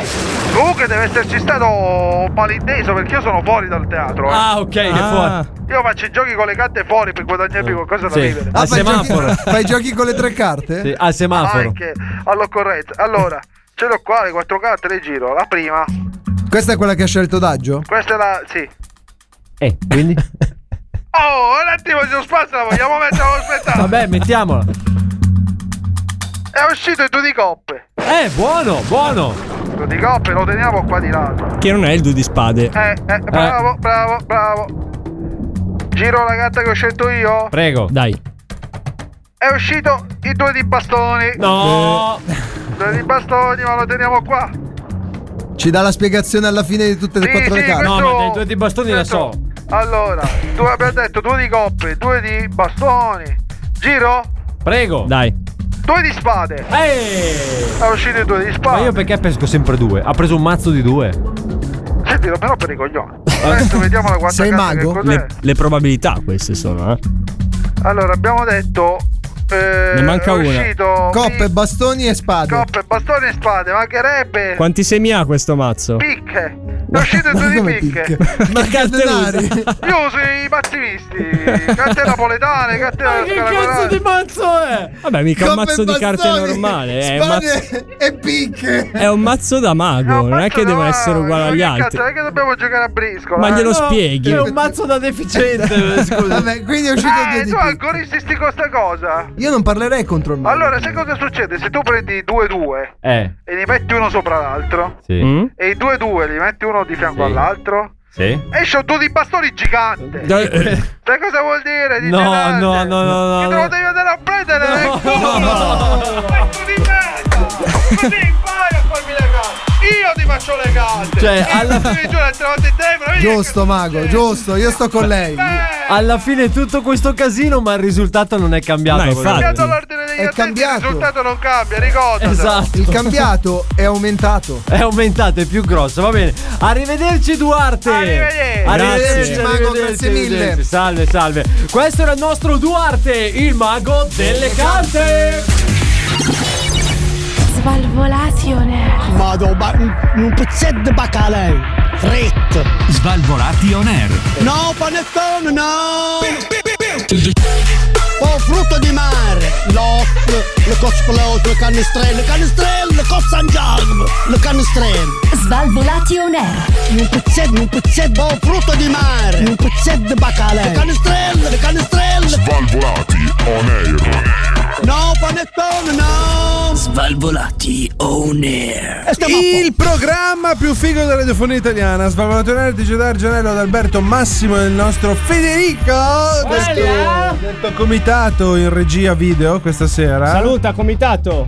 Speaker 14: comunque deve esserci stato un malinteso perché io sono fuori dal teatro. eh.
Speaker 7: Ah, ok, che fuori.
Speaker 14: Io faccio i giochi con le carte fuori per guadagnarmi qualcosa da
Speaker 7: Sì.
Speaker 14: vivere.
Speaker 7: Al semaforo.
Speaker 4: Fai giochi con le tre carte?
Speaker 7: Sì, al semaforo.
Speaker 14: Anche all'occorrenza. Allora, ce l'ho qua le quattro carte, le giro. La prima,
Speaker 4: Questa è quella che ha scelto Daggio?
Speaker 14: questa è la... sì.
Speaker 7: Eh, quindi?
Speaker 14: Oh, un attimo, se lo spazio la vogliamo mettere allo spettacolo.
Speaker 7: Vabbè, mettiamola.
Speaker 14: È uscito il due di coppe.
Speaker 7: Eh, buono, buono.
Speaker 14: Due di coppe lo teniamo qua di lato.
Speaker 12: Che non è il due di spade.
Speaker 14: Eh, eh, bravo, bravo, bravo. Giro la carta che ho scelto io.
Speaker 7: Prego.
Speaker 12: Dai.
Speaker 14: È uscito i due di bastoni.
Speaker 7: No.
Speaker 14: Due di bastoni, ma lo teniamo qua.
Speaker 4: Ci dà la spiegazione alla fine di tutte e
Speaker 14: Sì,
Speaker 4: quattro
Speaker 14: sì,
Speaker 4: le carte.
Speaker 14: questo-
Speaker 7: No, ma dai due di bastoni la so.
Speaker 14: Allora, due, abbiamo detto due di coppe, due di bastoni. Giro?
Speaker 7: Prego. Dai.
Speaker 14: Due di spade.
Speaker 7: Ehi!
Speaker 14: È uscito i due di
Speaker 7: Ma
Speaker 14: spade.
Speaker 7: io perché pesco sempre due? Ha preso un mazzo di due.
Speaker 14: Senti, però per i coglioni. Adesso vediamo la quarta carta che cos'è.
Speaker 12: Le, le probabilità queste sono, eh.
Speaker 14: Allora, abbiamo detto... eh,
Speaker 12: Ne manca
Speaker 14: è
Speaker 12: una.
Speaker 14: uscito
Speaker 4: Coppe, bastoni e spade.
Speaker 14: Coppe, bastoni e spade, mancherebbe
Speaker 12: Quanti semi ha questo mazzo?
Speaker 14: picche. È uscito i due di picche.
Speaker 12: Ma cartellari.
Speaker 14: Io uso i massimisti. Carte napoletane, carte
Speaker 7: Ma che cazzo di mazzo è?
Speaker 12: Vabbè, mica un
Speaker 4: Coppe,
Speaker 12: mazzo di carte
Speaker 4: bastoni,
Speaker 12: normale. eh, È un, mazzo,
Speaker 4: Spade e picche.
Speaker 12: è un mazzo da mago, non è che deve essere uguale agli altri.
Speaker 14: Cazzo, non è che dobbiamo giocare a briscola.
Speaker 12: Ma
Speaker 14: eh?
Speaker 12: glielo spieghi.
Speaker 7: È un mazzo da deficiente. Scusa.
Speaker 4: Vabbè, quindi è uscito il due
Speaker 14: Eh,
Speaker 4: di
Speaker 14: tu
Speaker 4: picche.
Speaker 14: ancora insisti con sta cosa.
Speaker 4: Io non parlerei contro il mago.
Speaker 14: Allora, sai cosa succede? Se tu prendi due due
Speaker 7: Eh.
Speaker 14: e li metti uno sopra l'altro,
Speaker 7: Sì.
Speaker 12: Mm?
Speaker 14: e i due due li metti uno di
Speaker 7: Sì.
Speaker 14: fianco all'altro,
Speaker 7: Sì.
Speaker 14: esce un due di bastoni gigante. Sai cosa vuol dire? Di
Speaker 7: No,
Speaker 14: gigante?
Speaker 7: no, no, no,
Speaker 14: Che
Speaker 7: no,
Speaker 14: te lo
Speaker 7: no.
Speaker 14: devi andare a prendere nel culo! Pezzo di merda! Così impari a farmi le carte! Io ti faccio le carte!
Speaker 7: Cioè,
Speaker 14: Io
Speaker 7: alla-
Speaker 14: ti giuro, l'altra volta in tempo, vedi che
Speaker 4: Giusto, mago, giusto, io sto con lei.
Speaker 7: Alla fine tutto questo casino, ma il risultato non è cambiato.
Speaker 12: No, infatti.
Speaker 14: cambiato l'ordine degli
Speaker 4: È
Speaker 14: attenti,
Speaker 4: cambiato.
Speaker 14: il risultato non cambia, ricordatelo.
Speaker 7: Esatto.
Speaker 4: Il cambiato è aumentato.
Speaker 7: È aumentato, è più grosso, va bene. Arrivederci Duarte.
Speaker 14: Arrivederci.
Speaker 7: Arrivederci,
Speaker 4: Grazie. Mago, grazie
Speaker 7: arrivederci,
Speaker 4: mille.
Speaker 7: arrivederci. Salve, salve. Questo era il nostro Duarte, il mago delle carte.
Speaker 8: Svalvolazione.
Speaker 9: Vado, ba- un, un pezzetto di bacalè. Fritto.
Speaker 10: Svalvolati on air.
Speaker 9: No, panettone, no! Oh, frutto di mare! L'os, le cosplot, le canestrelle, le canestrelle, le cossangiarme, le canestrelle.
Speaker 8: Svalvolati on air.
Speaker 9: Un pezzetto, un pezzetto, oh, frutto di mare! Un pezzetto di bacalè! Le canestrelle, le canestrelle!
Speaker 16: Svalvolati on air.
Speaker 9: No, panettone, no!
Speaker 5: Svalvolati on air.
Speaker 12: Eh,
Speaker 9: E stiamo a
Speaker 6: Il programma più figo della radiofonia italiana, Svalvolato Nerd, di Gedar Gianello, ad Alberto Massimo e il nostro Federico
Speaker 7: Bella.
Speaker 6: del, del comitato in regia video questa sera.
Speaker 12: Saluta, comitato.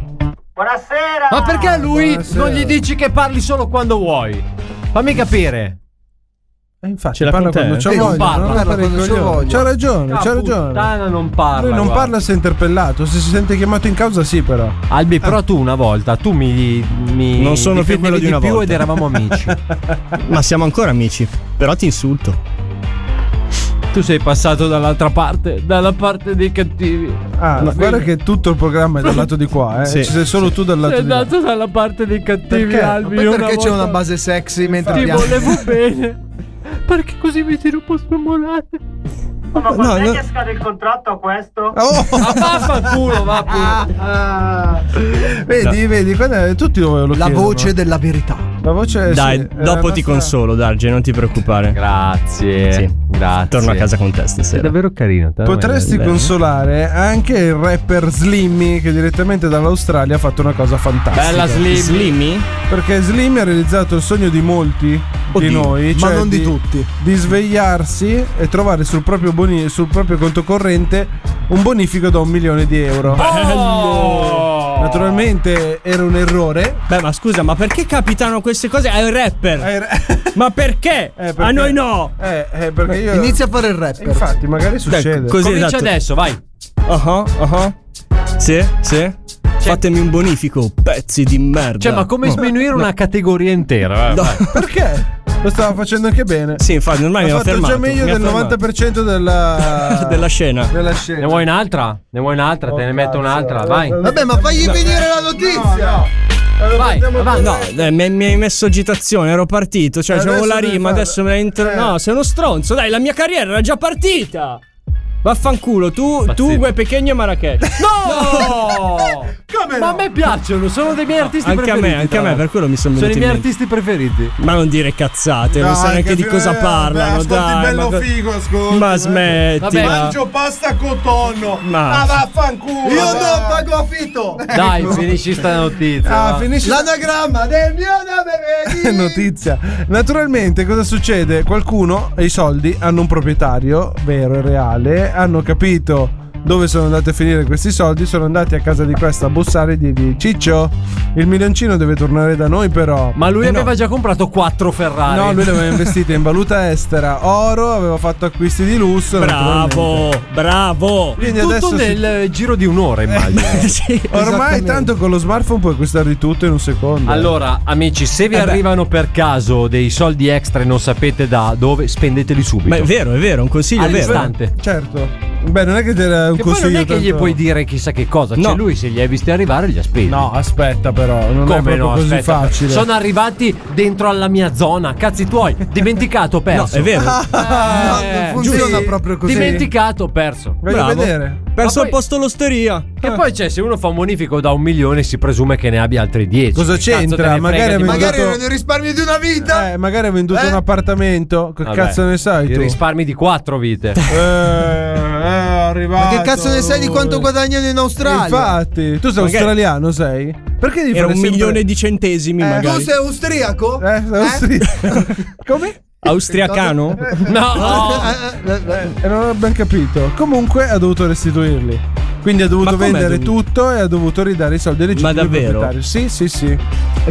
Speaker 17: Buonasera!
Speaker 7: Ma perché a lui
Speaker 6: Buonasera.
Speaker 7: non gli dici che parli solo quando vuoi? Fammi capire.
Speaker 6: Eh, infatti,
Speaker 12: Ce l'ha
Speaker 6: parla
Speaker 12: con te,
Speaker 6: quando
Speaker 12: eh?
Speaker 6: c'ha
Speaker 4: Sì,
Speaker 6: voglia.
Speaker 7: parla,
Speaker 6: non
Speaker 4: parla
Speaker 6: fare
Speaker 4: quando
Speaker 6: il
Speaker 4: c'ha
Speaker 6: coglione.
Speaker 4: voglia.
Speaker 6: C'ha ragione, c'ha ragione.
Speaker 7: Puttana non parla.
Speaker 6: Lui non
Speaker 7: guarda.
Speaker 6: parla se è interpellato, se si sente chiamato in causa sì però.
Speaker 7: Albi, però tu una volta, tu mi. mi
Speaker 12: Ah. Non sono più
Speaker 7: difendevi
Speaker 12: quello di una
Speaker 7: più
Speaker 12: volta.
Speaker 7: ed eravamo amici.
Speaker 12: Ma siamo ancora amici. Però ti insulto.
Speaker 7: tu sei passato dall'altra parte, dalla parte dei cattivi.
Speaker 6: Ah,
Speaker 12: Ma-
Speaker 6: guarda che tutto il programma è dal lato di qua, eh.
Speaker 12: Sì,
Speaker 6: Ci sei solo tu dal lato
Speaker 7: Sei
Speaker 6: di là.
Speaker 7: andato dalla parte dei cattivi,
Speaker 6: Perché? Ma
Speaker 7: Albi.
Speaker 4: Poi
Speaker 7: io
Speaker 4: perché c'è
Speaker 7: volta
Speaker 4: una base sexy mentre
Speaker 7: Ti
Speaker 4: abbiamo.
Speaker 7: volevo bene. Perché così mi tiro un po'
Speaker 12: Eh
Speaker 7: spemolate?
Speaker 17: Ma
Speaker 12: quando è no. che
Speaker 17: scade il contratto a questo?
Speaker 6: Oh.
Speaker 7: Ma vaffanculo, va pure.
Speaker 17: Ah,
Speaker 6: Vedi, vedi, quando- tutti lo
Speaker 4: La
Speaker 6: chiedono.
Speaker 4: voce della verità. La voce
Speaker 12: Dai,
Speaker 4: sì, è la
Speaker 12: dopo ti
Speaker 4: nostra-
Speaker 12: consolo, Darge, non ti preoccupare.
Speaker 7: Grazie.
Speaker 12: Sì.
Speaker 7: Grazie.
Speaker 12: Torno a casa con te stasera.
Speaker 7: È davvero carino. te.
Speaker 6: Potresti
Speaker 7: Bello.
Speaker 6: consolare anche il rapper Slimmy che direttamente dall'Australia ha fatto una cosa fantastica.
Speaker 12: Bella Slimmy. Slimmy?
Speaker 6: Perché Slimmy ha realizzato il sogno di molti
Speaker 4: Oddio,
Speaker 6: di noi,
Speaker 4: ma
Speaker 6: cioè
Speaker 4: non di tutti.
Speaker 6: di svegliarsi e trovare sul proprio, boni- sul proprio conto corrente un bonifico da un milione di euro.
Speaker 7: Oh!
Speaker 12: Bello!
Speaker 6: Naturalmente era un errore.
Speaker 12: Beh, ma scusa, ma perché capitano queste cose ai rapper?
Speaker 4: Eh,
Speaker 12: ma perché? A noi no!
Speaker 6: Eh, eh, perché io.
Speaker 4: Inizia a fare il rapper. Ecco,
Speaker 6: Infatti, magari succede.
Speaker 12: Così,
Speaker 7: Comincia
Speaker 12: esatto.
Speaker 7: adesso, vai.
Speaker 12: Ah ah, ah ah. Sì, sì. Fatemi un bonifico, pezzi di merda.
Speaker 7: Cioè, ma come
Speaker 12: No.
Speaker 7: sminuire
Speaker 12: No.
Speaker 7: una categoria intera? eh?
Speaker 12: No.
Speaker 7: Vai.
Speaker 6: Perché? Lo stava facendo anche bene.
Speaker 12: Sì, infatti, ormai mi
Speaker 6: ha
Speaker 12: ha
Speaker 6: fatto
Speaker 12: fermato.
Speaker 6: già meglio
Speaker 12: mi ha
Speaker 6: del
Speaker 12: fermato.
Speaker 6: 90% della...
Speaker 12: della scena.
Speaker 6: della
Speaker 7: Ne
Speaker 6: scena.
Speaker 7: vuoi un'altra? Ne vuoi un'altra? Te ne metto un'altra, vai.
Speaker 4: Vabbè, ma fagli venire la notizia.
Speaker 7: Vai, avanti.
Speaker 12: No, dai, Eh, mi, mi hai messo agitazione, ero partito, cioè
Speaker 6: Adesso
Speaker 12: c'avevo la
Speaker 6: devi
Speaker 12: rima,
Speaker 6: farla.
Speaker 12: adesso me la intro...
Speaker 6: Eh.
Speaker 12: No, sei uno stronzo, dai, la mia carriera era già partita! Vaffanculo, tu, tu Gue Pechegno e Marrakesh.
Speaker 7: No!
Speaker 6: Come
Speaker 7: Ma a me piacciono, sono dei miei artisti
Speaker 12: Anche a
Speaker 7: preferiti.
Speaker 12: me, anche a me, per quello mi sono
Speaker 7: Sono
Speaker 12: venuti
Speaker 7: i
Speaker 12: in
Speaker 7: miei
Speaker 12: mente.
Speaker 7: artisti preferiti.
Speaker 12: Ma non dire cazzate,
Speaker 6: Dai,
Speaker 12: non so neanche
Speaker 6: che
Speaker 12: di
Speaker 6: fi-
Speaker 12: cosa
Speaker 6: eh,
Speaker 12: parlano,
Speaker 6: ascolti
Speaker 12: dai.
Speaker 6: bello
Speaker 12: ma...
Speaker 6: figo, ascolti,
Speaker 12: ma
Speaker 6: eh.
Speaker 12: smetti.
Speaker 7: Vabbè.
Speaker 12: ma-
Speaker 20: Mangio pasta con tonno.
Speaker 12: Ma-
Speaker 20: Ma
Speaker 6: Ah,
Speaker 20: vaffanculo.
Speaker 4: Io
Speaker 20: dai.
Speaker 4: non pago affitto.
Speaker 7: Dai, finisci sta notizia.
Speaker 6: Ah,
Speaker 7: va.
Speaker 6: finisci
Speaker 4: L'anagramma del mio nome.
Speaker 6: notizia. Naturalmente, cosa succede? Qualcuno ha i soldi, hanno un proprietario vero e reale, hanno capito dove sono andati a finire questi soldi, sono andati a casa di questa a bussare e dirgli Ciccio, il milioncino deve tornare da noi però.
Speaker 7: Ma lui
Speaker 6: Eh no.
Speaker 7: aveva già comprato quattro Ferrari.
Speaker 6: No, lui l'aveva investito in valuta estera, oro, aveva fatto acquisti di lusso. naturalmente.
Speaker 12: Bravo, bravo.
Speaker 6: Quindi
Speaker 7: Tutto
Speaker 6: adesso si- Eh,
Speaker 7: nel giro di un'ora, immagino.
Speaker 12: Sì.
Speaker 6: Ormai tanto con lo smartphone puoi acquistarli tutto in un secondo.
Speaker 7: Allora, amici, se vi
Speaker 12: Eh beh.
Speaker 7: arrivano per caso dei soldi extra e non sapete da dove, spendeteli subito.
Speaker 12: Ma è vero, è vero, è un consiglio, è vero.
Speaker 7: All'istante.
Speaker 6: Certo. Beh, non è che c'era un
Speaker 7: Che poi
Speaker 6: consiglio
Speaker 7: non è che gli
Speaker 6: tanto-
Speaker 7: puoi dire chissà che cosa. Cioè,
Speaker 12: No.
Speaker 7: lui se li hai visti arrivare, li ha spesi.
Speaker 6: No, aspetta però, non è
Speaker 7: Come
Speaker 6: proprio
Speaker 7: no?
Speaker 6: così
Speaker 7: Aspetta,
Speaker 6: facile.
Speaker 7: Sono arrivati dentro alla mia zona. Cazzi tuoi. Dimenticato,
Speaker 12: No,
Speaker 7: perso.
Speaker 12: è vero.
Speaker 4: No, non funziona
Speaker 6: Eh, Sì.
Speaker 4: proprio così.
Speaker 7: Dimenticato, perso.
Speaker 6: Voglio
Speaker 12: Bravo.
Speaker 6: vedere.
Speaker 12: Perso
Speaker 7: Ma
Speaker 12: il
Speaker 7: poi-
Speaker 12: posto all'osteria. Eh.
Speaker 7: Che poi c'è, se uno fa un bonifico da un milione, si presume che ne abbia altri 10.
Speaker 6: Cosa
Speaker 7: Che cazzo
Speaker 6: c'entra?
Speaker 7: te ne frega
Speaker 6: Magari
Speaker 7: di-
Speaker 6: aveva-
Speaker 4: Magari
Speaker 6: Dato-
Speaker 4: erano i risparmi di una vita.
Speaker 6: Eh, magari hai venduto
Speaker 4: Eh?
Speaker 6: un appartamento. Che
Speaker 7: Vabbè,
Speaker 6: cazzo ne sai
Speaker 7: i
Speaker 6: tu?
Speaker 7: risparmi di quattro vite.
Speaker 6: eh, eh, arrivato.
Speaker 4: Ma che cazzo ne sai di quanto guadagnano in Australia?
Speaker 6: Infatti, tu sei
Speaker 12: Magari-
Speaker 6: australiano, sei? Perché devi
Speaker 12: Era
Speaker 6: fare
Speaker 12: un
Speaker 6: sempre-
Speaker 12: milione di centesimi,
Speaker 4: Tu
Speaker 12: magari.
Speaker 4: sei austriaco?
Speaker 6: Eh, sei austriaco. Come?
Speaker 12: Austriacano?
Speaker 7: No!
Speaker 4: Eh, eh, eh, eh.
Speaker 6: E non ho ben capito. Comunque ha dovuto restituirli. Quindi ha dovuto
Speaker 12: Ma com'è
Speaker 6: vendere
Speaker 12: dovuto?
Speaker 6: tutto e ha dovuto ridare i soldi
Speaker 12: Ma
Speaker 6: legittimi
Speaker 12: davvero?
Speaker 6: al proprietario. Sì, sì, sì.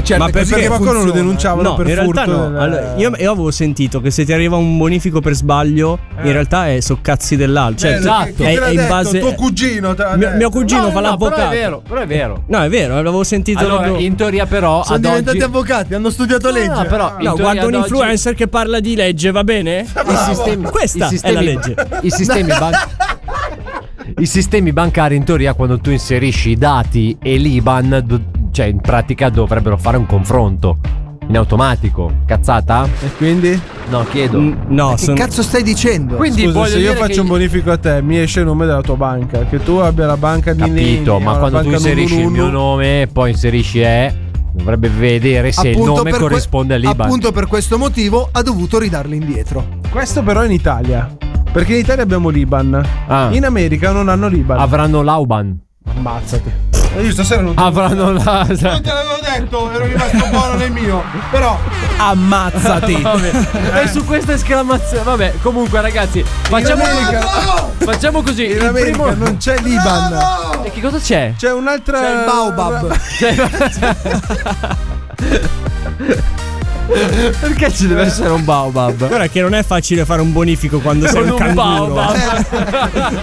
Speaker 7: Certo
Speaker 12: Ma perché
Speaker 6: perché qualcuno lo
Speaker 12: funziona?
Speaker 6: denunciavano
Speaker 12: No,
Speaker 6: per
Speaker 12: in realtà
Speaker 6: furto
Speaker 12: no.
Speaker 6: del-
Speaker 12: Allora, io, io avevo sentito che se ti arriva un bonifico per sbaglio, in realtà è so cazzi dell'altro. Cioè,
Speaker 6: Eh,
Speaker 7: Eh. esatto.
Speaker 6: chi
Speaker 12: è,
Speaker 6: te l'ha
Speaker 12: è in
Speaker 6: detto?
Speaker 12: base.
Speaker 6: tuo cugino. te l'ha
Speaker 12: mio,
Speaker 6: detto.
Speaker 12: mio cugino fa l'avvocato.
Speaker 7: Però è vero, però è vero.
Speaker 12: No, è vero, l'avevo sentito
Speaker 7: Allora,
Speaker 12: proprio.
Speaker 7: in teoria però
Speaker 4: Sono
Speaker 7: ad
Speaker 4: diventati
Speaker 7: oggi
Speaker 4: avvocati, hanno studiato legge.
Speaker 7: No, però in
Speaker 12: No,
Speaker 7: teoria
Speaker 12: guardo
Speaker 7: ad
Speaker 12: un
Speaker 7: oggi
Speaker 12: influencer che parla di legge, va bene?
Speaker 7: i sistemi-
Speaker 12: Questa
Speaker 7: i
Speaker 12: è
Speaker 7: sistemi-
Speaker 12: la legge.
Speaker 7: I sistemi ban- I sistemi bancari in teoria quando tu inserisci i dati e l'IBAN do- cioè in pratica dovrebbero fare un confronto in automatico. Cazzata?
Speaker 6: E quindi?
Speaker 7: No, chiedo.
Speaker 12: Mm, No,
Speaker 4: Che
Speaker 12: sono-
Speaker 4: cazzo stai dicendo?
Speaker 7: Quindi
Speaker 6: Scusa,
Speaker 7: voglio
Speaker 6: se io
Speaker 7: dire
Speaker 6: faccio
Speaker 7: che-
Speaker 6: un bonifico a te, mi esce il nome della tua banca. Che tu abbia la banca di Nini,
Speaker 7: Capito,
Speaker 6: o
Speaker 7: ma
Speaker 6: la
Speaker 7: quando tu
Speaker 6: banca
Speaker 7: inserisci il mio
Speaker 6: Nulululu,
Speaker 7: nome e poi inserisci E, dovrebbe vedere se il nome
Speaker 4: per que-
Speaker 7: corrisponde all'IBAN.
Speaker 4: Appunto per questo motivo ha dovuto ridarli indietro.
Speaker 6: Questo però è in Italia. Perché in Italia abbiamo l'Iban.
Speaker 7: Ah.
Speaker 6: In America non hanno l'Iban.
Speaker 7: Avranno l'Auban.
Speaker 6: Ammazzati. Io stasera non
Speaker 7: Avranno la.
Speaker 6: te l'avevo detto, ero rimasto buono nel mio. Però
Speaker 12: Ammazzati.
Speaker 7: Vabbè. E su questa esclamazione. Vabbè, comunque, ragazzi, facciamo,
Speaker 6: America-
Speaker 7: facciamo così.
Speaker 6: in
Speaker 7: Il
Speaker 6: America
Speaker 7: primo...
Speaker 6: non c'è l'Iban.
Speaker 7: E che cosa c'è? Cioè,
Speaker 6: C'è un'altra.
Speaker 4: C'è il Baobab.
Speaker 7: Perché ci deve essere un baobab?
Speaker 12: Guarda che non è facile fare un bonifico quando sei
Speaker 7: Con
Speaker 12: un
Speaker 7: un
Speaker 12: canguro.
Speaker 6: Eh.
Speaker 7: baobab.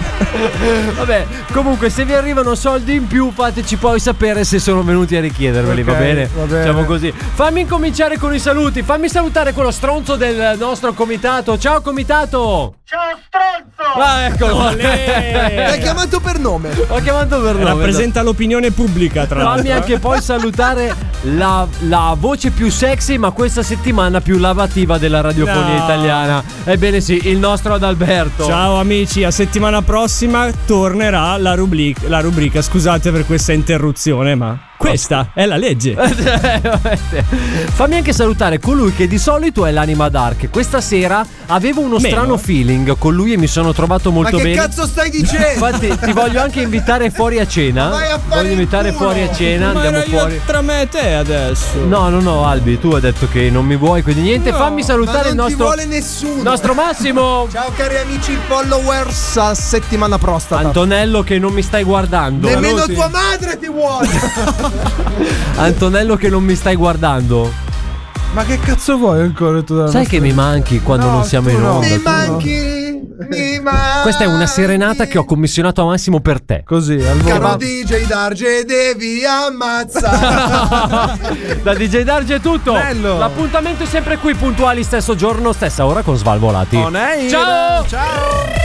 Speaker 7: Vabbè, comunque, se vi arrivano soldi in più, fateci poi sapere se sono venuti a richiederveli, va,
Speaker 6: Ok,
Speaker 7: bene?
Speaker 6: va bene.
Speaker 7: Facciamo così. Fammi cominciare con i saluti. Fammi salutare quello stronzo del nostro comitato. Ciao, comitato.
Speaker 17: Ciao stronzo!
Speaker 7: Ah, eccolo.
Speaker 12: Eh,
Speaker 7: Eh.
Speaker 4: L'ha chiamato per nome.
Speaker 7: Ho chiamato per nome.
Speaker 12: Rappresenta l'opinione pubblica, tra l'altro. eh.
Speaker 7: Fammi anche poi salutare la, la voce più sexy, ma questa settimana più lavativa della radiofonia
Speaker 12: No.
Speaker 7: italiana. Ebbene sì, il nostro Adalberto.
Speaker 12: Ciao amici, a settimana prossima tornerà la, rubric- la rubrica. Scusate per questa interruzione, ma Questa è la legge.
Speaker 7: Fammi anche salutare colui che di solito è l'anima dark. Questa sera avevo uno
Speaker 12: Meno,
Speaker 7: strano
Speaker 12: eh.
Speaker 7: feeling con lui e mi sono trovato molto
Speaker 4: Ma che
Speaker 7: bene.
Speaker 4: cazzo stai dicendo?
Speaker 7: Infatti, ti voglio anche invitare fuori a cena.
Speaker 4: Vai a fare
Speaker 7: voglio invitare fuori a cena.
Speaker 12: Ma
Speaker 7: andiamo
Speaker 12: era io
Speaker 7: fuori.
Speaker 12: tra me e te adesso.
Speaker 7: No, no, no, Albi, tu hai detto che non mi vuoi, quindi niente.
Speaker 4: No,
Speaker 7: fammi salutare
Speaker 4: ma non
Speaker 7: il
Speaker 4: Ci
Speaker 7: nostro.
Speaker 4: vuole nessuno.
Speaker 7: nostro Massimo.
Speaker 4: Ciao cari amici followers a settimana prostata.
Speaker 7: Antonello che non mi stai guardando.
Speaker 4: Nemmeno
Speaker 7: Saluti.
Speaker 4: tua madre ti vuole.
Speaker 7: Antonello che non mi stai guardando.
Speaker 4: Ma che cazzo vuoi ancora tu? dalla
Speaker 7: Sai che mi manchi quando
Speaker 4: No,
Speaker 7: non siamo
Speaker 4: tu
Speaker 7: in
Speaker 4: no.
Speaker 7: onda?
Speaker 4: Mi
Speaker 7: tu no.
Speaker 4: manchi, mi manchi.
Speaker 7: Questa è una serenata che ho commissionato a Massimo per te.
Speaker 4: Così, Caro
Speaker 7: allora.
Speaker 4: DJ Darge, devi ammazzare.
Speaker 7: Da DJ Darge è tutto.
Speaker 4: Bello.
Speaker 7: L'appuntamento è sempre qui, puntuali, stesso giorno, stessa ora con Svalvolati. Ciao!
Speaker 4: Ciao!